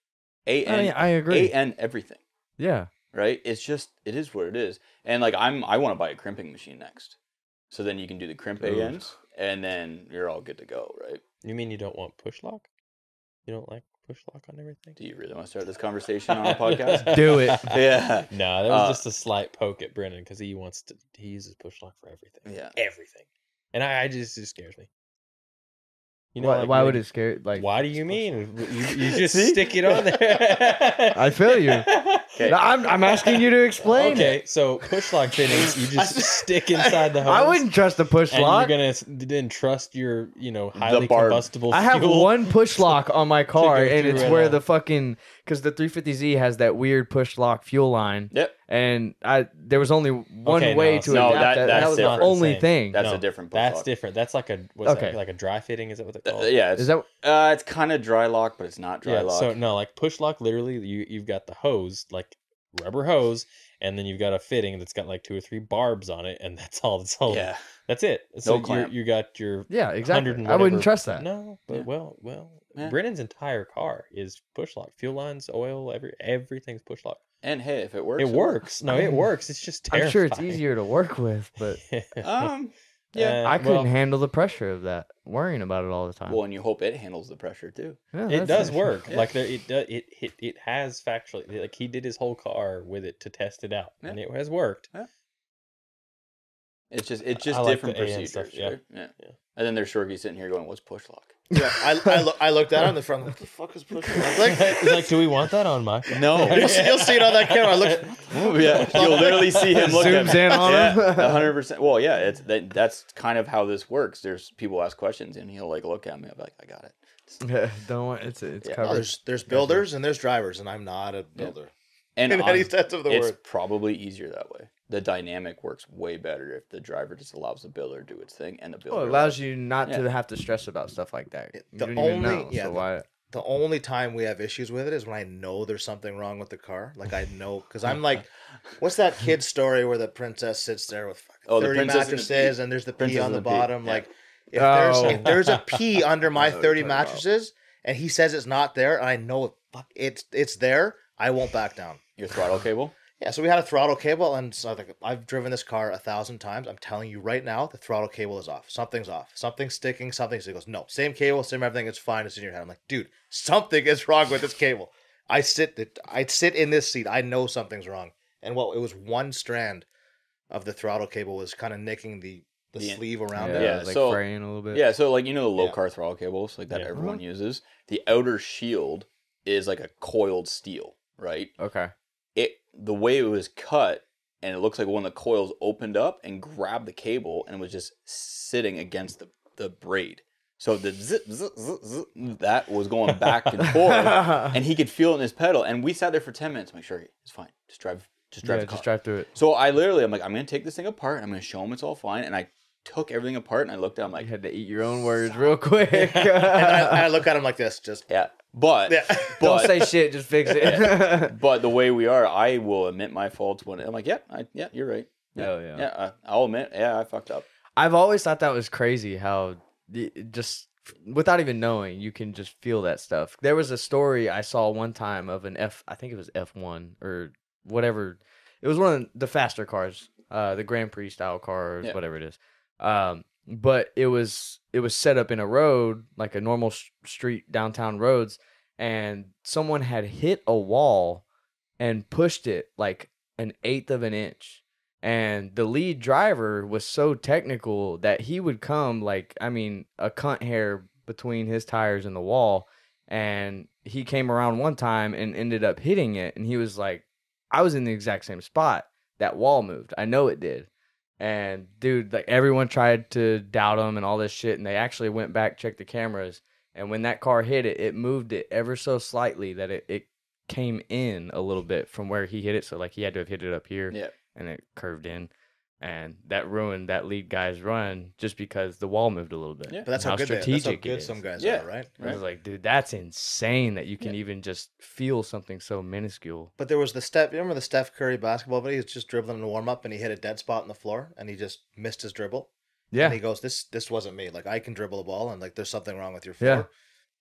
Speaker 3: A
Speaker 2: Oh, I,
Speaker 3: and
Speaker 2: I agree.
Speaker 3: A and everything.
Speaker 2: yeah.
Speaker 3: Right? It's just it is what it is. And like I'm I want to buy a crimping machine next. So then you can do the crimp A
Speaker 2: Ooh.
Speaker 3: ends, and then you're all good to go, right?
Speaker 4: you mean you don't want push lock? You don't like push lock on everything?
Speaker 3: Do you really want to start this conversation on a podcast?
Speaker 2: Do it.
Speaker 3: yeah.
Speaker 4: No, that was
Speaker 3: Uh,
Speaker 4: just a slight poke at Brennan because he wants to he uses push lock for everything.
Speaker 3: Yeah.
Speaker 4: Everything. And I, I just it scares me. You know
Speaker 2: why,
Speaker 4: like
Speaker 2: why would
Speaker 4: when-
Speaker 2: it scare? Like,
Speaker 4: why do you mean? You, you just
Speaker 3: See?
Speaker 4: stick it on there.
Speaker 2: I feel you.
Speaker 3: Okay.
Speaker 2: No, I'm, I'm asking you to explain.
Speaker 4: okay,
Speaker 2: it.
Speaker 4: so push lock fittings, you just stick inside the hose.
Speaker 2: I wouldn't trust a push
Speaker 4: and
Speaker 2: lock.
Speaker 4: you're gonna s- then trust your, you know, highly
Speaker 3: barb.
Speaker 4: combustible.
Speaker 2: I have
Speaker 4: fuel.
Speaker 2: one push lock on my car,
Speaker 4: go
Speaker 2: and it's
Speaker 4: through it
Speaker 2: where
Speaker 4: all.
Speaker 2: the fucking because the 350Z has that weird push lock fuel line,
Speaker 3: Yep.
Speaker 2: and I there was only one
Speaker 4: Okay,
Speaker 2: way
Speaker 4: no,
Speaker 2: to
Speaker 3: no,
Speaker 2: adapt
Speaker 3: that-
Speaker 2: that. and
Speaker 3: that's
Speaker 2: that was
Speaker 3: different.
Speaker 2: the only
Speaker 4: Same.
Speaker 2: thing.
Speaker 3: That's a different push
Speaker 4: That's
Speaker 3: lock.
Speaker 4: different. That's like a what's
Speaker 2: Okay.
Speaker 4: that, like a dry fitting? Is that what they call
Speaker 3: Uh,
Speaker 4: it?
Speaker 3: yeah. It's,
Speaker 2: Is that
Speaker 3: uh, it's kind of dry lock, but it's not dry
Speaker 4: yeah.
Speaker 3: lock.
Speaker 4: So no, like push lock. Literally, you you've got the hose, like rubber hose, and then you've got a fitting that's got like two or three barbs on it, and that's all. That's all.
Speaker 3: yeah.
Speaker 4: That's it. So you
Speaker 3: clamp.
Speaker 4: you got your
Speaker 2: yeah, exactly.
Speaker 4: 100 and
Speaker 2: I wouldn't
Speaker 4: whatever.
Speaker 2: trust that.
Speaker 4: No, but
Speaker 3: Yeah.
Speaker 4: well, well,
Speaker 3: Yeah.
Speaker 4: Brennan's entire car is push lock. Fuel lines, oil, every everything's push lock.
Speaker 3: And hey, if it works,
Speaker 4: It works. No, it works. It's Ah, just
Speaker 2: I'm
Speaker 4: terrifying.
Speaker 2: sure it's easier to work with, but
Speaker 3: Um,
Speaker 4: Yeah,
Speaker 2: I couldn't
Speaker 4: well,
Speaker 2: handle the pressure of that, worrying about it all the time.
Speaker 3: Well, and you hope it handles the pressure too.
Speaker 2: Yeah,
Speaker 4: it
Speaker 2: that's
Speaker 4: does
Speaker 2: actually-
Speaker 4: work.
Speaker 3: Yeah.
Speaker 4: Like there, it, do- it it it has factually like he did his whole car with it to test it out,
Speaker 3: Yeah.
Speaker 4: and it has worked.
Speaker 3: It's just it's
Speaker 4: I-
Speaker 3: just
Speaker 4: I like
Speaker 3: different
Speaker 4: the AN
Speaker 3: procedures.
Speaker 4: stuff, yeah.
Speaker 3: right? yeah.
Speaker 4: Yeah.
Speaker 3: And then there's Shorty sitting here going, "What's push lock?"
Speaker 1: Yeah, I, I, look, I looked at it on the front. What the fuck is pushing? Like,
Speaker 4: He's like, do we want that on my?
Speaker 3: No.
Speaker 1: you'll, see, you'll see it on that camera. I look,
Speaker 3: yeah, you'll literally see him look at
Speaker 2: Zooms in on him.
Speaker 3: one hundred percent. Well, yeah, it's that, that's kind of how this works. There's people ask questions, and he'll like look at me. I'm like, I got it.
Speaker 2: Don't worry, it's it's
Speaker 3: Yeah.
Speaker 1: oh,
Speaker 2: covered.
Speaker 1: there's there's builders and there's drivers, and I'm not a builder.
Speaker 3: And
Speaker 1: In any
Speaker 3: hon-
Speaker 1: sense of the
Speaker 3: it's
Speaker 1: word.
Speaker 3: probably easier that way. The dynamic works way better if the driver just allows the builder to do its thing, and the builder
Speaker 2: Well, Oh, it allows you not
Speaker 3: Yeah.
Speaker 2: to have to stress about stuff like that.
Speaker 1: It-
Speaker 2: You
Speaker 1: the
Speaker 2: don't even
Speaker 1: only-
Speaker 2: know.
Speaker 1: yeah,
Speaker 2: so
Speaker 1: the-
Speaker 2: why?
Speaker 1: The only time we have issues with it is when I know there's something wrong with the car. Like I know because I'm like, what's that kid story where the princess sits there with fucking
Speaker 3: Oh, the
Speaker 1: 30
Speaker 3: princess and the
Speaker 1: mattresses
Speaker 3: pee.
Speaker 1: and, there's the pee
Speaker 3: Princess
Speaker 1: on
Speaker 3: and
Speaker 1: the,
Speaker 3: the pee,
Speaker 1: bottom?
Speaker 3: yeah.
Speaker 1: Like if there's
Speaker 2: Oh.
Speaker 1: if there's a pee under my
Speaker 2: know what
Speaker 1: 30
Speaker 2: you're talking about.
Speaker 1: mattresses and he says it's not there, and I know it, fuck, it's it's there. I won't back down.
Speaker 3: your throttle cable.
Speaker 1: Yeah, so we had a throttle cable, and so I think I've driven this car a thousand times. I'm telling you right now, the throttle cable is off. Something's off. Something's sticking. Something's. He goes, no, same cable, same everything. It's fine. It's in your head. I'm like, dude, something is wrong with this cable. I sit. I sit in this seat. I know something's wrong. And well, it was one strand of the throttle cable was kind of nicking the the
Speaker 3: The-
Speaker 1: sleeve around
Speaker 3: Yeah,
Speaker 1: it.
Speaker 2: like
Speaker 3: so-
Speaker 2: fraying a little bit.
Speaker 3: Yeah, so like you know the low
Speaker 1: Yeah.
Speaker 3: car throttle cables like that
Speaker 4: Yeah.
Speaker 3: everyone uses. The outer shield is like a coiled steel, right?
Speaker 2: Okay.
Speaker 3: It the way it was cut and it looks like one of the coils opened up and grabbed the cable and was just sitting against the, the braid. So the zip, zip, zip, zip, that was going back and forth, and he could feel it in his pedal. And we sat there for ten minutes. I'm like, sure, it's fine. Just drive, just drive
Speaker 2: yeah,
Speaker 3: the car.
Speaker 2: just drive through it.
Speaker 3: So I literally, I'm like, I'm gonna take this thing apart. I'm gonna show him it's all fine. And I took everything apart and I looked at him
Speaker 2: You
Speaker 3: like,
Speaker 2: had to eat your own words real quick.
Speaker 1: And I, and
Speaker 2: Don't
Speaker 1: I look at him like this, just
Speaker 3: yeah, but
Speaker 1: yeah.
Speaker 3: but
Speaker 2: say shit. Just fix it.
Speaker 3: Yeah. but the way we are, I will admit my faults when I'm like, yeah, I, yeah, you're right.
Speaker 2: Oh, yeah.
Speaker 3: yeah. I, I'll admit, yeah, I fucked up.
Speaker 2: I've always thought that was crazy how the- it just without even knowing you can just feel that stuff. There was a story I saw one time of an F I think it was F1 or whatever. It was one of the faster cars, uh the Grand Prix style cars,
Speaker 3: Yeah.
Speaker 2: whatever it is. Um but it was it was set up in a road like a normal s- street downtown roads and someone had hit a wall and pushed it like an eighth of an inch. And the lead driver was so technical that he would come like, I mean, a cunt hair between his tires and the wall. And he came around one time and ended up hitting it. And he was like, I was in the exact same spot. That wall moved. I know it did. And dude, like everyone tried to doubt him and all this shit. And they actually went back, checked the cameras. And when that car hit it, it moved it ever so slightly that it, it came in a little bit from where he hit it. So like he had to have hit it up here
Speaker 3: Yeah.
Speaker 2: and it curved in. And that ruined that lead guy's run just because the wall moved a little bit.
Speaker 3: Yeah.
Speaker 1: But that's how,
Speaker 2: How
Speaker 1: good they, that's how
Speaker 2: strategic it
Speaker 1: good
Speaker 2: is.
Speaker 1: some guys
Speaker 3: Yeah.
Speaker 1: are, right?
Speaker 2: I was like, dude, that's insane that you can even just feel something so minuscule.
Speaker 1: But there was the step. Remember the Steph Curry basketball video? He was just dribbling in the warm up, and he hit a dead spot in the floor, and he just missed his dribble.
Speaker 2: Yeah.
Speaker 1: And he goes, "This this wasn't me. Like I can dribble the ball, and like there's something wrong with your floor."
Speaker 2: Yeah.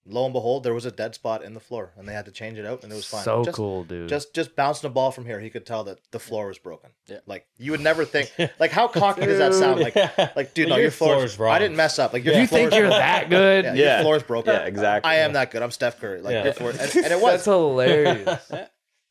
Speaker 1: Lo and behold, there was a dead spot in the floor, and they had to change it out, and it was fine.
Speaker 2: So
Speaker 1: just,
Speaker 2: cool, dude.
Speaker 1: Just just bouncing the ball from here, he could tell that the floor was broken.
Speaker 3: Yeah.
Speaker 1: Like you would never think. Like how cocky does that sound? Like like dude, no, your, floor
Speaker 4: floor's
Speaker 1: is wrong. I didn't mess up. Like your
Speaker 2: you
Speaker 1: floor
Speaker 2: think
Speaker 1: is
Speaker 2: you're
Speaker 1: broken.
Speaker 2: that good?
Speaker 1: Yeah,
Speaker 3: Yeah.
Speaker 1: your floor's broken.
Speaker 3: Yeah, exactly.
Speaker 1: I am that good. I'm Steph Curry. Like
Speaker 4: Yeah.
Speaker 1: your floor, and, and it was.
Speaker 2: That's hilarious.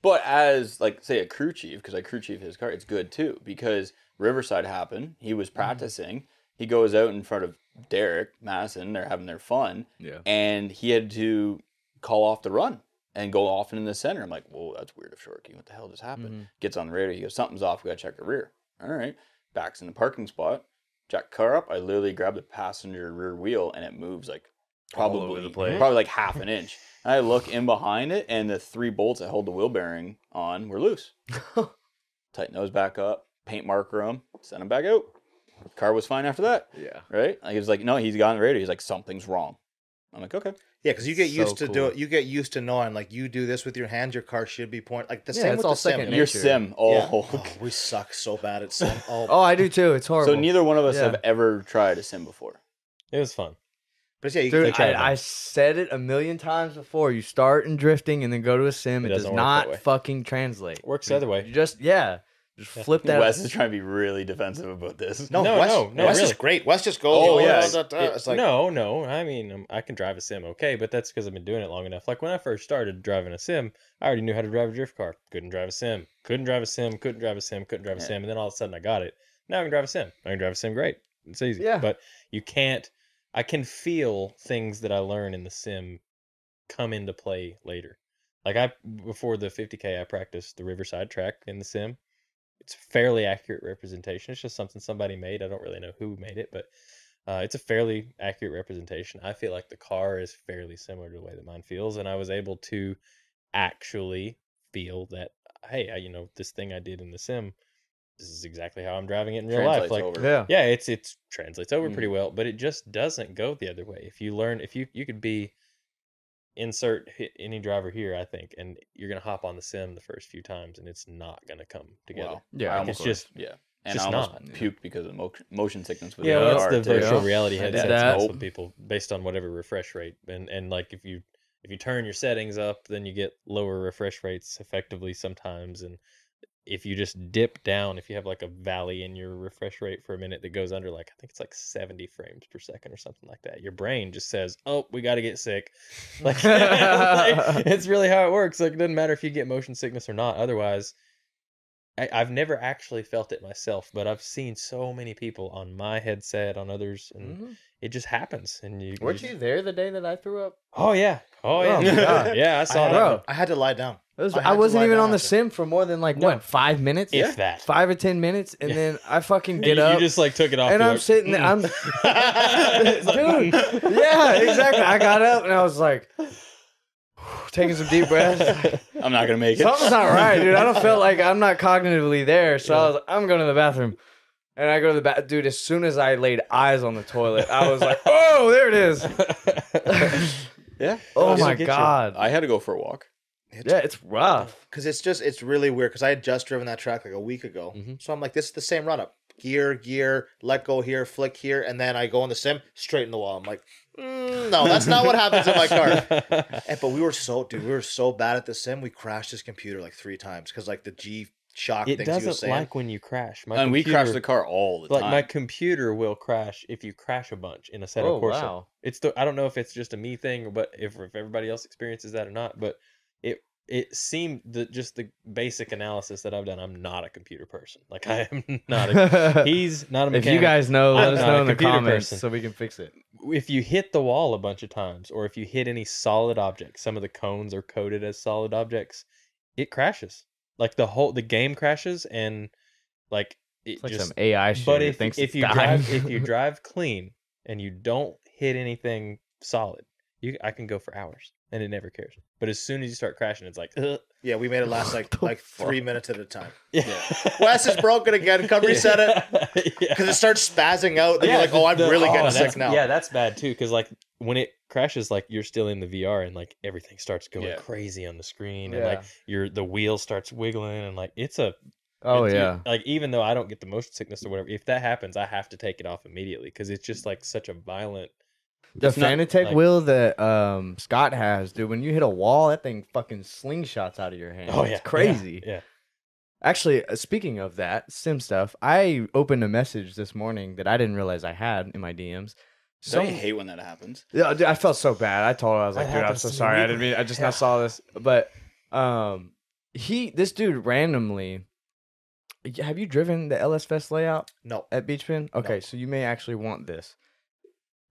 Speaker 3: But as like say a crew chief, because I crew chief his car, it's good too because Riverside happened. He
Speaker 2: Mm-hmm.
Speaker 3: was practicing. He goes out in front of Derek Madison. They're having their fun.
Speaker 2: Yeah.
Speaker 3: And he had to call off the run and go off into the center. I'm like, whoa, that's weird of Shorty. What the hell just happened? Gets on the radio. He goes, something's off. We gotta check the rear. All right. Backs in the parking spot. Jack car up. I literally grabbed the passenger rear wheel and it moves like probably probably like half an inch. And I look in behind it, and the three bolts that hold the wheel bearing on were loose. Tighten those back up, paint marker them, send them back out. Car was fine after that,
Speaker 2: yeah.
Speaker 3: right? Like, he was like, no, he's got on the radio. He's like, something's wrong. I'm like, okay.
Speaker 1: Yeah, because you get
Speaker 2: So
Speaker 1: used to do
Speaker 2: cool.
Speaker 1: it. You get used to knowing, like you do this with your hands. Your car should be point like the
Speaker 2: Yeah,
Speaker 1: same
Speaker 2: it's
Speaker 1: with
Speaker 2: all
Speaker 1: the sim.
Speaker 2: second
Speaker 3: Your
Speaker 2: nature.
Speaker 3: sim.
Speaker 1: Yeah.
Speaker 3: Oh.
Speaker 1: Oh, we suck so bad at sim. Oh,
Speaker 2: Oh, I do too. It's horrible.
Speaker 3: So neither one of us
Speaker 2: Yeah.
Speaker 3: have ever tried a sim before.
Speaker 4: It was fun.
Speaker 1: but yeah, you,
Speaker 4: They
Speaker 2: Dude,
Speaker 4: tried
Speaker 2: I, I
Speaker 4: that.
Speaker 2: said it a million times before. You start in drifting and then go to a sim.
Speaker 4: It
Speaker 2: It, does
Speaker 4: doesn't work that
Speaker 2: not
Speaker 4: way.
Speaker 2: fucking translate.
Speaker 4: Works the other way.
Speaker 2: You just yeah. Just flip that.
Speaker 3: Wes is trying to be really defensive about this.
Speaker 1: No,
Speaker 4: No,
Speaker 1: West,
Speaker 4: no, no,
Speaker 1: West
Speaker 4: really.
Speaker 1: is great. West just goes.
Speaker 3: Oh, yeah.
Speaker 1: da, da, da.
Speaker 4: It-
Speaker 1: It's like
Speaker 4: no, no. I mean, um, I can drive a sim, okay, but that's because I've been doing it long enough. Like when I first started driving a sim, I already knew how to drive a drift car. Couldn't drive a sim. Couldn't drive a sim. Couldn't drive a sim. Couldn't drive a
Speaker 3: Yeah.
Speaker 4: sim. And then all of a sudden, I got it. Now I can drive a sim. I can drive a sim. Great. It's easy.
Speaker 2: Yeah.
Speaker 4: But you can't. I can feel things that I learn in the sim come into play later. Like I before the 50k, I practiced the Riverside track in the sim. It's a fairly accurate representation. It's just something somebody made. I don't really know who made it, but uh, it's a fairly accurate representation. I feel like the car is fairly similar to the way that mine feels, and I was able to actually feel that. Hey, I, you know this thing I did in the sim. This is exactly how I'm driving it in real life.
Speaker 3: Translates
Speaker 4: Like
Speaker 3: over. Mm.
Speaker 2: Yeah.
Speaker 4: yeah it's it's translates over pretty well but it just doesn't go the other way if you learn if you you could be insert hi- any driver here i think and you're gonna hop on the sim the first few times and it's not gonna come together
Speaker 3: Wow.
Speaker 2: Yeah,
Speaker 3: I
Speaker 2: like,
Speaker 3: almost
Speaker 4: it's just-
Speaker 3: yeah, and
Speaker 4: just
Speaker 3: I almost
Speaker 4: not.
Speaker 3: puked because of motion, motion sickness with
Speaker 4: yeah
Speaker 3: the
Speaker 4: well,
Speaker 3: car,
Speaker 4: that's the
Speaker 3: too.
Speaker 4: virtual
Speaker 2: Yeah.
Speaker 4: reality
Speaker 3: I did
Speaker 4: headset
Speaker 2: that.
Speaker 4: with people based on whatever refresh rate and and like if you if you turn your settings up then you get lower refresh rates effectively sometimes and if you just dip down if you have like a valley in your refresh rate for a minute that goes under like i think it's like 70 frames per second or something like that your brain just says oh we got to get sick like, like, it's really how it works like it doesn't matter if you get motion sickness or not otherwise I, I've never actually felt it myself, but I've seen so many people on my headset, on others, and
Speaker 2: Mhm.
Speaker 4: it just happens. And you,
Speaker 2: Weren't you
Speaker 4: just-
Speaker 2: there the day that I threw up?
Speaker 4: Oh yeah, oh yeah,
Speaker 2: Oh, my God.
Speaker 4: yeah. I
Speaker 1: I
Speaker 4: saw
Speaker 1: had-
Speaker 4: that.
Speaker 2: Bro.
Speaker 4: one.
Speaker 1: I had to lie down.
Speaker 2: It was,
Speaker 1: I
Speaker 2: I,
Speaker 1: had to
Speaker 2: wasn't
Speaker 1: lie
Speaker 2: even
Speaker 1: down
Speaker 2: on the
Speaker 1: after.
Speaker 2: sim for more than like
Speaker 4: No.
Speaker 2: what five minutes,
Speaker 4: If that.
Speaker 2: five or ten minutes, and
Speaker 4: Yeah.
Speaker 2: then I fucking
Speaker 4: You-
Speaker 2: get
Speaker 4: you,
Speaker 2: up
Speaker 4: just like took it off,
Speaker 2: and
Speaker 4: you're
Speaker 2: I'm
Speaker 4: like,
Speaker 2: sitting there. I'm
Speaker 4: "Mm." It's like,
Speaker 2: dude,
Speaker 4: "Mm."
Speaker 2: yeah, exactly. I got up and I was like taking some deep breaths.
Speaker 3: I'm not gonna make it.
Speaker 2: Something's not right, dude. I don't feel like I'm not cognitively there. So I was like, I'm going to the bathroom. And I go to the bath, dude. As soon as I laid eyes on the toilet, I was like, "Oh, there it is!
Speaker 3: Yeah.
Speaker 2: Oh
Speaker 4: It'll
Speaker 2: my
Speaker 4: get you.
Speaker 2: god!
Speaker 3: I had to go for a walk.
Speaker 2: Yeah, it's rough.
Speaker 1: because it's just it's really weird because I had just driven that track like a week ago,
Speaker 2: Mm-hmm.
Speaker 4: Mhm.
Speaker 1: so I'm like, this is the same run up. Gear, gear, let go here, flick here, and then I go on the sim straight in the wall. I'm like, mm, no, that's not what happens in my car. And, but we were so dude, we were so bad at the sim. We crashed his computer like three times because like the G shock
Speaker 4: It
Speaker 1: things he was
Speaker 4: doesn't
Speaker 1: saying.
Speaker 4: like when you crash. My
Speaker 3: and we crashed the
Speaker 4: computer-
Speaker 3: car all the
Speaker 4: Like
Speaker 3: time.
Speaker 4: my computer will crash if you crash a bunch in a set
Speaker 2: Oh
Speaker 4: of Corsa.
Speaker 2: wow!
Speaker 4: it's the I don't know if it's just a me thing, but if if everybody else experiences that or not, but it it seemed that just the basic analysis that I've done, I'm not a computer person. Like I am not. A, he's not a
Speaker 2: if
Speaker 4: mechanic.
Speaker 2: you guys know, let
Speaker 4: I'm
Speaker 2: us
Speaker 4: not a
Speaker 2: know in the
Speaker 4: computer
Speaker 2: comments
Speaker 4: person.
Speaker 2: so we can fix it.
Speaker 4: if you hit the wall a bunch of times, or if you hit any solid object, some of the cones are coded as solid objects. It crashes. Like the whole the game crashes and like it
Speaker 2: It's like
Speaker 4: just
Speaker 2: some AI shit.
Speaker 4: but
Speaker 2: that
Speaker 4: if,
Speaker 2: thinks
Speaker 4: if
Speaker 2: it's
Speaker 4: you
Speaker 2: dying.
Speaker 4: drive if you drive clean and you don't hit anything solid, you I can go for hours and it never cares. But as soon as you start crashing, it's like, Ugh.
Speaker 1: yeah, we made it last like like three minutes at a time.
Speaker 4: yeah,
Speaker 1: Wes is broken again. Come reset it
Speaker 4: it
Speaker 1: because it starts spazzing out. Then
Speaker 4: Yeah,
Speaker 1: you're like, oh, I'm
Speaker 4: the-
Speaker 1: really
Speaker 4: oh,
Speaker 1: getting
Speaker 4: that's-
Speaker 1: sick now.
Speaker 4: Yeah, that's bad too. Because like when it crashes, like you're still in the VR and like everything starts going
Speaker 3: Yeah.
Speaker 4: crazy on the screen, and
Speaker 2: Yeah.
Speaker 4: like your the wheel starts wiggling, and like it's a
Speaker 2: oh
Speaker 4: it's- you-
Speaker 2: yeah,
Speaker 4: Like even though I don't get the motion sickness or whatever, if that happens, I have to take it off immediately because it's just like such a violent.
Speaker 2: the
Speaker 4: it's not,
Speaker 2: Fanatec
Speaker 4: like-
Speaker 2: wheel that um, Scott has, dude. When you hit a wall, that thing fucking slingshots out of your hand.
Speaker 4: Oh yeah, yeah,
Speaker 2: it's crazy.
Speaker 4: Yeah,
Speaker 2: Actually, uh, speaking of that sim stuff, I opened a message this morning that I didn't realize I had in my DMs.
Speaker 3: so I
Speaker 2: Some-
Speaker 3: hate when that happens.
Speaker 2: yeah, dude, I felt so bad. I told her I was
Speaker 4: That
Speaker 2: like, dude, I'm
Speaker 4: happens
Speaker 2: so
Speaker 4: to me
Speaker 2: sorry. I
Speaker 4: weekly.
Speaker 2: didn't mean. I just
Speaker 4: Yeah.
Speaker 2: now saw this, but um, he, this dude, randomly. Y- Have you driven the LS Fest layout?
Speaker 1: No,
Speaker 2: at Beach Pin? Okay, so you may actually want this.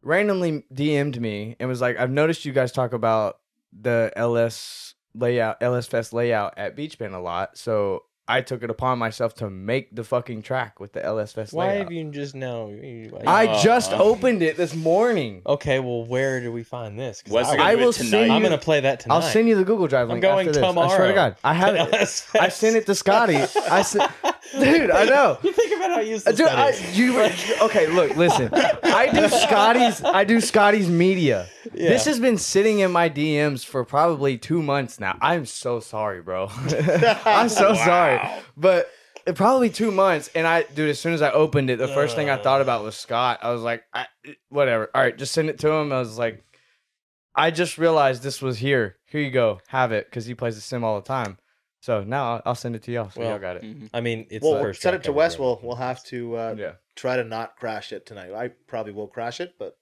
Speaker 2: Randomly DM'd me and was like, I've noticed you guys talk about the LS layout, LS Fest layout at Beach Pin a lot. So I took it upon myself to make the fucking track with the LS Fest
Speaker 4: Why
Speaker 2: layout.
Speaker 4: have you just now? you- why-
Speaker 2: I just
Speaker 3: Uh-huh.
Speaker 2: opened it this morning.
Speaker 4: okay, well, where do we find this? 'Cause
Speaker 3: Wes is
Speaker 4: I,
Speaker 3: gonna do
Speaker 2: oh. will
Speaker 3: it tonight.
Speaker 2: send
Speaker 4: am
Speaker 2: you-
Speaker 4: gonna play that tonight.
Speaker 2: I'll send you the Google Drive
Speaker 4: I'm
Speaker 2: link
Speaker 4: going
Speaker 2: after this. I swear
Speaker 4: tomorrow
Speaker 2: to God, I have
Speaker 4: to
Speaker 2: it.
Speaker 4: LS
Speaker 2: I sent it to Scotty. I sent, dude. I know.
Speaker 4: You think about how useless
Speaker 2: Uh, Dude, I,
Speaker 4: that is.
Speaker 2: you were- okay? Look, listen. I do Scotty's. I do Scotty's media.
Speaker 4: Yeah.
Speaker 2: This has been sitting in my DMs for probably two months now. I'm so sorry, bro. I'm so sorry, but it- probably two months. And I, dude, as soon as I opened it, the first thing I thought about was Scott. I was like, I, whatever. All right, just send it to him. I was like, I just realized this was here. Here you go, have it, because he plays the sim all the time. So now I'll- I'll send it to y'all. So
Speaker 4: Well,
Speaker 2: y'all got it.
Speaker 3: Mhm.
Speaker 4: I mean, it's the
Speaker 1: well,
Speaker 4: first.
Speaker 1: send
Speaker 4: rock
Speaker 1: it to
Speaker 4: cover,
Speaker 1: Wes.
Speaker 4: so-
Speaker 1: We'll we'll have to uh,
Speaker 2: Yeah.
Speaker 1: try to not crash it tonight. I probably will crash it, but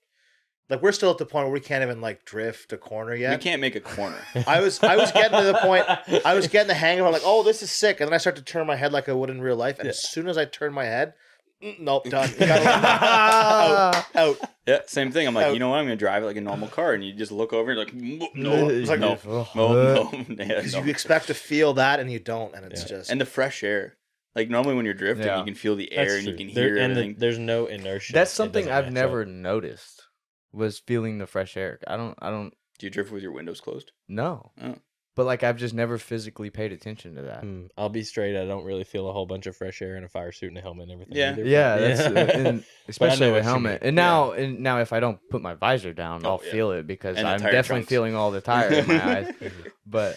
Speaker 1: like we're still at the point where we can't even like drift a corner
Speaker 3: We
Speaker 1: yet.
Speaker 3: can't make a corner.
Speaker 1: I was I was getting to the point I was getting the hang of it, like, oh, this is sick, and then I start to turn my head like I would in real life, and
Speaker 4: Yeah.
Speaker 1: as soon as I turn my head, mm, nope, done,
Speaker 2: Oh.
Speaker 1: Gotta- out, out.
Speaker 3: yeah, same thing. I'm like,
Speaker 1: Oh.
Speaker 3: you know what? I'm gonna drive it like a normal car, and you just look over and you're like, "Mm, no,
Speaker 1: It's like-
Speaker 3: no,
Speaker 2: Ugh.
Speaker 3: no, no, Yeah,
Speaker 1: Because
Speaker 3: no.
Speaker 1: you expect to feel that, and you don't, and it's
Speaker 4: Yeah.
Speaker 1: just
Speaker 3: and the fresh air. Like normally when you're drifting,
Speaker 2: Yeah.
Speaker 3: you can feel the air
Speaker 4: That's
Speaker 3: and you
Speaker 4: true.
Speaker 3: can
Speaker 4: There-
Speaker 3: hear
Speaker 4: and the-
Speaker 3: everything.
Speaker 4: there's no inertia.
Speaker 2: That's
Speaker 4: It
Speaker 2: something
Speaker 4: doesn't
Speaker 2: I've
Speaker 4: match
Speaker 2: never
Speaker 4: up.
Speaker 2: noticed was feeling the fresh air. I don't I don't
Speaker 3: Do you drift with your windows closed?
Speaker 2: know.
Speaker 3: Oh.
Speaker 2: But like I've just never physically paid attention to that.
Speaker 4: Hmm, I'll be straight. I don't really feel a whole bunch of fresh air in a fire suit and a helmet and everything.
Speaker 3: Yeah.
Speaker 4: either, but-
Speaker 2: Yeah, that's uh, and especially
Speaker 4: what
Speaker 2: the
Speaker 4: you
Speaker 2: helmet.
Speaker 4: mean.
Speaker 2: And now and now if I don't put my visor down,
Speaker 3: Oh,
Speaker 2: I'll
Speaker 3: yeah.
Speaker 2: feel it because
Speaker 3: And the
Speaker 2: I'm
Speaker 3: tire
Speaker 2: definitely
Speaker 3: trunks.
Speaker 2: feeling all the tire in my eyes. But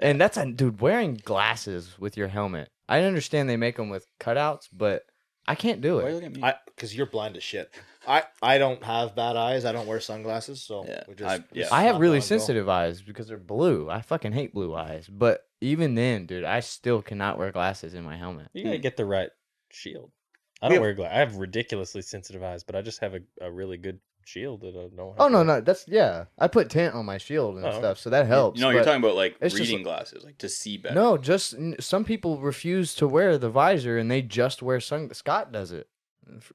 Speaker 2: and that's a dude wearing glasses with your helmet. I understand they make them with cutouts, but I can't do
Speaker 3: Why are you
Speaker 2: it.
Speaker 3: looking at me?
Speaker 1: I because you're blind as shit. I I don't have bad eyes. I don't wear sunglasses, so
Speaker 3: Yeah,
Speaker 1: we just,
Speaker 3: I- yeah.
Speaker 2: I have
Speaker 1: knock
Speaker 2: really
Speaker 1: on goal.
Speaker 2: sensitive eyes because they're blue. I fucking hate blue eyes. But even then, dude, I still cannot wear glasses in my helmet.
Speaker 4: You gotta
Speaker 3: Hmm.
Speaker 4: get the right shield. I
Speaker 1: We
Speaker 4: don't
Speaker 1: have-
Speaker 4: wear glass. I have ridiculously sensitive eyes, but I just have a, a really good shield that I don't. Have
Speaker 2: Oh
Speaker 4: to
Speaker 2: no,
Speaker 4: wear.
Speaker 2: no, that's yeah. I put tint on my shield and
Speaker 4: Oh, okay.
Speaker 2: stuff, so that helps.
Speaker 3: no, you're
Speaker 2: but-
Speaker 3: talking about like
Speaker 2: it's just-
Speaker 3: reading glasses, like to see better.
Speaker 2: No, just n- some people refuse to wear the visor and they just wear sun. Scott does it.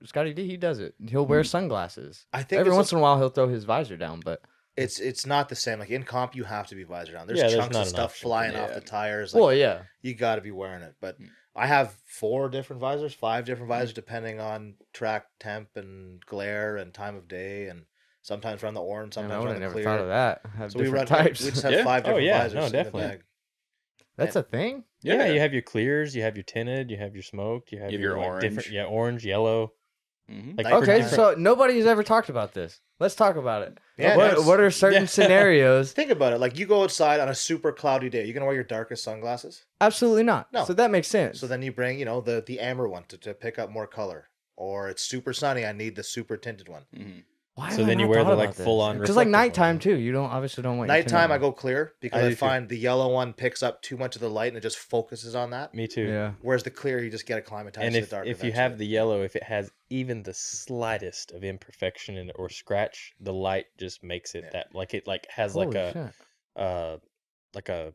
Speaker 2: Scotty D, he does it. He'll wear sunglasses.
Speaker 1: I think
Speaker 2: Every
Speaker 1: it's
Speaker 2: once in a while, he'll throw his visor down, but
Speaker 1: it's it's not the same. Like in comp, you have to be visor down. There's
Speaker 4: Yeah, there's
Speaker 1: chunks
Speaker 4: not
Speaker 1: of
Speaker 4: an
Speaker 1: stuff
Speaker 4: option.
Speaker 1: flying off
Speaker 3: Yeah.
Speaker 1: the tires. Like,
Speaker 2: well, yeah,
Speaker 1: you got to be wearing it. But
Speaker 2: Hmm.
Speaker 1: I have four different visors, five different visors, depending on track temp and glare and time of day, and sometimes run the orange,
Speaker 2: Man,
Speaker 1: sometimes
Speaker 2: I would
Speaker 1: run the
Speaker 2: have never
Speaker 1: clear.
Speaker 2: thought of that. Have
Speaker 1: So we run
Speaker 2: different
Speaker 1: We
Speaker 2: types.
Speaker 1: just have
Speaker 3: Yeah.
Speaker 1: five
Speaker 4: Oh,
Speaker 1: different
Speaker 4: yeah.
Speaker 1: visors
Speaker 4: No,
Speaker 1: in the
Speaker 4: definitely.
Speaker 1: bag.
Speaker 2: That's a thing.
Speaker 4: Yeah, you have your clears, you have your tinted, you have your smoked, you have
Speaker 3: You have
Speaker 4: your,
Speaker 3: your
Speaker 4: like, different,
Speaker 3: orange.
Speaker 4: yeah, orange, yellow.
Speaker 3: Mhm.
Speaker 4: Like
Speaker 1: Night
Speaker 4: for
Speaker 1: vision.
Speaker 2: Okay,
Speaker 4: different-
Speaker 2: so nobody has ever talked about this. Let's talk about it.
Speaker 1: Yeah,
Speaker 2: what,
Speaker 1: that's-
Speaker 2: what are certain
Speaker 4: yeah.
Speaker 2: scenarios?
Speaker 1: Think about it. Like you go outside on a super cloudy day, you're gonna wear your darkest sunglasses.
Speaker 2: Absolutely not.
Speaker 1: No.
Speaker 2: So that makes sense.
Speaker 1: So then you bring, you know, the the amber one to, to pick up more color. Or it's super sunny. I need the super tinted one.
Speaker 3: Mhm.
Speaker 2: Why
Speaker 4: so then you wear the, like, full-on
Speaker 2: because like
Speaker 4: reflective one,
Speaker 2: nighttime
Speaker 4: yeah.
Speaker 2: too. You don't obviously don't want your tinted
Speaker 1: Nighttime, I
Speaker 2: one.
Speaker 1: go clear because
Speaker 4: I
Speaker 1: I,
Speaker 4: do too.
Speaker 1: find the yellow one picks up too much of the light and it just focuses on that.
Speaker 4: Me too.
Speaker 2: Yeah,
Speaker 1: Whereas the clear, you just get acclimatized
Speaker 4: And
Speaker 1: to
Speaker 4: if,
Speaker 1: the dark.
Speaker 4: if you have the yellow, if it has even the slightest of imperfection in it or scratch, the light just makes it
Speaker 1: Yeah.
Speaker 4: that like it like has like
Speaker 2: Holy
Speaker 4: a
Speaker 2: shit.
Speaker 4: uh like a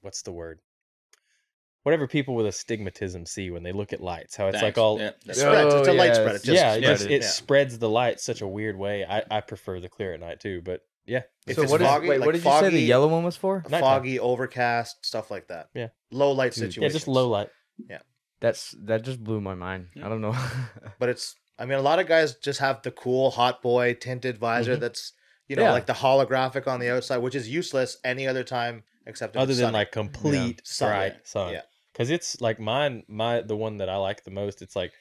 Speaker 4: what's the word? Whatever people with astigmatism see when they look at lights, how it's like
Speaker 3: Thanks.
Speaker 4: all
Speaker 3: Yeah, that's
Speaker 2: Yeah.
Speaker 3: right.
Speaker 1: spreads. It's a
Speaker 2: Oh,
Speaker 1: light
Speaker 2: yeah,
Speaker 1: spread. It
Speaker 2: it's-
Speaker 1: just
Speaker 4: yeah, it,
Speaker 1: spreads.
Speaker 4: just, it
Speaker 1: Yeah.
Speaker 4: spreads the light such a weird way. I, I prefer the clear at night too, but yeah,
Speaker 1: If
Speaker 2: so
Speaker 1: it's
Speaker 2: what is-
Speaker 1: foggy,
Speaker 2: wait,
Speaker 1: like
Speaker 2: what did you say
Speaker 1: foggy-
Speaker 2: the yellow one was for?
Speaker 4: Nighttime.
Speaker 1: foggy, overcast, stuff like that.
Speaker 4: Yeah. Mm-hmm.
Speaker 1: Low light
Speaker 2: Dude.
Speaker 1: situations.
Speaker 4: yeah, just low light.
Speaker 2: That's that just blew my mind. I don't know.
Speaker 1: But it's. I mean, a lot of guys just have the cool hot boy tinted visor
Speaker 4: Mhm.
Speaker 1: that's you know
Speaker 2: Yeah.
Speaker 1: like the holographic on the outside, which is useless any other time except if
Speaker 4: other
Speaker 1: it's
Speaker 4: than
Speaker 1: sunny.
Speaker 4: like complete
Speaker 1: Sun, yeah.
Speaker 4: bright sun.
Speaker 1: Yeah.
Speaker 4: Cause it's like mine, my the one that I like the most. It's like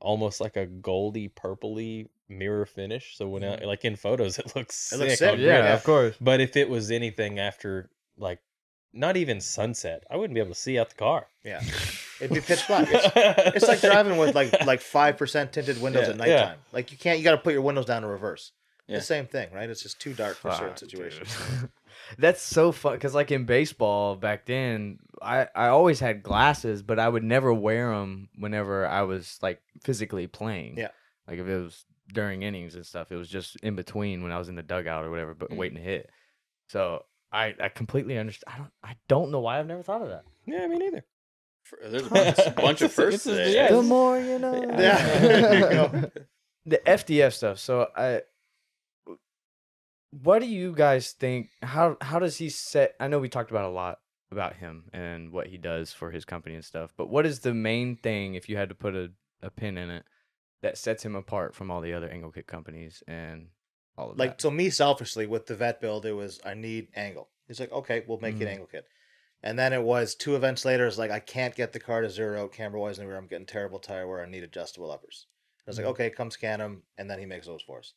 Speaker 4: almost like a goldy, purpley mirror finish. So when I, like in photos, it looks
Speaker 1: Mm-hmm. It
Speaker 4: sick
Speaker 1: looks sick,
Speaker 4: on
Speaker 1: yeah.
Speaker 4: grid.
Speaker 1: of
Speaker 2: course.
Speaker 4: But if it was anything after like not even sunset, I wouldn't be able to see out the car.
Speaker 1: yeah, it'd be pitch black. It's, it's like driving with like like five percent tinted windows
Speaker 3: Yeah,
Speaker 1: at
Speaker 3: yeah.
Speaker 1: nighttime. Like you can't. You got to put your windows down to reverse.
Speaker 3: Yeah.
Speaker 1: The same thing, right? It's just too dark for certain situations.
Speaker 2: That's so fun because like in baseball back then, I I always had glasses, but I would never wear them whenever I was like physically playing.
Speaker 1: Yeah.
Speaker 2: like if it was during innings and stuff, it was just in between when I was in the dugout or whatever, but
Speaker 1: Mm.
Speaker 3: Mhm.
Speaker 2: waiting to hit. So I I completely understand. I don't I don't know why I've never thought of that.
Speaker 4: yeah, me neither.
Speaker 3: For- There's a bunch, a bunch of
Speaker 4: It's a-
Speaker 3: firsts.
Speaker 4: it's a-
Speaker 3: today.
Speaker 4: yeah,
Speaker 2: The
Speaker 4: it's-
Speaker 2: more you know.
Speaker 4: Yeah. There you
Speaker 1: go.
Speaker 2: the FDF stuff. So I, what do you guys think? How how does he set? I know we talked about a lot about him and what he does for his company and stuff, but what is the main thing if you had to put a, a pin in it that sets him apart from all the other angle kick companies and all of
Speaker 1: Like
Speaker 2: that?
Speaker 1: so, me selfishly with the vet build, it was I need angle. He's like, okay, we'll make it
Speaker 3: Mm-hmm.
Speaker 2: Mhm.
Speaker 1: angle kit. And then it was two events later. It's like I can't get the car to zero camera wise anywhere. I'm getting terrible tire wear. I need adjustable uppers. I
Speaker 3: Mm-hmm.
Speaker 1: was like, okay, come scan him, and then he makes those for us.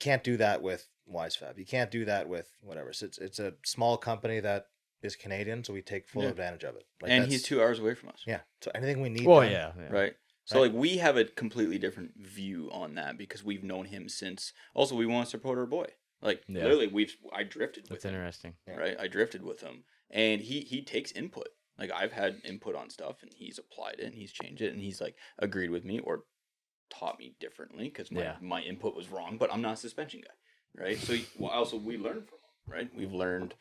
Speaker 1: Can't do that with Wisefab. You can't do that with whatever. So it's it's a small company that is Canadian, so we take full
Speaker 3: Yeah.
Speaker 1: advantage of it.
Speaker 3: and
Speaker 1: that's-
Speaker 3: he's two hours away from us.
Speaker 1: yeah. So anything we need.
Speaker 2: well,
Speaker 1: done-
Speaker 2: yeah, yeah.
Speaker 3: Right. So
Speaker 1: Right.
Speaker 3: like we have a completely different view on that because we've known him since. Also, we want to support our boy. Like
Speaker 2: Yeah.
Speaker 3: literally, we've I drifted with
Speaker 2: That's
Speaker 3: him.
Speaker 2: interesting.
Speaker 3: Right, I drifted with him, and he he takes input. Like I've had input on stuff and he's applied it and he's changed it and he's like agreed with me or taught me differently because my,
Speaker 6: Yeah.
Speaker 3: my input was wrong, but I'm not a suspension guy, right? So well, also we learn from him, right? We've learned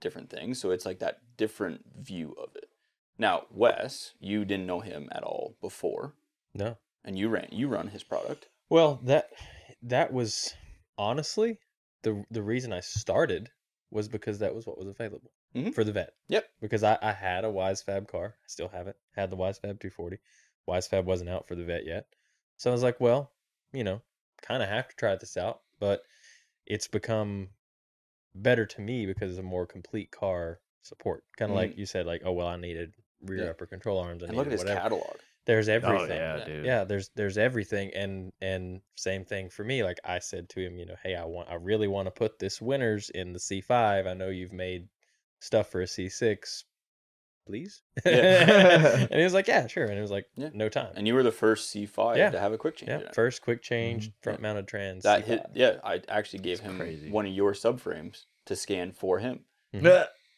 Speaker 3: different things, so it's like that different view of it. Now, Wes, you didn't know him at all before,
Speaker 4: No.
Speaker 3: and you ran you run his product.
Speaker 4: Well, that that was honestly the the reason I started was because that was what was available
Speaker 3: Mhm.
Speaker 4: for the vet.
Speaker 3: Yep.
Speaker 4: Because I, I had a Wise Fab car. I still have it. Had the Wise Fab 240. Wise Fab wasn't out for the vet yet. So I was like, well, you know, kind of have to try this out, but it's become better to me because it's a more complete car support. Kind of like you said, like, oh well, I needed rear
Speaker 3: Mm-hmm. Yeah.
Speaker 4: upper control arms. I
Speaker 3: And look at Oh,
Speaker 4: needed
Speaker 3: his
Speaker 4: whatever
Speaker 3: catalog.
Speaker 4: there's everything.
Speaker 3: yeah,
Speaker 4: dude. Oh, Yeah, there's there's everything and and same thing for me. Like I said to him, you know, hey, I want I really want to put this winners in the C5. I know you've made stuff for a C6. Please?
Speaker 3: Yeah.
Speaker 4: and he was like, yeah, sure. And it was like,
Speaker 3: Yeah.
Speaker 4: no time.
Speaker 3: And you were the first C5
Speaker 4: Yeah.
Speaker 3: to have a quick change.
Speaker 4: yeah,
Speaker 3: in it.
Speaker 4: first quick change front mounted trans.
Speaker 3: That
Speaker 4: C5.
Speaker 3: hit, yeah. I actually gave him one of your subframes to scan for him.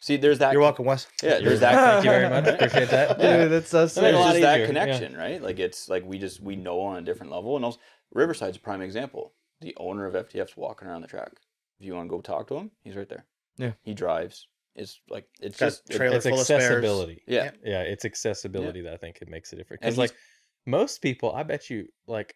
Speaker 3: See, there's that.
Speaker 1: You're welcome, Wes.
Speaker 3: Yeah,
Speaker 4: You're
Speaker 3: there's that.
Speaker 4: Thank you very
Speaker 3: connection,
Speaker 4: much.
Speaker 3: right?
Speaker 4: Appreciate that.
Speaker 3: Yeah.
Speaker 6: Dude, that's so
Speaker 3: I mean,
Speaker 4: It's
Speaker 3: it's
Speaker 4: a
Speaker 6: sick.
Speaker 4: lot
Speaker 3: just that
Speaker 4: easier, yeah.
Speaker 3: connection, right? Like it's like we just we know on a different level, and also Riverside's a prime example. The owner of FTF's walking around the track. If you want to go talk to him, he's right there.
Speaker 6: Yeah.
Speaker 3: he drives. It's like it's
Speaker 1: Got
Speaker 3: just it-
Speaker 1: trailer
Speaker 4: It's
Speaker 1: full of spares.
Speaker 4: accessibility.
Speaker 3: yeah,
Speaker 1: Yeah.
Speaker 4: Yeah, it's accessibility that I think it makes a difference.
Speaker 3: And
Speaker 4: Because like most people, I bet you like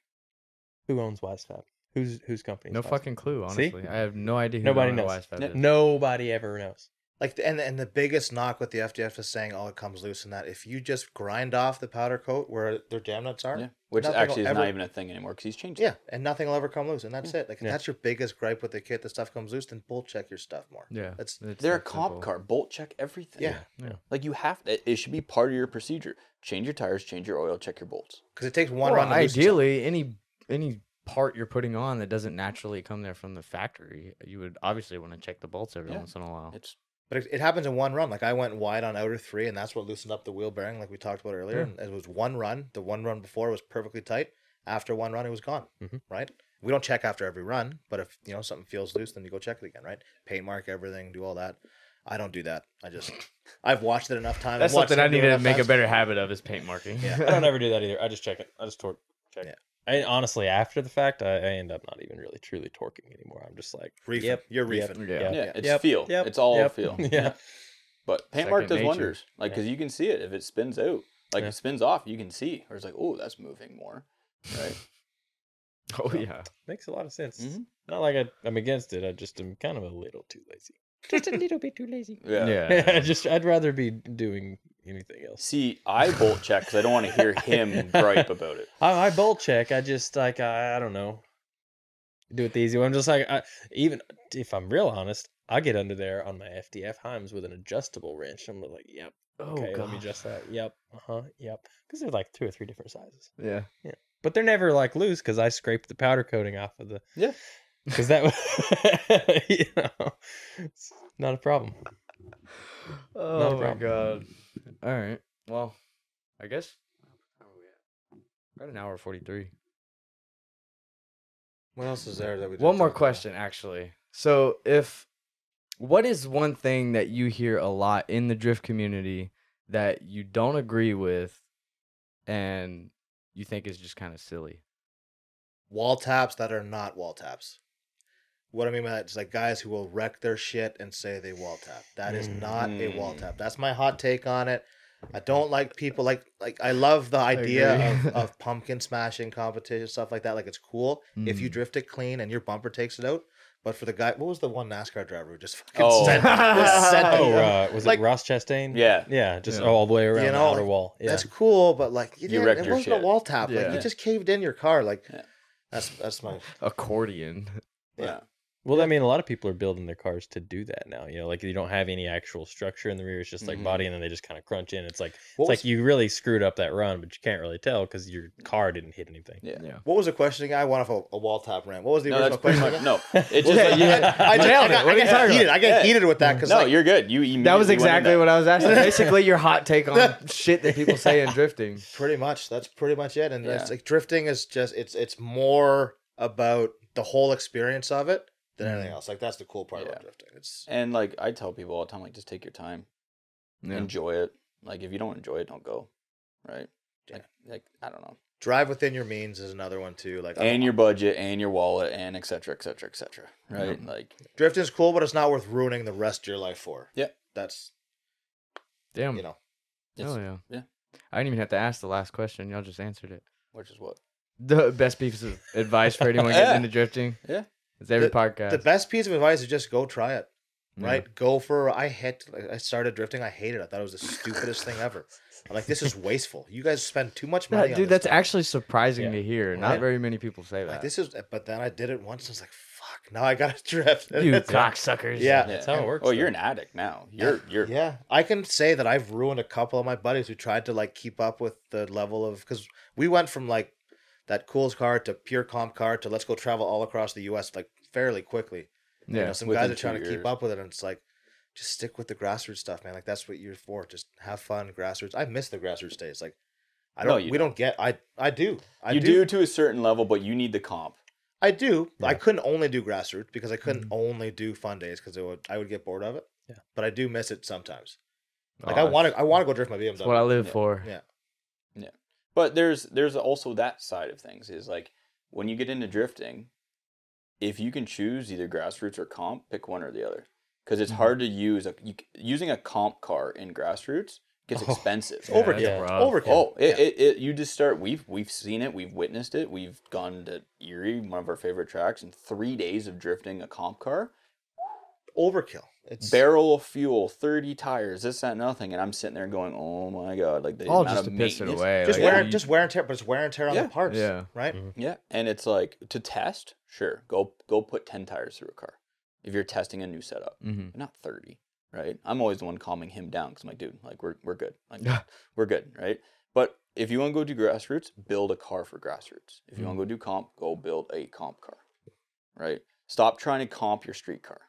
Speaker 4: who owns WiseFab? Who's whose company? is
Speaker 6: No
Speaker 4: Wise
Speaker 6: fucking clue,
Speaker 4: See?
Speaker 6: honestly. I have no idea who
Speaker 4: Nobody
Speaker 6: the
Speaker 4: knows.
Speaker 6: Wise Fab
Speaker 3: No-
Speaker 6: is.
Speaker 4: Nobody ever knows.
Speaker 1: Like the, and and the biggest knock with the FDF is saying, "Oh, it comes loose," and that if you just grind off the powder coat where their jam nuts are,
Speaker 3: yeah. Which
Speaker 1: Nothing
Speaker 3: actually is
Speaker 1: will
Speaker 3: not
Speaker 1: ever-
Speaker 3: even a thing anymore because he's changed. it.
Speaker 1: yeah, and nothing will ever come loose, and that's it. Like if
Speaker 4: Yeah.
Speaker 1: that's your biggest gripe with the kit, the stuff comes loose, then bull check your stuff more.
Speaker 6: Yeah.
Speaker 1: that's
Speaker 6: it's
Speaker 3: they're a
Speaker 6: that
Speaker 3: comp
Speaker 6: simple.
Speaker 3: car. Bolt check everything.
Speaker 1: Yeah.
Speaker 6: Yeah.
Speaker 3: like you have it. It should be part of your procedure. Change your tires. Change your oil. Check your bolts.
Speaker 1: because it takes one
Speaker 6: Well,
Speaker 1: run. To lose itself.
Speaker 6: ideally, any any part you're putting on that doesn't naturally come there from the factory, you would obviously want to check the bolts every
Speaker 3: Yeah.
Speaker 6: once in a while.
Speaker 3: It's
Speaker 1: But it, it happens in one run. Like I went wide on outer three, and that's what loosened up the wheel bearing, like we talked about earlier.
Speaker 6: Hmm.
Speaker 1: And it was one run. The one run before was perfectly tight. After one run, it was gone.
Speaker 6: Mm-hmm.
Speaker 4: Mhm.
Speaker 1: Right. We don't check after every run, but if you know something feels loose, then you go check it again. Right. Paint mark everything, do all that. I don't do that. I just I've watched it enough times.
Speaker 6: That's
Speaker 1: and watched
Speaker 6: something I
Speaker 1: him do
Speaker 6: need to
Speaker 1: it enough
Speaker 6: make a
Speaker 1: times.
Speaker 6: better habit of is paint marking.
Speaker 1: Yeah.
Speaker 4: I don't ever do that either. I just check it. I just torque check.
Speaker 1: Yeah.
Speaker 4: it. I, honestly, after the fact, I, I end up not even really truly torquing anymore. I'm just like,
Speaker 1: Reefing.
Speaker 4: yep,
Speaker 1: You're
Speaker 4: yep,
Speaker 1: reefing.
Speaker 6: Yeah.
Speaker 3: yeah.
Speaker 4: yep,
Speaker 3: it's
Speaker 4: yep,
Speaker 3: feel.
Speaker 4: yep,
Speaker 3: it's all
Speaker 4: yep.
Speaker 3: feel.
Speaker 4: Yeah.
Speaker 3: But paint mark
Speaker 6: Second
Speaker 3: does
Speaker 6: nature.
Speaker 3: wonders, like
Speaker 4: Yeah.
Speaker 3: because you can see it if it spins out, like
Speaker 4: Yeah.
Speaker 3: it spins off, you can see, or it's like, oh, that's moving more, right?
Speaker 6: Oh yeah.
Speaker 4: Makes a lot of sense.
Speaker 3: Mhm.
Speaker 4: Not like I, I'm against it. I just am kind of a little too lazy. Just a little bit too lazy.
Speaker 3: Yeah.
Speaker 4: I just I'd rather be doing anything else.
Speaker 3: See, I bolt check because I don't want to hear him gripe about it.
Speaker 4: I, I bolt check. I just like I, I don't know. Do it the easy way. I'm just like I, even if I'm real honest, I get under there on my FDF Himes with an adjustable wrench. I'm like, yep,
Speaker 6: Oh
Speaker 4: okay, let me
Speaker 6: God.
Speaker 4: adjust that. Yep, uh huh, yep. Because they're like two or three different sizes,
Speaker 6: Yeah.
Speaker 4: but they're never like loose because I scraped the powder coating off of the
Speaker 3: Yeah.
Speaker 4: Because that was you know it's not a problem. a
Speaker 6: Oh my
Speaker 4: problem.
Speaker 6: god. All right. Well, I guess. Got an hour forty three.
Speaker 1: What else is there that we?
Speaker 6: One
Speaker 1: didn't
Speaker 6: more
Speaker 1: talk about?
Speaker 6: question, actually. So, if what is one thing that you hear a lot in the drift community that you don't agree with, and you think is just kind of silly?
Speaker 1: wall taps that are not wall taps. What I mean by that is like guys who will wreck their shit and say they wall tap. That is not a wall
Speaker 3: Mm.
Speaker 1: tap. That's my hot take on it. I don't like people like like I love the idea of,
Speaker 6: agree.
Speaker 1: of pumpkin smashing competition stuff like that. Like it's cool if you
Speaker 6: Mm.
Speaker 1: drift it clean and your bumper takes it out. But for the guy, what was the one NASCAR driver who just fucking
Speaker 3: Oh,
Speaker 1: said, just said
Speaker 4: Oh,
Speaker 1: that?
Speaker 4: uh, was
Speaker 1: Like-
Speaker 4: it Ross Chastain?
Speaker 3: Yeah.
Speaker 4: yeah, just
Speaker 6: Yeah.
Speaker 4: all the way around
Speaker 1: know,
Speaker 4: the outer
Speaker 1: like,
Speaker 4: wall. Yeah,
Speaker 1: That's cool, but like you,
Speaker 3: You
Speaker 1: didn't,
Speaker 3: wrecked
Speaker 1: it
Speaker 3: your
Speaker 1: wasn't
Speaker 3: shit.
Speaker 1: a wall tap. Like
Speaker 6: Yeah.
Speaker 1: you just caved in your car. Like
Speaker 3: Yeah.
Speaker 1: that's that's my
Speaker 6: Accordion.
Speaker 3: Yeah,
Speaker 4: Well, I mean, a lot of people are building their cars to do that now. You know, like you don't have any actual structure in the rear; it's just like
Speaker 3: Mhm.
Speaker 4: body, and then they just kind of crunch in. It's like
Speaker 1: What
Speaker 4: it's like
Speaker 1: was-
Speaker 4: you really screwed up that run, but you can't really tell because your car didn't hit anything.
Speaker 3: yeah.
Speaker 1: What was the question again? I went off a, a wall tap rant. What was the
Speaker 3: No,
Speaker 1: original
Speaker 3: that's pretty
Speaker 1: question?
Speaker 3: much
Speaker 1: again?
Speaker 3: no. It's just
Speaker 6: Yeah,
Speaker 3: like,
Speaker 6: you-
Speaker 1: I, just,
Speaker 6: Nailed
Speaker 1: I,
Speaker 6: it.
Speaker 1: got,
Speaker 6: What
Speaker 1: I
Speaker 6: are you
Speaker 1: got
Speaker 6: talking
Speaker 1: heated.
Speaker 6: about?
Speaker 1: I got
Speaker 3: Yeah.
Speaker 1: heated with that because
Speaker 3: no,
Speaker 1: like,
Speaker 3: you're good. You immediately
Speaker 6: That was
Speaker 3: went in
Speaker 6: exactly
Speaker 3: that.
Speaker 6: what I was asking. Basically, your hot take on shit that people say in drifting.
Speaker 1: pretty much that's pretty much it. And it's
Speaker 3: Yeah.
Speaker 1: like drifting is just it's it's more about the whole experience of it than anything else. Like that's the cool part
Speaker 3: Mm. Yeah.
Speaker 1: about drifting. It's
Speaker 3: And like I tell people all the time, like just take your time,
Speaker 6: Yeah.
Speaker 3: enjoy it. Like if you don't enjoy it, don't go. Right?
Speaker 1: Yeah.
Speaker 3: Like, like I don't know.
Speaker 1: Drive within your means is another one too. Like
Speaker 3: And your budget and your wallet and et cetera, et cetera, et cetera. Right? Like
Speaker 1: drifting's cool, but it's not worth ruining the rest of your life for.
Speaker 3: Yeah. Um,
Speaker 1: that's
Speaker 2: Damn.
Speaker 1: you know.
Speaker 3: it's,
Speaker 2: Hell yeah.
Speaker 3: yeah.
Speaker 2: I didn't even have to ask the last question. Y'all just answered it.
Speaker 3: which is what?
Speaker 2: The best piece of advice for anyone getting
Speaker 3: Yeah.
Speaker 2: into drifting.
Speaker 3: Yeah.
Speaker 2: It's every podcast.
Speaker 1: The best piece of advice is just go try it.
Speaker 2: Yeah.
Speaker 1: Right? Go for I hit I started drifting, I hated it. I thought it was the stupidest thing ever. I'm like, this is wasteful. You guys spend too much
Speaker 2: That-
Speaker 1: money on
Speaker 2: dude,
Speaker 1: this
Speaker 2: that's actually surprising
Speaker 4: Yeah.
Speaker 2: to hear.
Speaker 1: Right.
Speaker 2: Not very many people say
Speaker 1: Like
Speaker 2: that.
Speaker 1: this is but then I did it once and I was like, fuck, now I gotta drift.
Speaker 2: you cocksuckers.
Speaker 1: yeah.
Speaker 4: That's how it
Speaker 3: and-
Speaker 4: works,
Speaker 3: Oh, you're
Speaker 4: though.
Speaker 3: an addict now. You're you're
Speaker 1: Yeah, I can say that I've ruined a couple of my buddies who tried to like keep up with the level of because we went from like that coolest car to pure comp car to let's go travel all across the U.S. like fairly quickly.
Speaker 2: Yeah.
Speaker 1: You know, some
Speaker 3: Within
Speaker 1: guys are
Speaker 3: two
Speaker 1: trying to
Speaker 3: years.
Speaker 1: keep up with it, and it's like just stick with the grassroots stuff, man. Like that's what you're for. Just have fun, grassroots. I miss the grassroots days. Like I
Speaker 3: No,
Speaker 1: don't.
Speaker 3: you
Speaker 1: we don't. get. I I do. I
Speaker 3: you do. to a certain level, but you need the comp.
Speaker 1: I do. I couldn't only do grassroots because I couldn't only do fun days because it would I would get bored of it.
Speaker 4: Yeah.
Speaker 1: But I do miss it sometimes.
Speaker 2: Oh,
Speaker 1: Like I want to. I want to go drift my BMW.
Speaker 2: That's what I live for.
Speaker 1: Yeah.
Speaker 3: But there's there's also that side of things is like when you get into drifting, if you can choose either grassroots or comp, pick one or the other because it's hard to use a you, c- using a comp car in grassroots gets
Speaker 4: Oh,
Speaker 3: expensive.
Speaker 1: Over
Speaker 2: that's
Speaker 4: yeah.
Speaker 2: rough.
Speaker 1: Overkill.
Speaker 3: Oh, it, it, it you just start we've we've seen it, we've witnessed it, we've gone to Erie, one of our favorite tracks, and three days of drifting a comp car,
Speaker 1: overkill. It's
Speaker 3: barrel of fuel, thirty tires, this, that, nothing, and I'm sitting there going, Oh my god, like the
Speaker 2: All
Speaker 3: amount
Speaker 2: just to
Speaker 3: of
Speaker 2: piss it
Speaker 3: maintenance-
Speaker 2: away.
Speaker 1: just
Speaker 2: like,
Speaker 1: wear
Speaker 2: you-
Speaker 1: just wear and tear, but it's wear and tear on
Speaker 3: Yeah.
Speaker 1: the parts.
Speaker 2: Yeah.
Speaker 1: right.
Speaker 4: Mhm.
Speaker 3: Yeah, and it's like to test, sure, go go put ten tires through a car if you're testing a new setup,
Speaker 2: Mhm.
Speaker 3: but not thirty, right? I'm always the one calming him down because I'm like, dude, like we're we're good, like we're good, right? But if you want to go do grassroots, build a car for grassroots. If you
Speaker 1: Mm.
Speaker 3: want to go do comp, go build a comp car, right? Stop trying to comp your street car.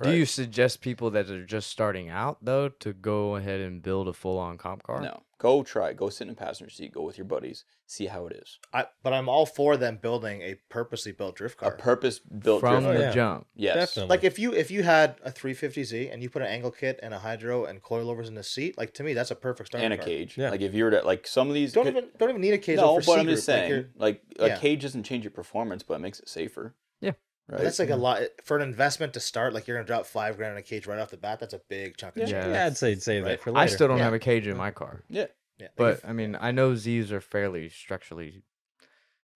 Speaker 2: Do
Speaker 3: Right.
Speaker 2: you suggest people that are just starting out though to go ahead and build a full-on comp car?
Speaker 3: No, go try, go sit in a passenger seat, go with your buddies, see how it is.
Speaker 1: I, but I'm all for them building a purposely built drift
Speaker 3: A
Speaker 1: car.
Speaker 3: purpose built
Speaker 2: From
Speaker 4: Oh,
Speaker 2: the
Speaker 4: yeah.
Speaker 2: jump.
Speaker 3: Yes,
Speaker 4: Definitely.
Speaker 1: like if you if you had a 350Z and you put an angle kit and a hydro and coilovers in the seat, like to me that's a perfect starter
Speaker 3: and a
Speaker 1: car.
Speaker 3: cage.
Speaker 4: Yeah.
Speaker 3: Like if you were to like some of these
Speaker 1: Don't even don't even need a cage.
Speaker 3: no,
Speaker 1: though, for
Speaker 3: but
Speaker 1: C
Speaker 3: I'm just
Speaker 1: group. Like,
Speaker 3: saying,
Speaker 1: you're-
Speaker 3: like,
Speaker 1: yeah.
Speaker 3: a cage doesn't change your performance, but it makes it safer.
Speaker 2: Yeah.
Speaker 3: right. Mm-hmm.
Speaker 1: that's like a lot for an investment to start. Like you're gonna drop five grand in a cage right off the bat. That's a big chunk.
Speaker 4: yeah,
Speaker 1: of change.
Speaker 2: Yeah.
Speaker 4: I'd say save
Speaker 1: Right.
Speaker 4: that for later.
Speaker 2: I still don't
Speaker 1: Yeah.
Speaker 2: have a cage in my car.
Speaker 3: yeah,
Speaker 1: yeah. Like,
Speaker 2: But
Speaker 1: if-
Speaker 2: I mean, I know Z's are fairly structurally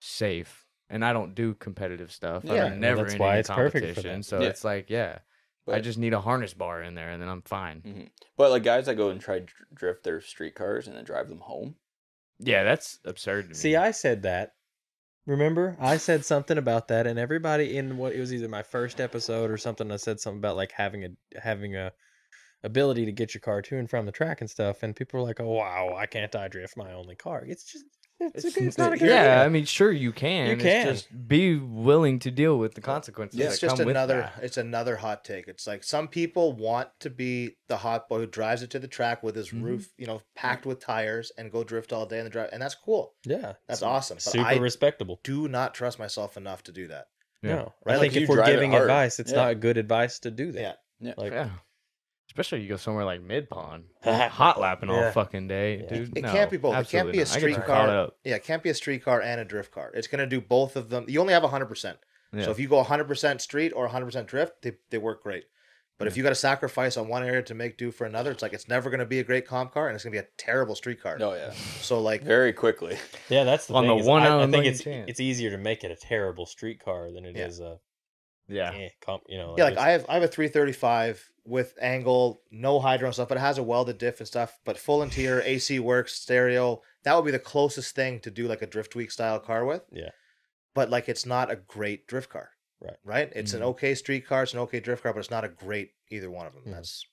Speaker 2: safe, and I don't do competitive stuff.
Speaker 3: Yeah.
Speaker 2: I
Speaker 3: Well,
Speaker 2: mean, never
Speaker 4: that's
Speaker 2: in
Speaker 4: why
Speaker 2: any
Speaker 4: it's perfect for
Speaker 2: competition.
Speaker 4: them.
Speaker 2: So
Speaker 3: Yeah.
Speaker 2: it's like, yeah, I
Speaker 3: But-
Speaker 2: just need a harness bar in there, and then I'm fine.
Speaker 1: Mm.
Speaker 4: Mm-hmm.
Speaker 3: Mhm. but like guys that go and try to dr- drift their street cars and then drive them home.
Speaker 2: Yeah, that's absurd to me.
Speaker 4: See, I said that. Remember, I said something about that, and everybody in what it was either my first episode or something. I said something about like having a having a ability to get your car to and from the track and stuff, and people were like, "Oh wow, I can't I drift my only car?" It's just it's, a good, it's not a good
Speaker 2: yeah,
Speaker 4: idea.
Speaker 2: I mean, sure you can.
Speaker 4: You
Speaker 2: It's
Speaker 4: can.
Speaker 2: just be willing to deal with the consequences.
Speaker 3: Yeah.
Speaker 2: that
Speaker 1: it's just
Speaker 2: come with
Speaker 1: another
Speaker 2: that.
Speaker 1: it's another hot take it's like some people want to be the hot boy who drives it to the track with his
Speaker 3: Mm-hmm.
Speaker 1: roof you know packed with tires and go drift all day in the drive and that's cool
Speaker 4: yeah,
Speaker 1: that's awesome but
Speaker 4: super
Speaker 1: i
Speaker 4: respectable.
Speaker 1: do not trust myself enough to do that
Speaker 2: Yeah.
Speaker 4: No,
Speaker 1: Right,
Speaker 4: I
Speaker 1: like,
Speaker 4: think
Speaker 3: you
Speaker 4: if we're
Speaker 3: drive it
Speaker 4: giving
Speaker 3: hard.
Speaker 4: advice, it's
Speaker 3: Yeah.
Speaker 4: not good advice to do that.
Speaker 1: yeah
Speaker 3: Yeah.
Speaker 4: Like,
Speaker 2: yeah. Especially you go somewhere like mid pond, hot lapping
Speaker 4: Yeah.
Speaker 2: all fucking day,
Speaker 4: Yeah.
Speaker 2: dude.
Speaker 1: it
Speaker 2: no,
Speaker 1: can't be both it can't
Speaker 2: absolutely
Speaker 1: be a
Speaker 2: not. I get
Speaker 1: street
Speaker 2: too caught
Speaker 1: car
Speaker 2: up.
Speaker 1: yeah it can't be a street car and a drift car it's going to do both of them you only have 100%
Speaker 2: Yeah.
Speaker 1: so if you go 100% street or 100% drift they, they work great but if you got to sacrifice on one area to make do for another, it's like it's never going to be a great comp car and it's going to be a terrible street car.
Speaker 3: Oh yeah,
Speaker 1: So like
Speaker 3: very quickly.
Speaker 4: yeah, that's the
Speaker 2: On
Speaker 4: thing.
Speaker 2: the
Speaker 4: is
Speaker 2: one out
Speaker 4: I,
Speaker 2: of a
Speaker 4: I think
Speaker 2: million
Speaker 4: it's
Speaker 2: chance.
Speaker 4: it's easier to make it a terrible street car than it
Speaker 1: Yeah.
Speaker 4: is a
Speaker 2: yeah,
Speaker 4: eh, comp. You know,
Speaker 1: Yeah, like
Speaker 4: it's-
Speaker 1: I have I have a 335 with angle, no hydro and stuff, but it has a welded diff and stuff, but full interior, AC works, stereo. That would be the closest thing to do like a drift week style car with.
Speaker 4: Yeah.
Speaker 1: But like it's not a great drift car.
Speaker 4: Right.
Speaker 1: Right? It's an
Speaker 2: Mhm.
Speaker 1: okay street car, it's an okay drift car, but it's not a great either one of them.
Speaker 2: Mm-hmm.
Speaker 4: Mhm.
Speaker 1: That's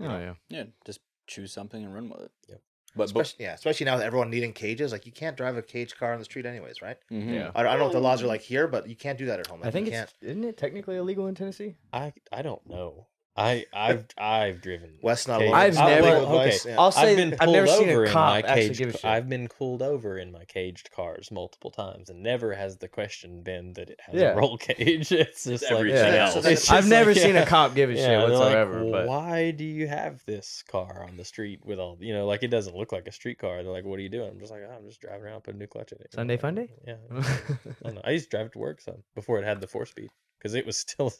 Speaker 2: oh yeah.
Speaker 3: Yeah, just choose something and run with it.
Speaker 4: Yep.
Speaker 3: But, but
Speaker 1: especially yeah, especially now with everyone needing cages. Like you can't drive a cage car on the street anyways, right?
Speaker 3: Mhm.
Speaker 2: Yeah.
Speaker 1: I, I don't know what the laws are like here, but you can't do that at home. Like,
Speaker 2: I think
Speaker 1: you
Speaker 2: it's
Speaker 1: can't.
Speaker 2: isn't it technically illegal in Tennessee?
Speaker 4: I I don't know. I I've I've driven.
Speaker 1: Wes not
Speaker 4: Cage-
Speaker 1: alone.
Speaker 2: I've
Speaker 4: I-
Speaker 2: never-
Speaker 4: well,
Speaker 1: With
Speaker 4: okay.
Speaker 1: Wes, yeah.
Speaker 2: I'll
Speaker 4: I've
Speaker 2: say
Speaker 4: been
Speaker 2: that I've
Speaker 4: pulled
Speaker 2: never
Speaker 4: over
Speaker 2: seen a
Speaker 4: in
Speaker 2: cop
Speaker 4: my
Speaker 2: actually
Speaker 4: caged.
Speaker 2: give a
Speaker 4: ca-
Speaker 2: shit.
Speaker 4: I've been pulled over in my caged cars multiple times, and never has the question been that it has
Speaker 2: Yeah.
Speaker 4: a roll cage. It's just like
Speaker 3: everything
Speaker 1: else. So then
Speaker 4: It's
Speaker 1: it's-
Speaker 2: I've
Speaker 4: just
Speaker 2: never
Speaker 4: like,
Speaker 2: seen
Speaker 4: yeah.
Speaker 2: a cop give a
Speaker 4: they're
Speaker 2: shit
Speaker 4: like,
Speaker 2: whatsoever. but
Speaker 4: why do you have this car on the street with all you know? Like it doesn't look like a street car. They're like, what are you doing? I'm just like, "Oh, I'm just driving around, putting a new clutch in it. you know,
Speaker 2: Sunday fun day?
Speaker 4: Yeah. I, don't know. I used to drive it to work some before it had the four speed because it was still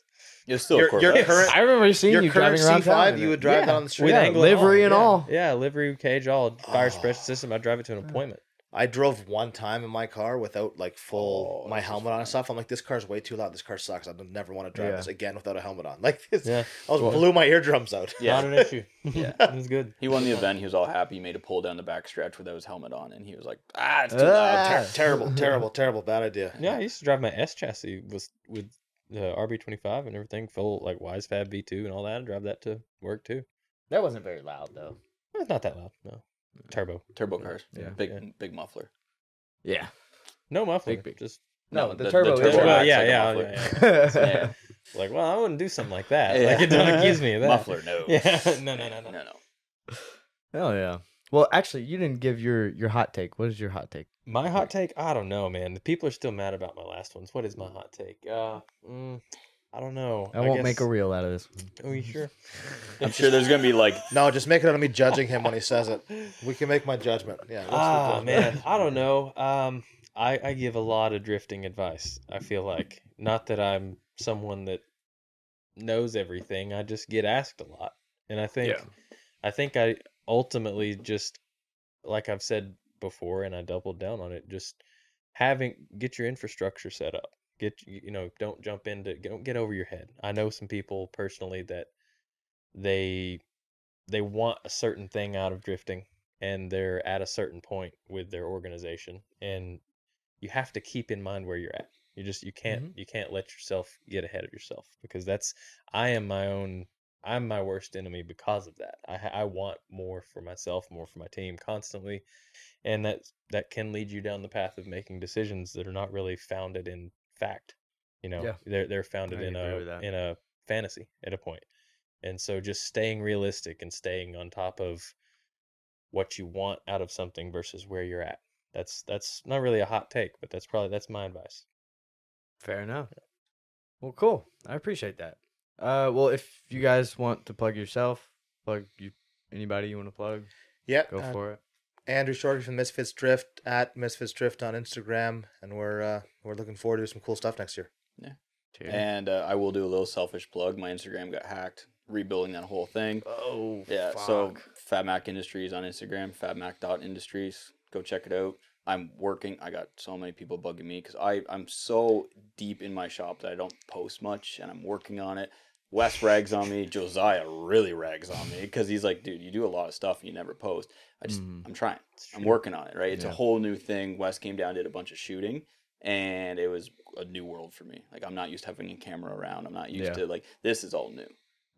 Speaker 3: It's still
Speaker 1: Your-
Speaker 3: a
Speaker 1: your
Speaker 3: Corvette.
Speaker 1: current-
Speaker 2: I remember seeing
Speaker 1: Your
Speaker 2: you
Speaker 1: current
Speaker 2: driving around town
Speaker 1: C5,
Speaker 2: in
Speaker 1: you
Speaker 2: it.
Speaker 1: would drive
Speaker 4: Yeah.
Speaker 1: down on the street.
Speaker 4: with
Speaker 2: Yeah,
Speaker 4: angle
Speaker 2: livery
Speaker 4: all.
Speaker 2: and
Speaker 4: yeah.
Speaker 2: all.
Speaker 4: Yeah, livery cage all fire
Speaker 1: Oh.
Speaker 4: suppression system. I drive it to an appointment.
Speaker 1: I drove one time in my car without like full
Speaker 4: Oh,
Speaker 1: my
Speaker 4: this is
Speaker 1: helmet on and stuff. I'm like, this car's way too loud. This car sucks. I would never want to drive
Speaker 2: Yeah.
Speaker 1: this again without a helmet on. Like this,
Speaker 4: Yeah,
Speaker 1: I was blew my eardrums out.
Speaker 4: not an issue. yeah, it was good.
Speaker 3: He won the event. He was all happy. He made a pull down the back stretch without his helmet on, and he was like, "Ah, it's too loud."
Speaker 1: Oh, Ter- terrible, terrible, terrible, bad idea.
Speaker 4: Yeah, I used to drive my S chassis was with uh, the RB twenty five and everything full like Wise Fab V two and all that. and drive that to work too.
Speaker 7: That wasn't very loud though.
Speaker 4: It's not that loud. No turbo.
Speaker 3: Turbo cars,
Speaker 2: Yeah.
Speaker 3: big
Speaker 4: Yeah.
Speaker 3: big muffler.
Speaker 2: Yeah.
Speaker 4: No muffler.
Speaker 2: Big, big.
Speaker 4: Just
Speaker 2: No, the turbo is-
Speaker 4: Turbo,
Speaker 3: acts
Speaker 4: yeah,
Speaker 3: like a
Speaker 4: yeah,
Speaker 3: muffler.
Speaker 4: yeah,
Speaker 3: Yeah.
Speaker 4: like, well, I wouldn't do something like that.
Speaker 3: Yeah.
Speaker 4: Like it don't accuse me of that.
Speaker 3: muffler, no.
Speaker 4: Yeah. No, no, no, no.
Speaker 3: no, no.
Speaker 2: Hell yeah. Well, actually, you didn't give your your hot take. What is your hot take?
Speaker 4: My hot take? I don't know, man. The people are still mad about my last ones. What is my hot take? Uh, mm, I don't know.
Speaker 2: I, won't make a
Speaker 4: guess-
Speaker 2: reel out of this.
Speaker 4: Oh, you sure?
Speaker 3: I'm sure there's gonna be like
Speaker 1: No, just make it out of me judging him when he says it. We can make my judgment. Yeah. that's the
Speaker 4: Ah,
Speaker 1: judgment.
Speaker 4: man, I don't know. Um, I I give a lot of drifting advice. I feel like not that I'm someone that knows everything. I just get asked a lot, and I think I think I ultimately just like I've said before, and I doubled down on it. Just having get your infrastructure set up. Get you you know don't jump into don't get over your head. I know some people personally that they they want a certain thing out of drifting and they're at a certain point with their organization and you have to keep in mind where you're at you just you can't
Speaker 2: Mm-hmm.
Speaker 4: you can't let yourself get ahead of yourself because that's i am my own i'm my worst enemy because of that i ha- i want more for myself more for my team constantly and that that can lead you down the path of making decisions that are not really founded in fact you know
Speaker 2: Yeah.
Speaker 4: they're they're founded
Speaker 2: I
Speaker 4: in
Speaker 2: agree with
Speaker 4: a
Speaker 2: that.
Speaker 4: in a fantasy at a point and so just staying realistic and staying on top of what you want out of something versus where you're at. That's that's not really a hot take, but that's probably that's my advice.
Speaker 2: Fair enough. Well, cool. I appreciate that. Uh, well, if you guys want to plug yourself, plug you, anybody you want to plug,
Speaker 1: Yeah.
Speaker 2: go
Speaker 1: uh,
Speaker 2: for it.
Speaker 1: Andrew Shorty from Misfits Drift at Misfits Drift on Instagram, and we're uh, we're looking forward to some cool stuff next year.
Speaker 3: And uh, I will do a little selfish plug. My Instagram got hacked. Rebuilding that whole thing.
Speaker 2: Oh,
Speaker 3: Yeah. So FabMac Industries on Instagram, FabMac.industries. Go check it out. I'm working. I got so many people bugging me because I I'm so deep in my shop that I don't post much, and I'm working on it. Wes rags on me. Josiah really rags on me because he's like, dude, you do a lot of stuff and you never post. I just
Speaker 2: Mhm.
Speaker 3: I'm trying.
Speaker 4: It's
Speaker 3: I'm
Speaker 4: true.
Speaker 3: working on it, right? It's a
Speaker 2: Yeah.
Speaker 3: whole new thing. Wes came down, did a bunch of shooting, and it was a new world for me. Like I'm not used to having a camera around. I'm not used
Speaker 2: Yeah.
Speaker 3: to like this is all new,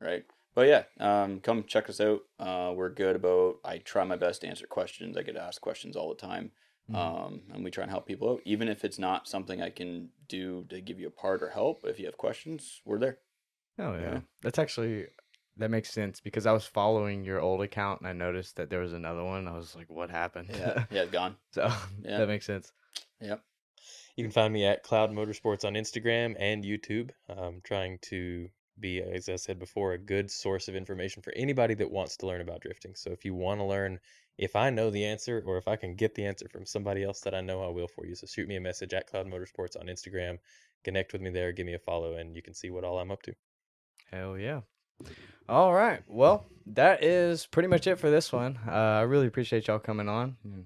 Speaker 3: right? But yeah, um, come check us out. Uh, we're good about. I try my best to answer questions. I get asked questions all the time,
Speaker 2: Mm-hmm. Mm. uh,
Speaker 3: um, and we try and help people out, even if it's not something I can do to give you a part or help. If you have questions, we're there.
Speaker 2: Oh yeah.
Speaker 3: Yeah.
Speaker 2: That's actually that makes sense because I was following your old account and I noticed that there was another one. I was like, what happened?
Speaker 3: Yeah, yeah, gone.
Speaker 2: so
Speaker 3: Yeah.
Speaker 2: that makes sense.
Speaker 4: You can find me at Cloud Motorsports on Instagram and YouTube. I'm trying to be, as I said before, a good source of information for anybody that wants to learn about drifting. So if you want to learn, if I know the answer or if I can get the answer from somebody else that I know, I will for you. So shoot me a message at Cloud Motorsports on Instagram. Connect with me there, give me a follow, and you can see what all I'm up to.
Speaker 2: Hell yeah. All right. Well, that is pretty much it for this one. Uh, I really appreciate y'all coming on. Mm,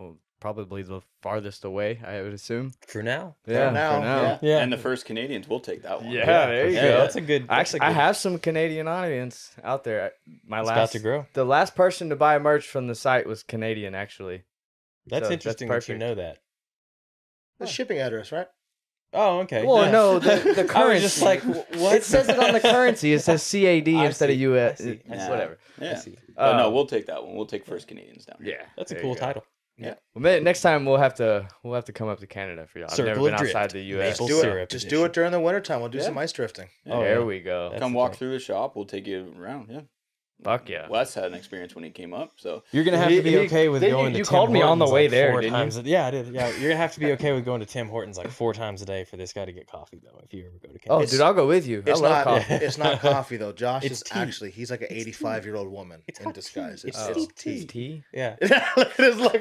Speaker 2: well, Probably the farthest away, I would assume.
Speaker 4: For now,
Speaker 2: Yeah,
Speaker 1: now, yeah.
Speaker 4: Yeah.
Speaker 3: And the first Canadians, we'll take that one.
Speaker 2: Yeah, there
Speaker 4: for
Speaker 2: you
Speaker 4: sure.
Speaker 2: go.
Speaker 4: That's a good. That's a
Speaker 2: Actually, I
Speaker 4: good-
Speaker 2: have some Canadian audience out there. I- My
Speaker 4: It's
Speaker 2: last
Speaker 4: about to grow.
Speaker 2: The last person to buy merch from the site was Canadian, actually.
Speaker 4: That's
Speaker 2: So that's
Speaker 4: interesting that you
Speaker 2: perfect.
Speaker 4: know that.
Speaker 1: The shipping address, right?
Speaker 4: Oh, okay.
Speaker 2: Well,
Speaker 4: yeah.
Speaker 2: no, the, the currency.
Speaker 4: I was just like, "Wh- what?
Speaker 2: It says it on the currency. It says CAD
Speaker 4: I
Speaker 2: instead
Speaker 4: see,
Speaker 2: of US.
Speaker 4: I see, I
Speaker 3: see.
Speaker 2: Whatever.
Speaker 4: I
Speaker 3: Yeah.
Speaker 4: see.
Speaker 3: But no,
Speaker 2: Um,
Speaker 3: we'll take that one. We'll take first Canadians down. here.
Speaker 2: Yeah,
Speaker 4: That's a
Speaker 2: there
Speaker 4: cool
Speaker 2: you go.
Speaker 4: title.
Speaker 2: Well, may- next time we'll have to we'll have to come up to Canada for y'all. I've never
Speaker 4: Circle
Speaker 2: been
Speaker 4: of drift.
Speaker 2: outside the U.S.
Speaker 4: Maple
Speaker 1: do it.
Speaker 4: syrup
Speaker 1: Just do
Speaker 4: edition.
Speaker 1: it during the wintertime. We'll do
Speaker 3: Yeah.
Speaker 1: some ice drifting.
Speaker 4: Oh,
Speaker 2: there
Speaker 4: yeah.
Speaker 2: we go.
Speaker 4: That's
Speaker 3: Come
Speaker 4: the
Speaker 3: walk
Speaker 4: plan.
Speaker 3: through the shop. We'll take you around. Yeah.
Speaker 2: Fuck yeah.
Speaker 3: Wes had an experience when he came up. So
Speaker 8: You're gonna have
Speaker 4: He-
Speaker 8: to be
Speaker 4: he-
Speaker 8: okay with
Speaker 2: then
Speaker 8: going.
Speaker 2: you-
Speaker 8: to
Speaker 2: you
Speaker 8: Tim
Speaker 2: called me on the
Speaker 8: Hortons,
Speaker 2: way
Speaker 8: like,
Speaker 2: there,
Speaker 8: four
Speaker 2: didn't you?
Speaker 8: times a- yeah, I did.
Speaker 4: Yeah, you're gonna have to be okay with going to Tim Hortons like four times a day for this guy to get coffee though. If you ever go
Speaker 2: Oh,
Speaker 4: to Canada,
Speaker 1: It's-
Speaker 2: dude, I'll go with you. I
Speaker 1: It's
Speaker 2: love
Speaker 1: not.
Speaker 2: coffee.
Speaker 1: It's not coffee though. Josh
Speaker 4: It's
Speaker 1: is
Speaker 4: tea.
Speaker 1: actually he's like an eighty-five year old woman
Speaker 4: It's
Speaker 1: in
Speaker 4: hot tea.
Speaker 1: disguise.
Speaker 4: It's
Speaker 1: It's,
Speaker 2: Oh,
Speaker 1: it's
Speaker 2: tea.
Speaker 1: tea.
Speaker 2: tea?
Speaker 4: yeah,
Speaker 1: Look at his look.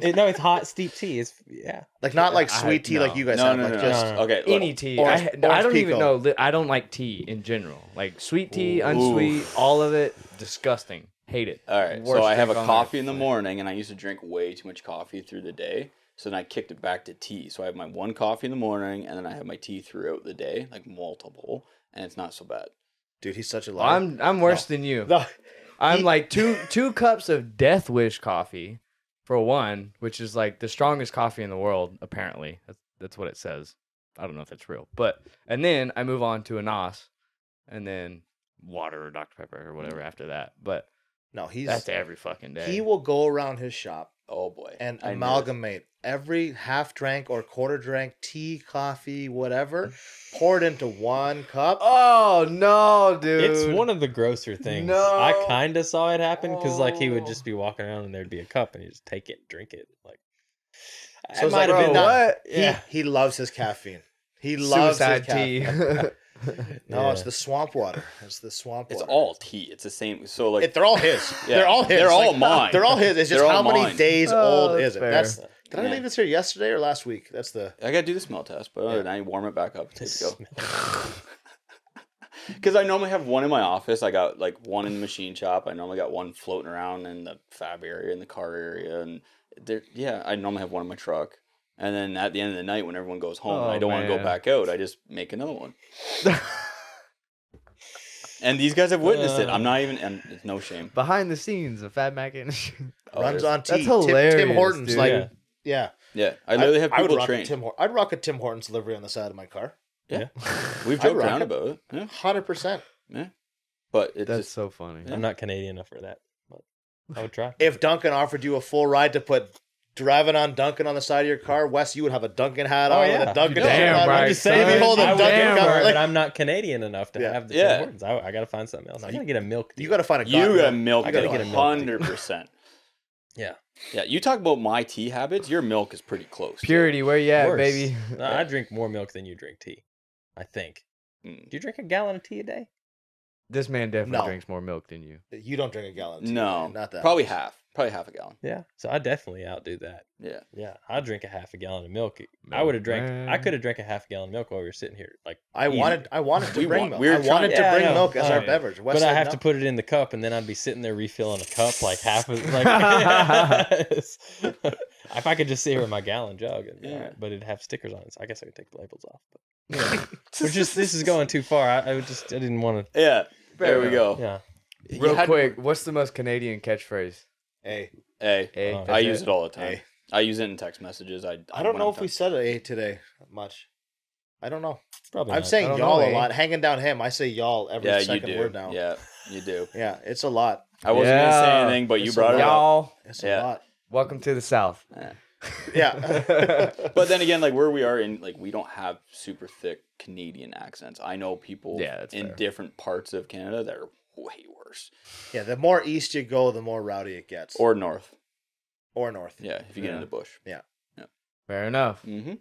Speaker 4: It- no, it's hot steep tea. It's yeah,
Speaker 1: Like not like
Speaker 2: I-
Speaker 1: sweet tea like
Speaker 2: no.
Speaker 1: you
Speaker 3: no,
Speaker 1: guys
Speaker 3: no,
Speaker 1: have.
Speaker 3: no,
Speaker 1: Like
Speaker 3: no,
Speaker 1: just
Speaker 3: no. Okay. look,
Speaker 2: Any tea.
Speaker 1: orange-
Speaker 2: I, I
Speaker 1: orange
Speaker 2: don't even
Speaker 1: pico.
Speaker 2: know. li- I don't like tea in general. Like sweet tea,
Speaker 3: Ooh.
Speaker 2: unsweet, all of it, disgusting. Hate it.
Speaker 3: All right.
Speaker 2: Worst
Speaker 3: so I have a
Speaker 2: drink on earth.
Speaker 3: coffee in the morning, and I used to drink way too much coffee through the day. So then I kicked it back to tea. So I have my one coffee in the morning, and then I have my tea throughout the day, like multiple, and it's not so bad.
Speaker 1: dude, he's such a liar.
Speaker 2: I'm I'm worse than you.
Speaker 1: No.
Speaker 2: I'm
Speaker 1: He-
Speaker 2: like two two cups of Death Wish coffee for one, which is like the strongest coffee in the world, apparently. That's that's what it says. I don't know if it's real. But and then I move on to a NOS and then water or Dr. Pepper or whatever after that. But
Speaker 1: no, he's
Speaker 2: that's every fucking day.
Speaker 1: he will go around his shop
Speaker 3: Oh boy.
Speaker 1: and
Speaker 3: I know it.
Speaker 1: amalgamate every half drank or quarter drank tea, coffee, whatever, poured into one cup.
Speaker 2: oh no, dude.
Speaker 4: it's one of the grosser things. I kind of saw it happen because like he would
Speaker 2: Oh.
Speaker 4: just be walking around and there'd be a cup and he just take it, and drink it. Like
Speaker 1: So
Speaker 4: it
Speaker 1: it's like,
Speaker 4: might have
Speaker 2: "Oh,
Speaker 1: bro,
Speaker 4: been
Speaker 1: what?
Speaker 4: Yeah,
Speaker 1: He, he loves his caffeine. He loves
Speaker 2: suicide
Speaker 1: his caffeine.
Speaker 2: tea.
Speaker 1: No, it's
Speaker 4: Yeah.
Speaker 1: the swamp water. It's the swamp
Speaker 3: It's
Speaker 1: water.
Speaker 3: all tea. It's the same. So like
Speaker 1: It- they're all his.
Speaker 3: Yeah.
Speaker 1: They're all his.
Speaker 3: They're all
Speaker 1: Like,
Speaker 3: mine.
Speaker 1: They're all his. It's just
Speaker 3: They're
Speaker 1: how
Speaker 3: all
Speaker 1: many
Speaker 3: mine.
Speaker 1: days
Speaker 2: Oh,
Speaker 1: old
Speaker 2: that's
Speaker 1: is it?
Speaker 2: fair.
Speaker 1: That's did I
Speaker 3: Yeah.
Speaker 1: leave this here yesterday or last week? That's the
Speaker 3: I gotta do the smell test, but other than that, you warm it back up. and Take
Speaker 4: Smell.
Speaker 3: it Because I normally have one in my office. I got like one in the machine shop. I normally got one floating around in the fab area, in the car area, and there. Yeah, I normally have one in my truck. And then at the end of the night, when everyone goes home, and I
Speaker 2: Oh,
Speaker 3: don't want to go
Speaker 2: man.
Speaker 3: back out. I just make another one. and these guys have witnessed it. I'm not even. And it's no shame.
Speaker 2: Behind the scenes of Fat Mac and
Speaker 3: Oh,
Speaker 1: runs
Speaker 3: there's-
Speaker 1: on tea.
Speaker 2: That's
Speaker 1: Tim- Tim,
Speaker 2: hilarious,
Speaker 1: Hortons,
Speaker 2: dude.
Speaker 1: like
Speaker 4: Yeah.
Speaker 1: yeah.
Speaker 3: Yeah, I literally have
Speaker 1: I would
Speaker 3: people
Speaker 1: rock a
Speaker 3: trained.
Speaker 1: Tim. Hort- I'd rock a Tim Hortons livery on the side of my car.
Speaker 3: We've
Speaker 1: I'd
Speaker 3: joked
Speaker 1: rock
Speaker 3: around
Speaker 1: it.
Speaker 3: about it. Yeah,
Speaker 1: Hundred percent.
Speaker 3: yeah. But it's
Speaker 2: That's
Speaker 3: just
Speaker 2: so funny.
Speaker 4: I'm not Canadian enough for that, but I would try.
Speaker 1: If Duncan offered you a full ride to put driving on Duncan on the side of your car, Wes, you would have a Duncan hat
Speaker 4: Oh,
Speaker 1: on.
Speaker 4: yeah.
Speaker 1: with a Duncan
Speaker 4: Damn
Speaker 1: shirt on.
Speaker 2: right,
Speaker 1: You'd be
Speaker 2: son.
Speaker 1: holding
Speaker 4: I would
Speaker 1: Duncan
Speaker 4: am,
Speaker 1: cup.
Speaker 4: but
Speaker 1: Like,
Speaker 4: I'm not Canadian enough to
Speaker 1: Yeah.
Speaker 4: have the
Speaker 3: Yeah.
Speaker 4: Tim Hortons. I, I gotta find something else. I gotta get a milk. Tea.
Speaker 1: you got to find a.
Speaker 3: You
Speaker 1: goddamn-
Speaker 3: gotta milk
Speaker 4: I gotta
Speaker 3: it
Speaker 4: get a milk tea.
Speaker 3: hundred percent.
Speaker 4: Yeah.
Speaker 3: Yeah, you talk about my tea habits. Your milk is pretty close.
Speaker 2: Purity, where you at,
Speaker 4: Worse.
Speaker 2: baby?
Speaker 4: No, I drink more milk than you drink tea. I think.
Speaker 3: Mm.
Speaker 4: Do you drink a gallon of tea a day?
Speaker 2: This man definitely
Speaker 1: No.
Speaker 2: drinks more milk than you.
Speaker 1: You don't drink a gallon. of tea,
Speaker 3: No,
Speaker 1: man. not that.
Speaker 3: Probably
Speaker 1: much.
Speaker 3: half. Probably half a gallon.
Speaker 4: Yeah. So I definitely outdo that.
Speaker 3: Yeah.
Speaker 4: Yeah, I drink a half a gallon of milk. I would have drank. I
Speaker 2: Milkman.
Speaker 4: could have drank a half gallon of milk while we were sitting here. Like
Speaker 1: I
Speaker 4: easy.
Speaker 1: wanted. I wanted to
Speaker 3: We
Speaker 1: bring
Speaker 3: want-
Speaker 1: milk.
Speaker 3: we were
Speaker 1: I wanted
Speaker 3: trying-
Speaker 1: to
Speaker 4: Yeah, I
Speaker 1: bring
Speaker 4: know.
Speaker 1: milk as
Speaker 4: Oh,
Speaker 1: our
Speaker 4: yeah.
Speaker 1: beverage. Wes
Speaker 4: but I
Speaker 1: said
Speaker 4: have
Speaker 1: no.
Speaker 4: to put it in the cup, and then I'd be sitting there refilling a cup like half of like. if I could just sit here with my gallon jug, it'd be all
Speaker 3: Yeah.
Speaker 4: right, but it'd have stickers on it. So I guess I could take the labels off. But we're just this is going too far. I, I would just I didn't want
Speaker 3: Yeah. There we
Speaker 4: to.
Speaker 1: Oh.
Speaker 3: go.
Speaker 4: Yeah,
Speaker 3: You
Speaker 2: Real
Speaker 3: had-
Speaker 2: quick, what's the most Canadian catchphrase?
Speaker 1: Hey,
Speaker 3: Hey,
Speaker 2: Hey,
Speaker 1: Uh,
Speaker 4: Oh,
Speaker 3: I
Speaker 2: that's
Speaker 3: use it all the time.
Speaker 1: Hey.
Speaker 3: I use it in text messages. I
Speaker 1: I don't
Speaker 3: when
Speaker 1: know
Speaker 3: I'm
Speaker 1: if we
Speaker 3: text-
Speaker 1: said a today much. I don't know.
Speaker 4: probably.
Speaker 1: I'm
Speaker 4: not.
Speaker 1: saying
Speaker 2: don't
Speaker 1: y'all
Speaker 2: know,
Speaker 1: a
Speaker 2: eh?
Speaker 1: lot. Hanging down him, I say y'all every
Speaker 3: Yeah, you
Speaker 1: second
Speaker 3: do.
Speaker 1: word now. Yeah.
Speaker 3: Yeah, you do.
Speaker 1: it's a lot.
Speaker 3: I wasn't gonna say
Speaker 2: Yeah.
Speaker 3: anything, but you
Speaker 1: It's
Speaker 3: brought
Speaker 1: a
Speaker 3: it up.
Speaker 2: Y'all,
Speaker 1: It's
Speaker 3: Yeah.
Speaker 1: a lot.
Speaker 2: welcome to the South.
Speaker 1: Yeah.
Speaker 3: But then again, like where we are in, like we don't have super thick Canadian accents. I know people
Speaker 2: Yeah, that's
Speaker 3: in
Speaker 2: fair.
Speaker 3: different parts of Canada that are way worse.
Speaker 1: yeah, the more east you go, the more rowdy it gets. Or,
Speaker 3: Or north.
Speaker 1: north.
Speaker 3: Yeah, if you get in the bush.
Speaker 2: Fair enough.
Speaker 3: Mm-hmm.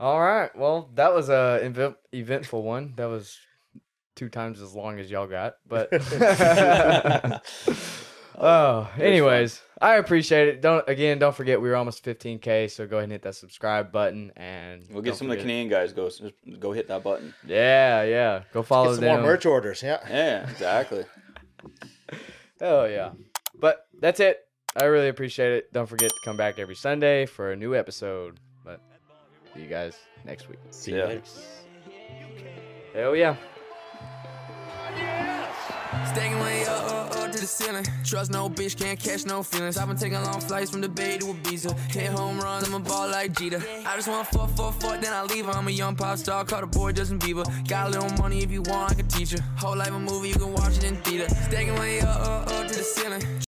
Speaker 2: All right. Well, that was a event- eventful one. That was two times as long as y'all got, but oh, anyways, I appreciate it. Don't again, don't forget we were almost 15k, so go ahead and hit that subscribe button, and
Speaker 3: We'll get
Speaker 2: don't
Speaker 3: some of the
Speaker 2: forget-
Speaker 3: Canadian guys. Go s- go hit that button.
Speaker 2: Yeah, yeah. Go follow
Speaker 1: Get some
Speaker 2: them.
Speaker 1: more merch orders. Yeah.
Speaker 3: Yeah, exactly.
Speaker 2: Oh yeah. But that's it. I really appreciate it. Don't forget to come back every Sunday for a new episode. But see you guys next week.
Speaker 4: See you
Speaker 3: Yeah.
Speaker 4: later.
Speaker 2: Hell yeah.
Speaker 5: Stacking way up, up, up to the ceiling. Trust no bitch, can't catch no feelings. I've been taking long flights from the bay to Ibiza. Hit home runs, I'm a ball like Jeter. I just want four, four, four, then I leave her. I'm a young pop star, call the boy Justin Bieber. Got a little money if you want, I can teach her. Whole life a movie, you can watch it in theater. Stacking way up, up, up to the ceiling.